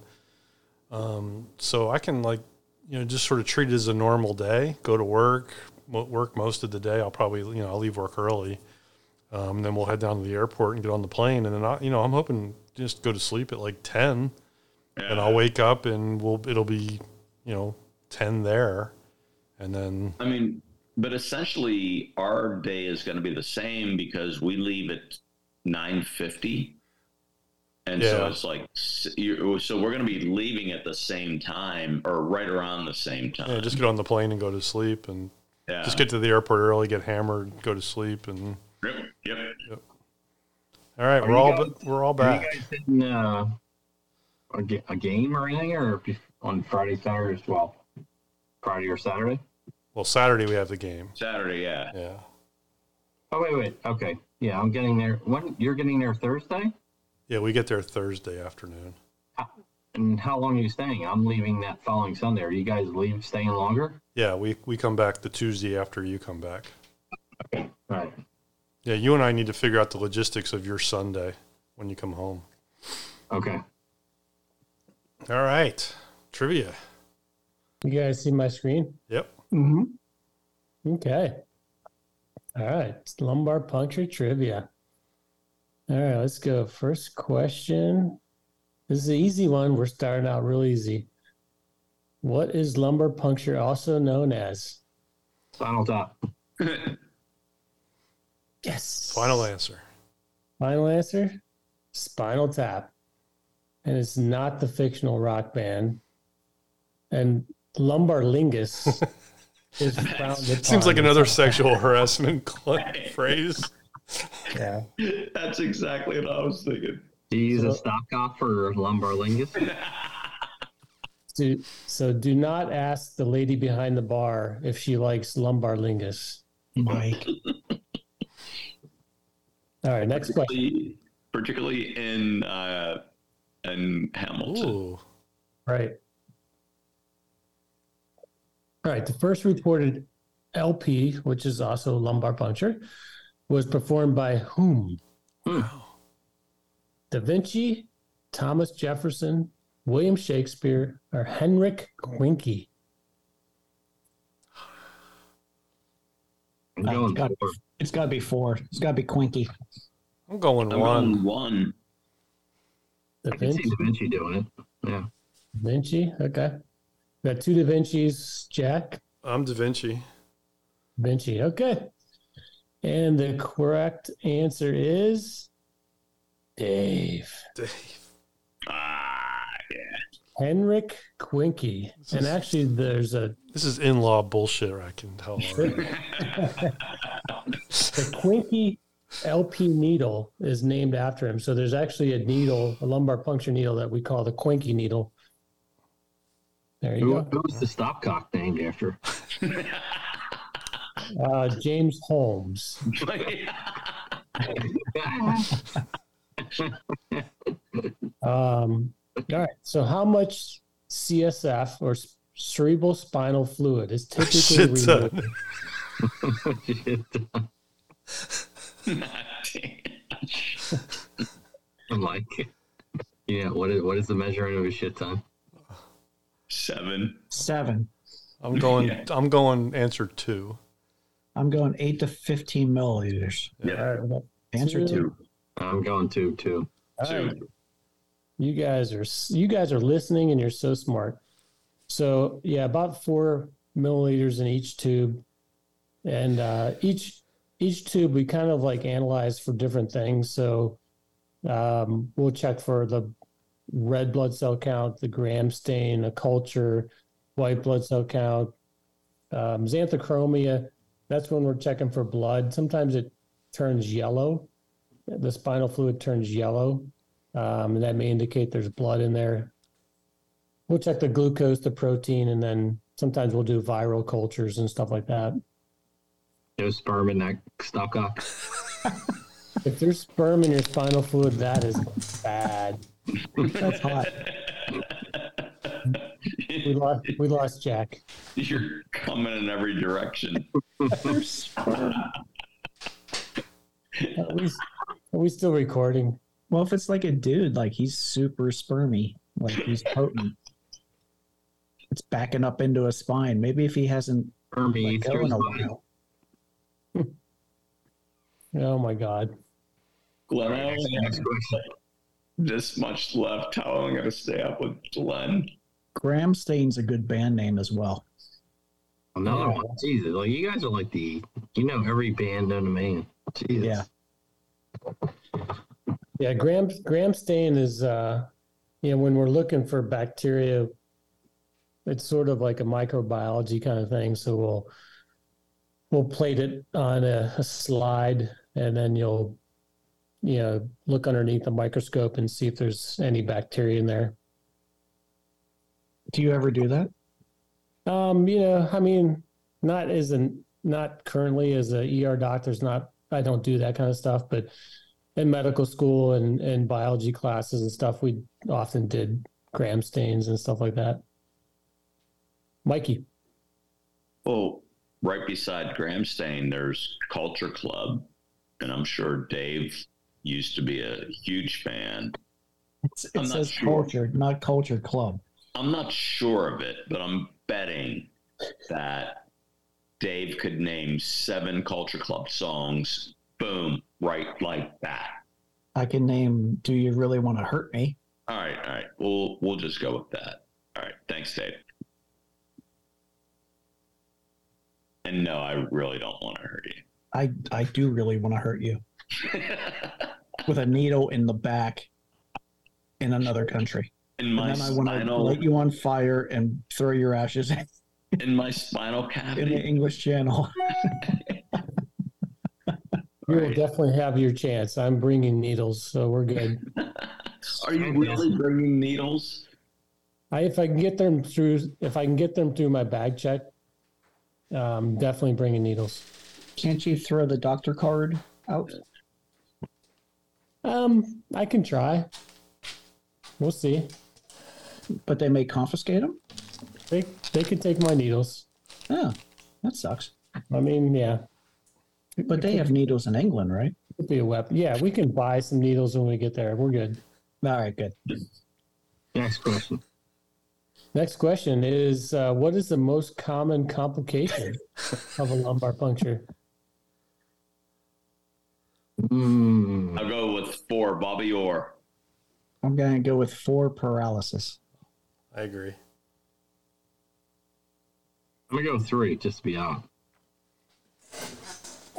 um, so I can like, you know, just sort of treat it as a normal day. Go to work, mo- work most of the day. I'll probably, you know, I'll leave work early, um, then we'll head down to the airport and get on the plane, and then I, you know, I'm hoping just go to sleep at like ten, and I'll wake up and we'll it'll be, you know, ten there, and then
I mean, but essentially our day is going to be the same because we leave at nine fifty, and so
Yeah.
it's like s- you so we're going to be leaving at the same time or right around the same time.
Yeah, just get on the plane and go to sleep, and
Yeah.
just get to the airport early, get hammered, go to sleep, and
Yep. Yep.
all right,
Are
we're
you
all
guys-
ba- we're all
Are you
back.
guys hitting uh, a, ga- a game or anything, or bef- on Friday, Saturday as well? Friday or Saturday?
Well, Saturday we have the game.
Saturday, yeah.
Yeah.
Oh wait, wait. Okay, yeah, I'm getting there. When you're getting there Thursday?
Yeah, we get there Thursday afternoon.
And how long are you staying? I'm leaving that following Sunday. Are you guys leave staying longer?
Yeah, we, we come back the Tuesday after you come back.
Okay. All right.
Yeah, you and I need to figure out the logistics of your Sunday when you come home.
Okay.
All right. Trivia.
You guys see my screen?
Yep.
Mm-hmm. Okay. All right. It's lumbar puncture trivia. All right, let's go. First question. This is an easy one. We're starting out real easy. What is lumbar puncture also known as?
Spinal tap.
yes.
Final answer.
Final answer Spinal Tap. And it's not the fictional rock band. And lumbar lingus is found.
Seems like another sexual harassment cl- phrase.
Yeah.
That's exactly what I was thinking.
Do you use a stopcock for lumbar lingus?
So, so do not ask the lady behind the bar if she likes lumbar lingus.
Mike.
All right, next question.
Particularly, particularly in uh, in Hamilton.
Right. All right. The first reported LP, which is also lumbar puncture, was performed by whom? Da Vinci, Thomas Jefferson, William Shakespeare, or Henrik Winky?
I'm
Uh, it's
going
gotta-
four.
it's got to be four. It's got to be Quinky.
I'm going
I'm
one.
going one.
Da
I can see
Vinci.
Da Vinci doing it.
Mm-hmm.
Yeah.
Da Vinci. Okay. We got two Da Vinci's, Jack.
I'm Da Vinci.
Vinci. Okay. And the correct answer is Dave.
Dave.
Ah, yeah.
Henrik Quinky. And actually, there's a
This is in law bullshit, I can tell. already.
the Quinky LP needle is named after him. So there's actually a needle, a lumbar puncture needle that we call the Quinky needle. There you
Who,
go.
who's the stopcock named after?
Uh, James Holmes. Um, all right. So how much CSF or s- cerebral spinal fluid is typically
Shit
removed?
ton.
I'm like, yeah. What is what is the measurement of a shit ton?
Seven.
Seven.
I'm going I'm going answer two.
I'm going eight to 15 milliliters.
Yeah.
All right, well,
Answer two.
I'm going two two.
All right. You guys are s- you guys are listening and you're so smart. So yeah, about four milliliters in each tube, and uh, each each tube we kind of like analyze for different things. So um, we'll check for the red blood cell count, the gram stain, a culture, white blood cell count, um, xanthochromia. That's when we're checking for blood. Sometimes it turns yellow. The spinal fluid turns yellow um, and that may indicate there's blood in there. We'll check the glucose, the protein, and then sometimes we'll do viral cultures and stuff like that.
No sperm in that stopcock.
If there's sperm in your spinal fluid, that is bad. That's hot. We lost, we lost Jack.
You're coming in every direction.
Are we, are we still recording?
Well, if it's like a dude, like he's super spermy, like he's potent. It's backing up into a spine. Maybe if he hasn't
Spermy
let go
through
in
his
a
body.
while.
Oh my God.
Glenn, I
Next,
only have
next question.
this much left. How am I going to stay up with Glenn?
Graham Stain's a good band name as well.
Another one. Jesus, like you guys are like the you know every band known to man. Jesus.
Yeah.
Yeah, gram gram stain is uh you know when we're looking for bacteria it's sort of like a microbiology kind of thing so we'll we'll plate it on a, a slide and then you'll you know look underneath the microscope and see if there's any bacteria in there.
Do you ever do that?
Um, you know, I mean, not E as an not currently as a ER doctor's not I don't do that kind of stuff, but in medical school and, and biology classes and stuff, we often did gram stains and stuff like that. Mikey.
Well, right beside Graham Stain, there's Culture Club, and I'm sure Dave used to be a huge fan.
It's, it
I'm not
says
sure.
culture, not culture club.
I'm not sure of it, but I'm betting that Dave could name seven Culture Club songs, boom, right like that.
I can name. Do you really want to hurt me?
All right, all right. We'll we'll just go with that. All right. Thanks, Dave. And no, I really don't want to hurt you.
I I do really want to hurt you with a needle in the back in another country.
In my
and then I want to
spinal-
light you on fire and throw your ashes in
In my spinal
the
cavity.
English Channel.
You will definitely have your chance. I'm bringing needles, so we're good.
Are you really bringing needles?
I, if I can get them through, if I can get them through my bag check, um, definitely bringing needles.
Can't you throw the doctor card out?
Um, I can try. We'll see.
But they may confiscate them.
They they can take my needles.
Oh, that sucks.
I mean, yeah.
But they have needles in England, right?
Could be a weapon. Yeah, we can buy some needles when we get there. We're good.
All right, good.
Next question.
Next question is: uh, What is the most common complication of a lumbar puncture?
Mm.
I'll go with four, Bobby Orr.
I'm gonna go with four paralysis.
I agree.
I'm gonna go with three, just to be out.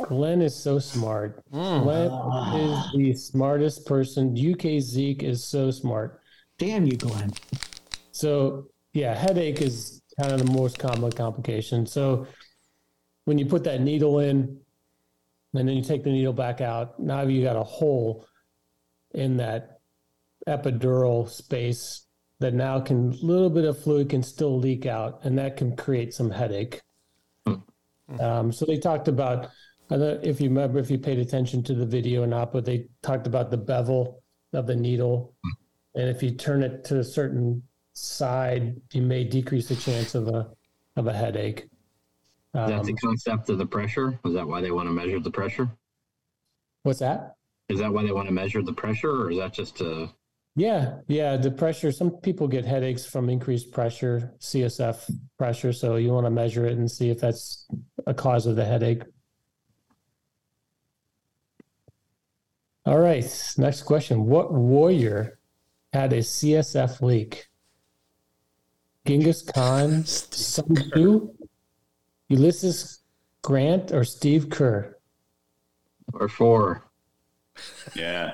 Glenn is so smart. Glenn is the smartest person. UK Zeke is so smart.
Damn you, Glenn.
So yeah, headache is kind of the most common complication. So when you put that needle in, and then you take the needle back out, now you got a hole in that epidural space that now can a little bit of fluid can still leak out, and that can create some headache. Um, so they talked about, I don't- if you remember, if you paid attention to the video or not, but they talked about the bevel of the needle. And if you turn it to a certain side, you may decrease the chance of a, of a headache.
Is that the
Um,
concept of the pressure? Is that why they want to measure the pressure?
what's that?
Is that why they want to measure the pressure, or is that just a
Yeah. Yeah. The pressure, some people get headaches from increased pressure, CSF pressure. So you want to measure it and see if that's a cause of the headache. All right. Next question. What warrior had a CSF leak? Genghis Khan, Sun Tzu, Ulysses Grant, or Steve Kerr?
or four?
Yeah.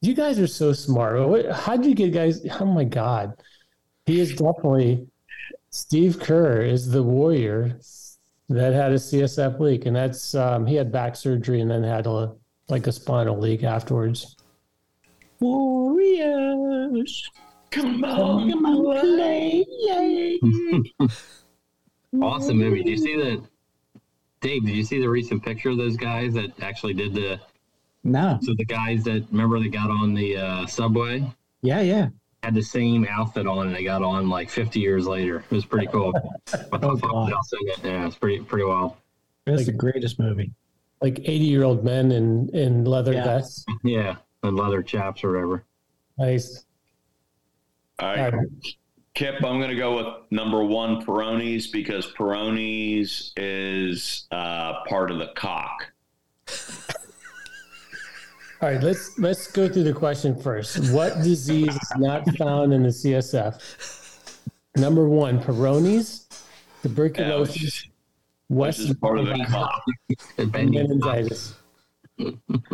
You guys are so smart. What, how'd you get guys? Oh my God. He is definitely Steve Kerr is the warrior that had a CSF leak. And that's, um, he had back surgery and then had a, like a spinal leak afterwards. Warriors,
come
on,
come on, play.
Awesome movie. Do you see the Dave? Did you see the recent picture of those guys that actually did the?
No.
So the guys that remember they got on the uh, subway
Yeah, yeah.
had the same outfit on, and they got on like 50 years later. It was pretty cool. What the fuck did I say that? yeah, it's pretty pretty wild.
That's the greatest movie.
Like 80 year old men in, in leather
Yeah.
vests.
Yeah, and leather chaps or whatever.
Nice.
All right. Kip, I'm going to go with number one, Peronis, because Peronis is uh, part of the cock.
All right, let's let's go through the question first. What disease is not found in the CSF? Number one, Peyronie's, tuberculosis,
Which is
West
part of the cock.
and meningitis. All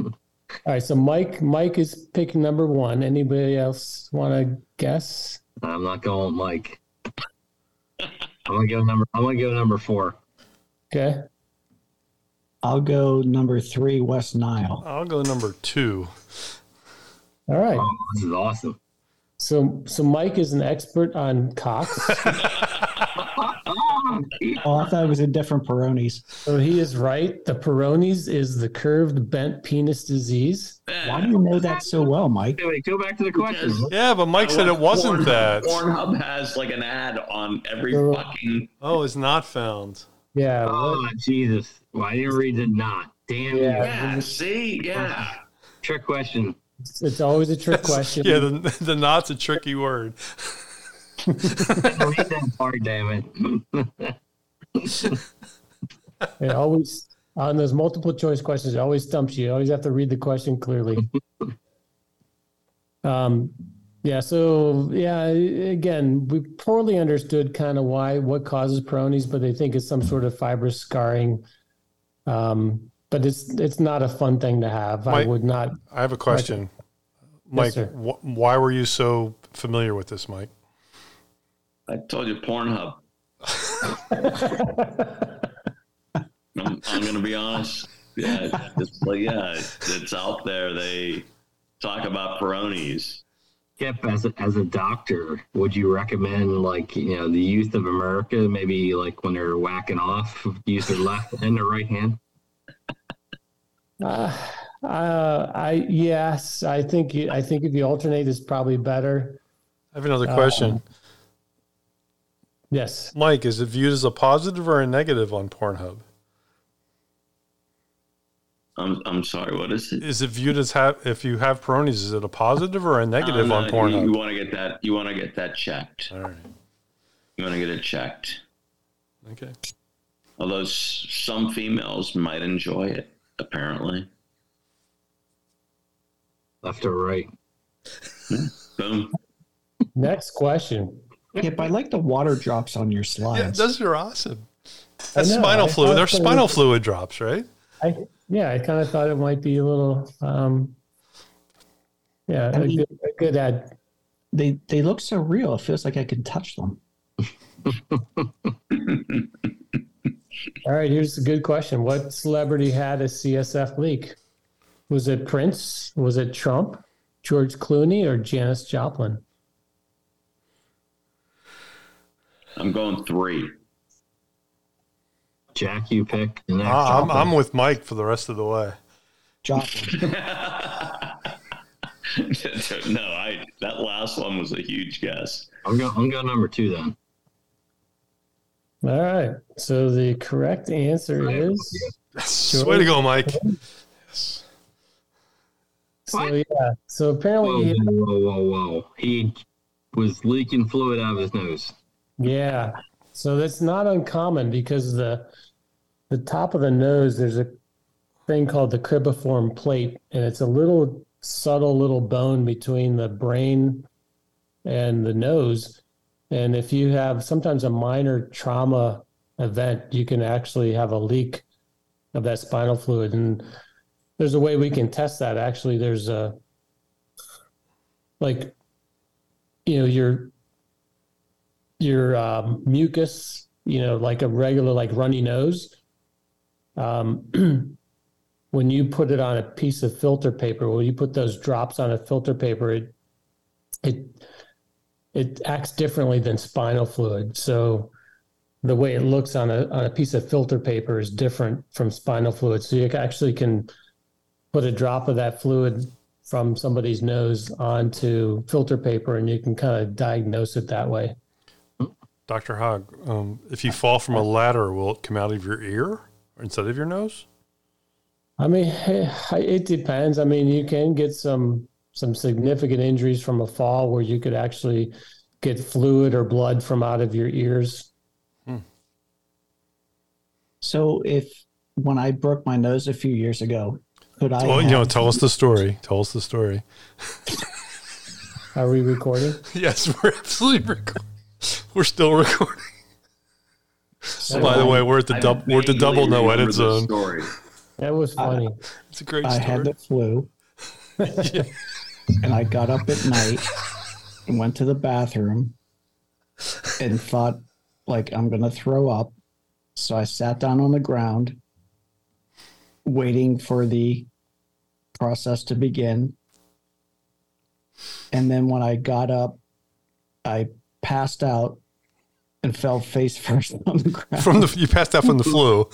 right, so Mike Mike is pick number one. Anybody else want to guess?
I'm not going with Mike. I'm gonna go number. I'm gonna go number four.
Okay.
I'll go number three, West Nile.
I'll go number two.
All right.
Um,
This is awesome.
So so Mike is an expert on cocks.
Oh, I thought it was a different Peyronie's.
So he is right. The Peyronie's is the curved bent penis disease.
Why do you know that so well, Mike?
Wait, go back to the question.
Yeah, but Mike said it wasn't
Pornhub-
that.
Pornhub has like an ad on every
There-
fucking.
Oh, it's not found.
Yeah.
Oh, Jesus. Well, I didn't read the not. Damn you.
Yeah, see, yeah.
Trick question.
It's always a trick question.
Yeah, the, the not's a tricky word.
Read that part, damn it.
It always on those multiple choice questions, it always stumps you. You always have to read the question clearly. um, yeah. So yeah, again, we poorly understood kind of why what causes Peyronie's, but they think it's some sort of fibrous scarring. Um, but it's it's not a fun thing to have. I
Mike,
would not.
I have a question. Mike,
Yes, sir.
wh- why were you so familiar with this, Mike?
I told you Pornhub. I'm, I'm gonna be honest. Yeah, it's like yeah, it's out there. They talk about Peronis.
Kip, as a, as a doctor, would you recommend like you know the youth of America maybe like when they're whacking off, use their left and their right hand?
Uh, uh, I yes, I think you, I think if you alternate, it's probably better.
I have another question.
Um, yes.
Mike, is it viewed as a positive or a negative on Pornhub?
I'm I'm sorry. What is it?
Is it viewed as have if you have Peronis, is it a positive or a negative
No,
on
no, You,
Pornhub?
want to get that? You want to get that checked?
All right.
You want to get it checked.
Okay.
Although s- some females might enjoy it, apparently.
Left or right?
Boom.
Next question.
Yep, I like the water drops on your
Yeah,
slides.
those are awesome.
I
That's
know,
spinal
I
fluid.
thought
They're
so.
spinal fluid drops, right?
I yeah, I kind of thought it might be a little um yeah, a good, a good ad.
They they look so real. It feels like I can touch them.
All right, here's a good question. What celebrity had a CSF leak? Was it Prince? Was it Trump? George Clooney or Janis Joplin?
I'm going three.
Jack, you pick. And then
Ah, I'm,
Joplin.
I'm with Mike for the rest of the way.
Joplin.
no, I that last one was a huge guess.
I'm going. I'm going number two then.
All right. So the correct answer is
Yes. Way to go, Mike.
So yeah. So
Oh,
apparently
Whoa,
he
whoa, whoa, whoa, whoa! He was leaking fluid out of his nose.
Yeah. So that's not uncommon because the the top of the nose there's a thing called the cribiform plate and it's a little subtle little bone between the brain and the nose and if you have sometimes a minor trauma event you can actually have a leak of that spinal fluid and there's a way we can test that actually there's a like you know your your um, mucus, you know, like a regular like runny nose. Um, when you put it on a piece of filter paper, when you put those drops on a filter paper, it it it acts differently than spinal fluid. So the way it looks on a on a piece of filter paper is different from spinal fluid. So you actually can put a drop of that fluid from somebody's nose onto filter paper, and you can kind of diagnose it that way.
Dr. Hogg, um, if you fall from a ladder, will it come out of your ear instead of your nose?
I mean, it depends. I mean, you can get some some significant injuries from a fall where you could actually get fluid or blood from out of your ears.
So if when I broke my nose a few years ago, could I?
well, you know,
have-
tell us the story. Tell us the story.
Are we recording?
Yes, we're absolutely recording. We're still recording. By the
I-
way, we're at the
I
double. We're at the double no
vaguely
edit
remember
zone.
this story.
That was funny.
It's a great
I had the flu, and I got up at night and went to the bathroom and thought, like, I'm gonna throw up. So I sat down on the ground, waiting for the process to begin. And then when I got up, I passed out and fell face first on the ground.
From the you passed out from the flu.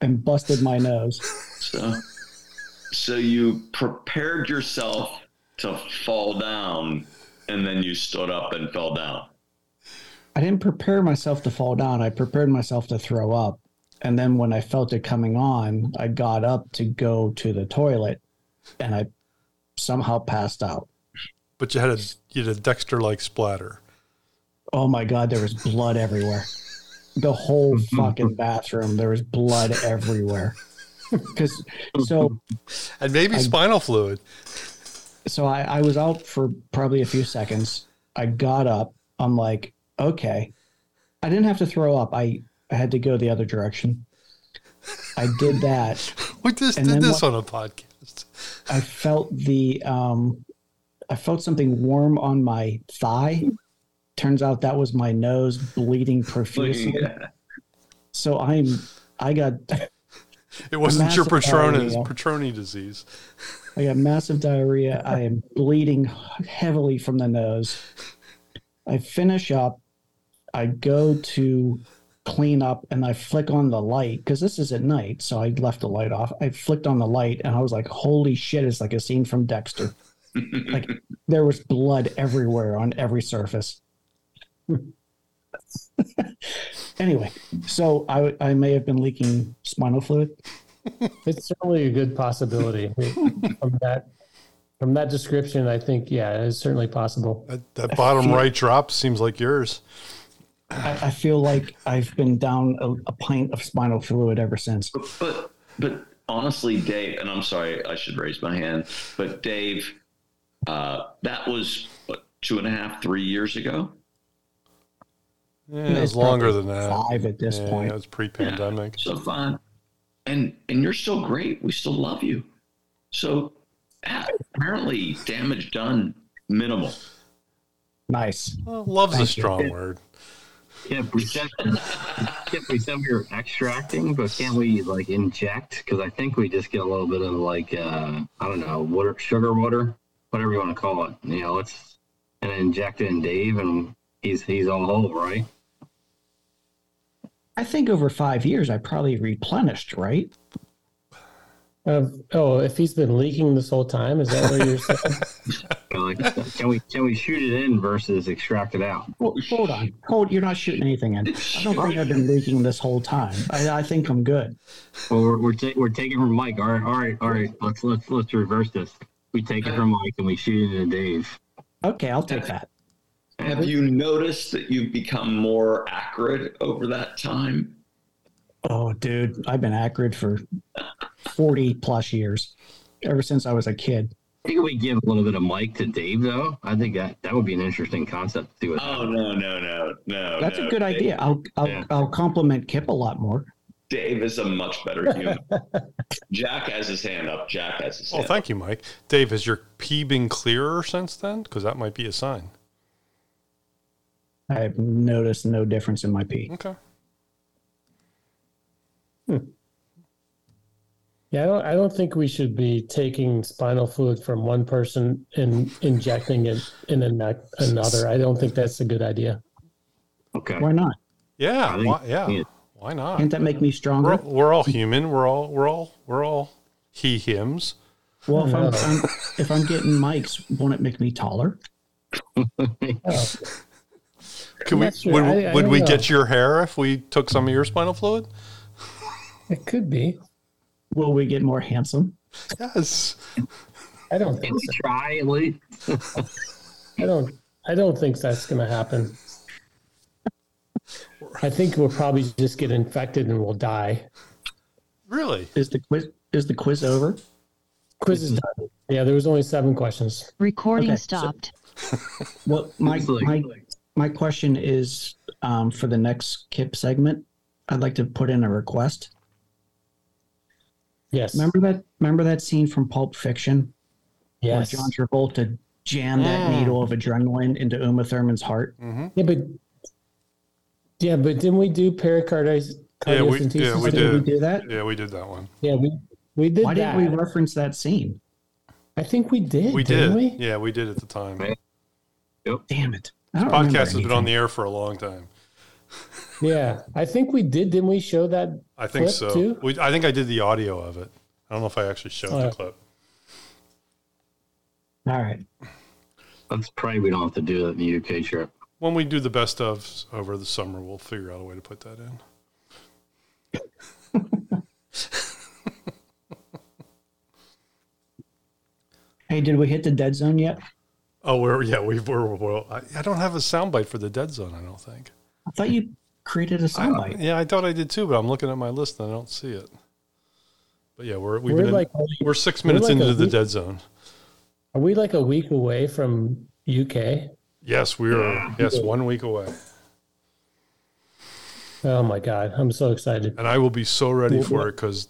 and busted my nose.
So, so you prepared yourself to fall down, and then you stood up and fell down.
I didn't prepare myself to fall down. I prepared myself to throw up. And then when I felt it coming on, I got up to go to the toilet and I somehow passed out.
But you had a you had a Dexter like splatter.
Oh my God, there was blood everywhere. The whole fucking bathroom, there was blood everywhere. Because so,
and maybe spinal fluid.
So I, I was out for probably a few seconds. I got up. I'm like, okay. I didn't have to throw up. I, I had to go the other direction. I did that.
We just
And
did
then
this
what-
on a podcast.
I felt the um, I felt something warm on my thigh. Turns out that was my nose bleeding profusely.
Yeah.
So I'm I got
It wasn't your
massive
Petronas
diarrhea.
Petroni disease.
I got massive diarrhea. I am bleeding heavily from the nose. I finish up. I go to clean up and I flick on the light because this is at night. So I left the light off. I flicked on the light and I was like, holy shit, it's like a scene from Dexter. like there was blood everywhere on every surface. anyway, so I, I may have been leaking spinal fluid.
It's certainly a good possibility. from that from that description, I think yeah, it's certainly possible.
That bottom right drop seems like yours.
I, I feel like I've been down a, a pint of spinal fluid ever since.
But but honestly, Dave, and I'm sorry, I should raise my hand, but Dave, uh, that was what, two and a half, three years ago.
Yeah, it was longer than that.
Five at this
Yeah,
point.
It was pre-pandemic.
So fine, and and you're still great. We still love you. So ah, apparently, damage done minimal.
Nice.
Well, love's
Thank
a
you.
strong word.
Yeah, we said, yeah, we said we were extracting, but can't we like inject? Because I think we just get a little bit of like uh, I don't know, water, sugar water, whatever you want to call it. You know, let's and inject it in Dave, and he's he's all whole, right?
I think over five years, I probably replenished, right?
Uh, oh, if he's been leaking this whole time, is that what you're saying?
You know, like, can we can we shoot it in versus extract it out?
Well, hold on. Hold, you're not shooting anything in. I don't think I've been leaking this whole time. I, I think I'm good.
Well, we're we're, ta- we're taking from Mike. All right, all right, all right. Let's let's let's reverse this. We take it from Mike and we shoot it in Dave.
Okay, I'll take that.
Have you noticed that you've become more accurate over that time?
Oh, dude, I've been acrid for 40 plus years, ever since I was a kid.
I think we give a little bit of Mike to Dave, though. I think that that would be an interesting concept to do. With
Oh no no no
Oh,
no.
That's
no.
a good
Dave-
idea. I'll, I'll, I'll compliment Kip a lot more.
Dave is a much better human. Jack has his hand up. Jack has his
Oh,
hand up.
thank you, Mike. Dave, has your pee been clearer since then? Because that might be a sign.
I've noticed no difference in my pee.
Okay.
Yeah, I don't, I don't think we should be taking spinal fluid from one person and injecting it in ano- another. I don't think that's a good idea.
Okay.
Why not?
Yeah, why, yeah. Why not?
Can't that make me
We're,
stronger?
we're all human. We're all we're all we're all he hims.
Well, if I'm,
No.
I'm, if I'm getting mics, won't it make me taller?
Could we
not sure.
would,
I- I
would
don't
we
know.
get your hair if we took some of your spinal fluid?
It could be.
Will we get more handsome?
Yes.
I don't
Can
think
we
so.
try at least?
I don't. I don't think that's going to happen. I think we'll probably just get infected and we'll die.
Really?
Is the quiz is the quiz over?
Quiz is done. Yeah, there was only seven questions.
Recording
Okay, so-
stopped.
Well, my
It's like-
my my question is um, for the next Kip segment. I'd like to put in a request.
Yes.
Remember that? Remember that scene from Pulp Fiction?
Yes.
Where John Travolta jammed that
Mm.
needle of adrenaline into Uma Thurman's heart.
Yeah, but yeah, but didn't we do pericarditis?
Oh,
Yeah, we
cardiocentesis?
yeah we
Did
did.
we do that?
Yeah, we did that one.
Yeah, we we did
Why
that.
didn't we reference that scene?
I think we did.
We
didn't
did.
We?
Yeah, we did at the time.
Damn it! I
This
don't remember
podcast has been on
anything.
the air for a long time.
Yeah, I think we did. Didn't we show that?
I think
clip
so.
too?
We, I think I did the audio of it. I don't know if I actually showed
Oh, yeah.
the clip.
All right.
Let's pray we don't have to do that in the UK trip.
When we do the best ofs over the summer, we'll figure out a way to put that in.
Hey, did we hit the dead zone yet?
Oh, we're yeah, we were. Well, I, I don't have a soundbite for the dead zone. I don't think.
I thought you created a
I,
soundbite.
yeah, I thought I did too, but I'm looking at my list and I don't see it. But yeah, we're we've
We're
been
like-
in, we're six
we're
minutes
like
into
a
the
week-
dead zone.
Are we like a week away from UK?
Yes, we are. Yes, one week away,
Oh my god, I'm so excited.
and I will be so ready for it because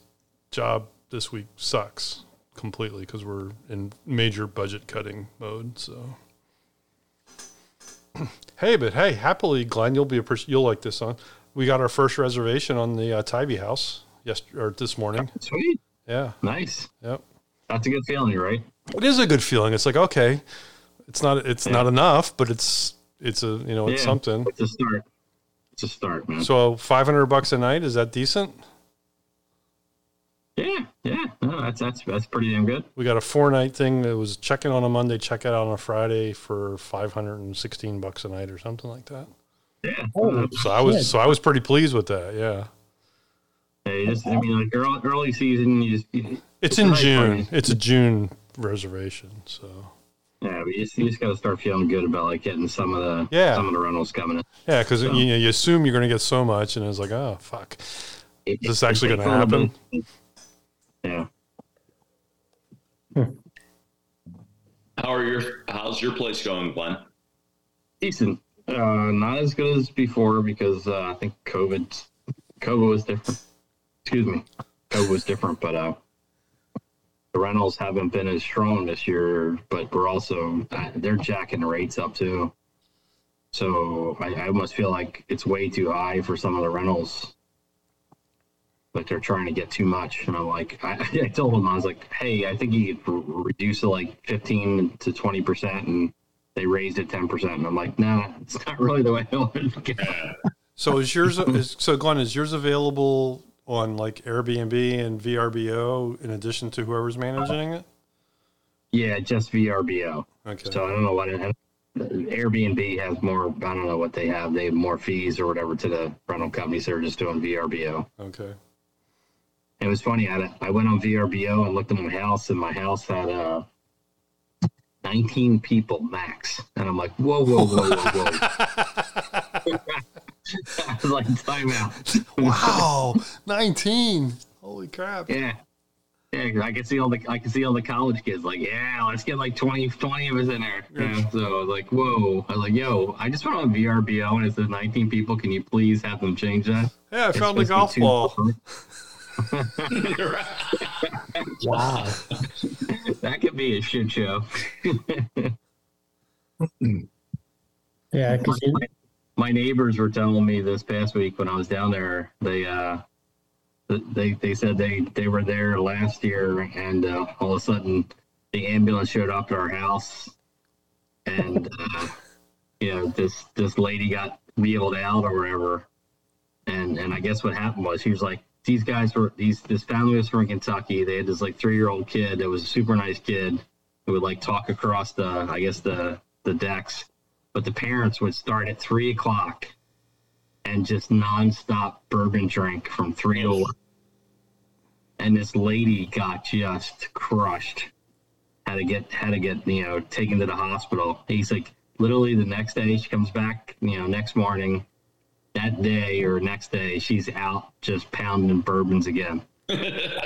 job this week sucks completely because we're in major budget cutting mode. So. Hey, but hey, happily, Glenn, you'll be a pers- you'll like this on. We got our first reservation on the uh, Tybee House yesterday or this morning.
Sweet.
Yeah.
Nice.
Yep.
That's a good feeling, right?
It is a good feeling. It's like okay, it's not it's not enough, but it's it's a you know it's
Yeah.
something.
It's a start. It's a start, man.
So five hundred bucks a night is that decent?
Yeah, yeah. No, Oh, that's that's that's pretty damn good.
We got a four night thing that was check in on a Monday, check out on a Friday for five hundred and sixteen bucks a night or something like that.
Yeah.
So I was so I was pretty pleased with that. Yeah.
Hey, just I mean, like early, early season, you just you-
It's in
nice
June.
parties.
It's a June reservation. So
Yeah, but you just, you just got to start feeling good about like getting some of the
Yeah.
some of the rentals coming in.
yeah, because
So-
you, know, you assume you're going to get so much, and it's like, oh fuck, is this actually going to
It's all
happen?
about- Yeah.
How are your how's your place going, Glenn?
decent. Uh, not as good as before because uh, I think COVID, COVID was different. Excuse me, COVID was different, but uh, the rentals haven't been as strong this year. But we're also uh, they're jacking the rates up too. So I, I almost feel like it's way too high for some of the rentals. Like they're trying to get too much, and I'm like, I, I told them I was like, hey, I think you could re- reduce it like 15 to 20 percent, and they raised it 10 percent. And I'm like, nah, it's not really the way I want it to get.
So is yours? Is, so Glenn, is yours available on like Airbnb and VRBO in addition to whoever's managing it?
Yeah, just VRBO.
Okay.
So I don't know what it, Airbnb has more. I don't know what they have. They have more fees or whatever to the rental companies. They're just doing VRBO.
Okay.
It was funny. I, I went on VRBO and looked at my house, and my house had uh, 19 people max. And I'm like, whoa, whoa, whoa, whoa, whoa. I was like, time out.
Wow, nineteen. Holy crap.
Yeah. Yeah, I can see all the I can see all the college kids like, yeah, let's get like 20, 20 of us in there. Yeah, so I was like, whoa. I was like, yo, I just went on VRBO and it said 19 people. Can you please have them change that?
Yeah, I
It's
found a
supposed to be
golf
two- wow. that could be a shit show.
Yeah, because you,
my neighbors were telling me this past week when I was down there, they uh, th- they they said they they were there last year, and uh, all of a sudden the ambulance showed up to our house, and uh, you know this this lady got wheeled out or whatever, and and I guess what happened was she was like these guys were these this family was from Kentucky. They had this like three year old kid that was a super nice kid who would like talk across the I guess the the decks, but the parents would start at three o'clock and just nonstop bourbon drink from three to eleven. And this lady got just crushed. Had to get had to get you know taken to the hospital. He's like literally the next day she comes back you know next morning. That day or next day, she's out just pounding bourbons again.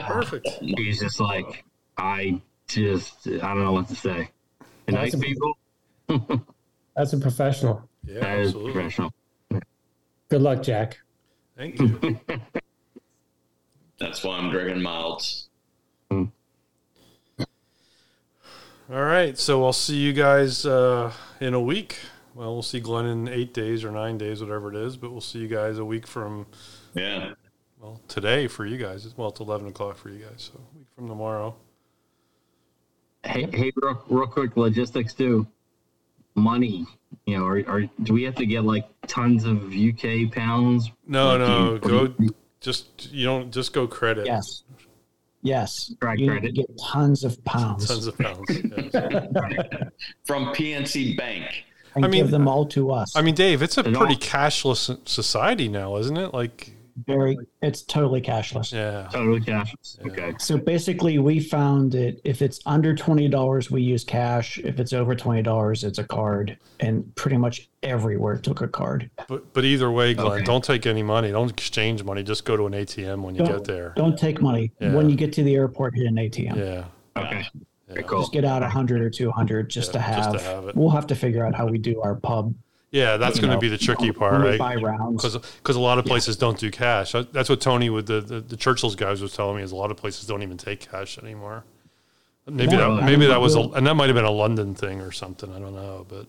Perfect.
He's just like, I just, I don't know what to say. The nice
That's a-
people,
that's a professional.
Yeah,
that is professional.
Good luck, Jack.
Thank you.
That's why I'm drinking milds.
All right, so I'll see you guys uh, in a week. Well, we'll see Glenn in eight days or nine days, whatever it is. But we'll see you guys a week from
yeah,
well today for you guys. Well, it's eleven o'clock for you guys, so a week from tomorrow.
Hey, hey real, real quick, logistics too. money? You know, or, or do we have to get like tons of UK pounds?
No,
Like,
no,
do you-
go just you don't just go credit.
Yes. Yes.
Right,
you
credit.
get tons of pounds.
Tons of pounds. yes.
From PNC Bank.
And
I mean-
give them all to us.
I mean, Dave, it's a
And
pretty
all-
cashless s- society now, isn't it? Like,
very, it's totally cashless.
yeah,
totally cashless. Okay.
So basically, we found that if it's under twenty dollars, we use cash. If it's over twenty dollars, it's a card, and pretty much everywhere took a card.
But but either way, Glenn,
Okay.
don't take any money. Don't exchange money. Just go to an ATM when you get there.
Don't take money
Yeah.
when you get to the airport. Hit an ATM.
Yeah.
Okay.
Yeah.
Just get out a hundred or two hundred just,
Yeah,
to
just
have.
to have it.
We'll have to figure out how we do our pub.
Yeah, that's
you
going to
know,
be the tricky
when
part,
we
right?
buy rounds.
Because a lot of places don't do cash. I- That's what Tony with the, the, the Churchill's guys was telling me is a lot of places don't even take cash anymore. Maybe
No,
that
I
maybe
mean,
that was a,
we'll-
and that might have been a London thing or something. I don't know, but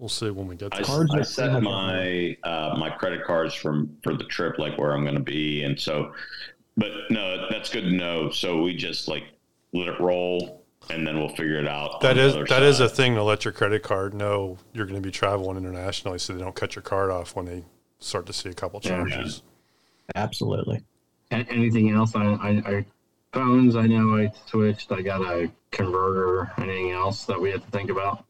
we'll see when we get
I,
there.
I set my uh, my credit cards from for the trip, like where I'm going to be, and so. But no, that's good to know. So we just like let it roll, and then we'll figure it out.
That
on the
is
other
that is
side.
a thing to let your credit card know you're going to be traveling internationally, so they don't cut your card off when they start to see a couple
Yeah.
charges.
Absolutely.
A- anything else? I, I, I phones. I know I switched. I got a converter. Anything else that we have to think about?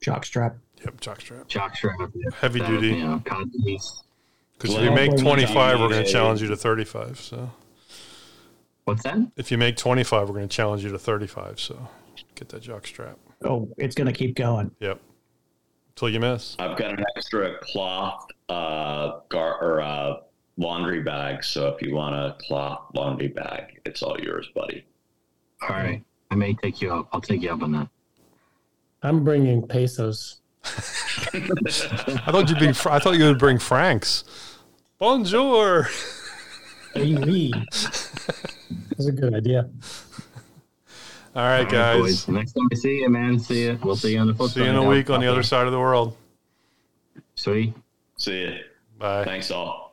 Jockstrap.
Yep, jockstrap.
Jockstrap. yeah.
Heavy
That,
duty.
You know, condoms.
Because if
Well,
you make
when you
25, we're
do
going to
a-
challenge you to 35. So
what's that?
If you make 25, we're going to challenge you to 35. So get that jock strap
Oh, it's gonna keep going.
till you miss.
I've got an extra cloth uh, gar- or uh, laundry bag, so if you want a cloth laundry bag, it's all yours, buddy.
All right. I may take you up. I'll take you up on that.
I'm bringing pesos.
I thought you'd be. Fr- I thought you would bring Franks. Bonjour.
AV.
That's a good idea.
All right,
All right,
guys.
boys. Next time we see you, man. See you. We'll see you on the flip
See you in
side.
a week on the other side of the world.
Sweet.
See ya.
Bye.
Thanks all.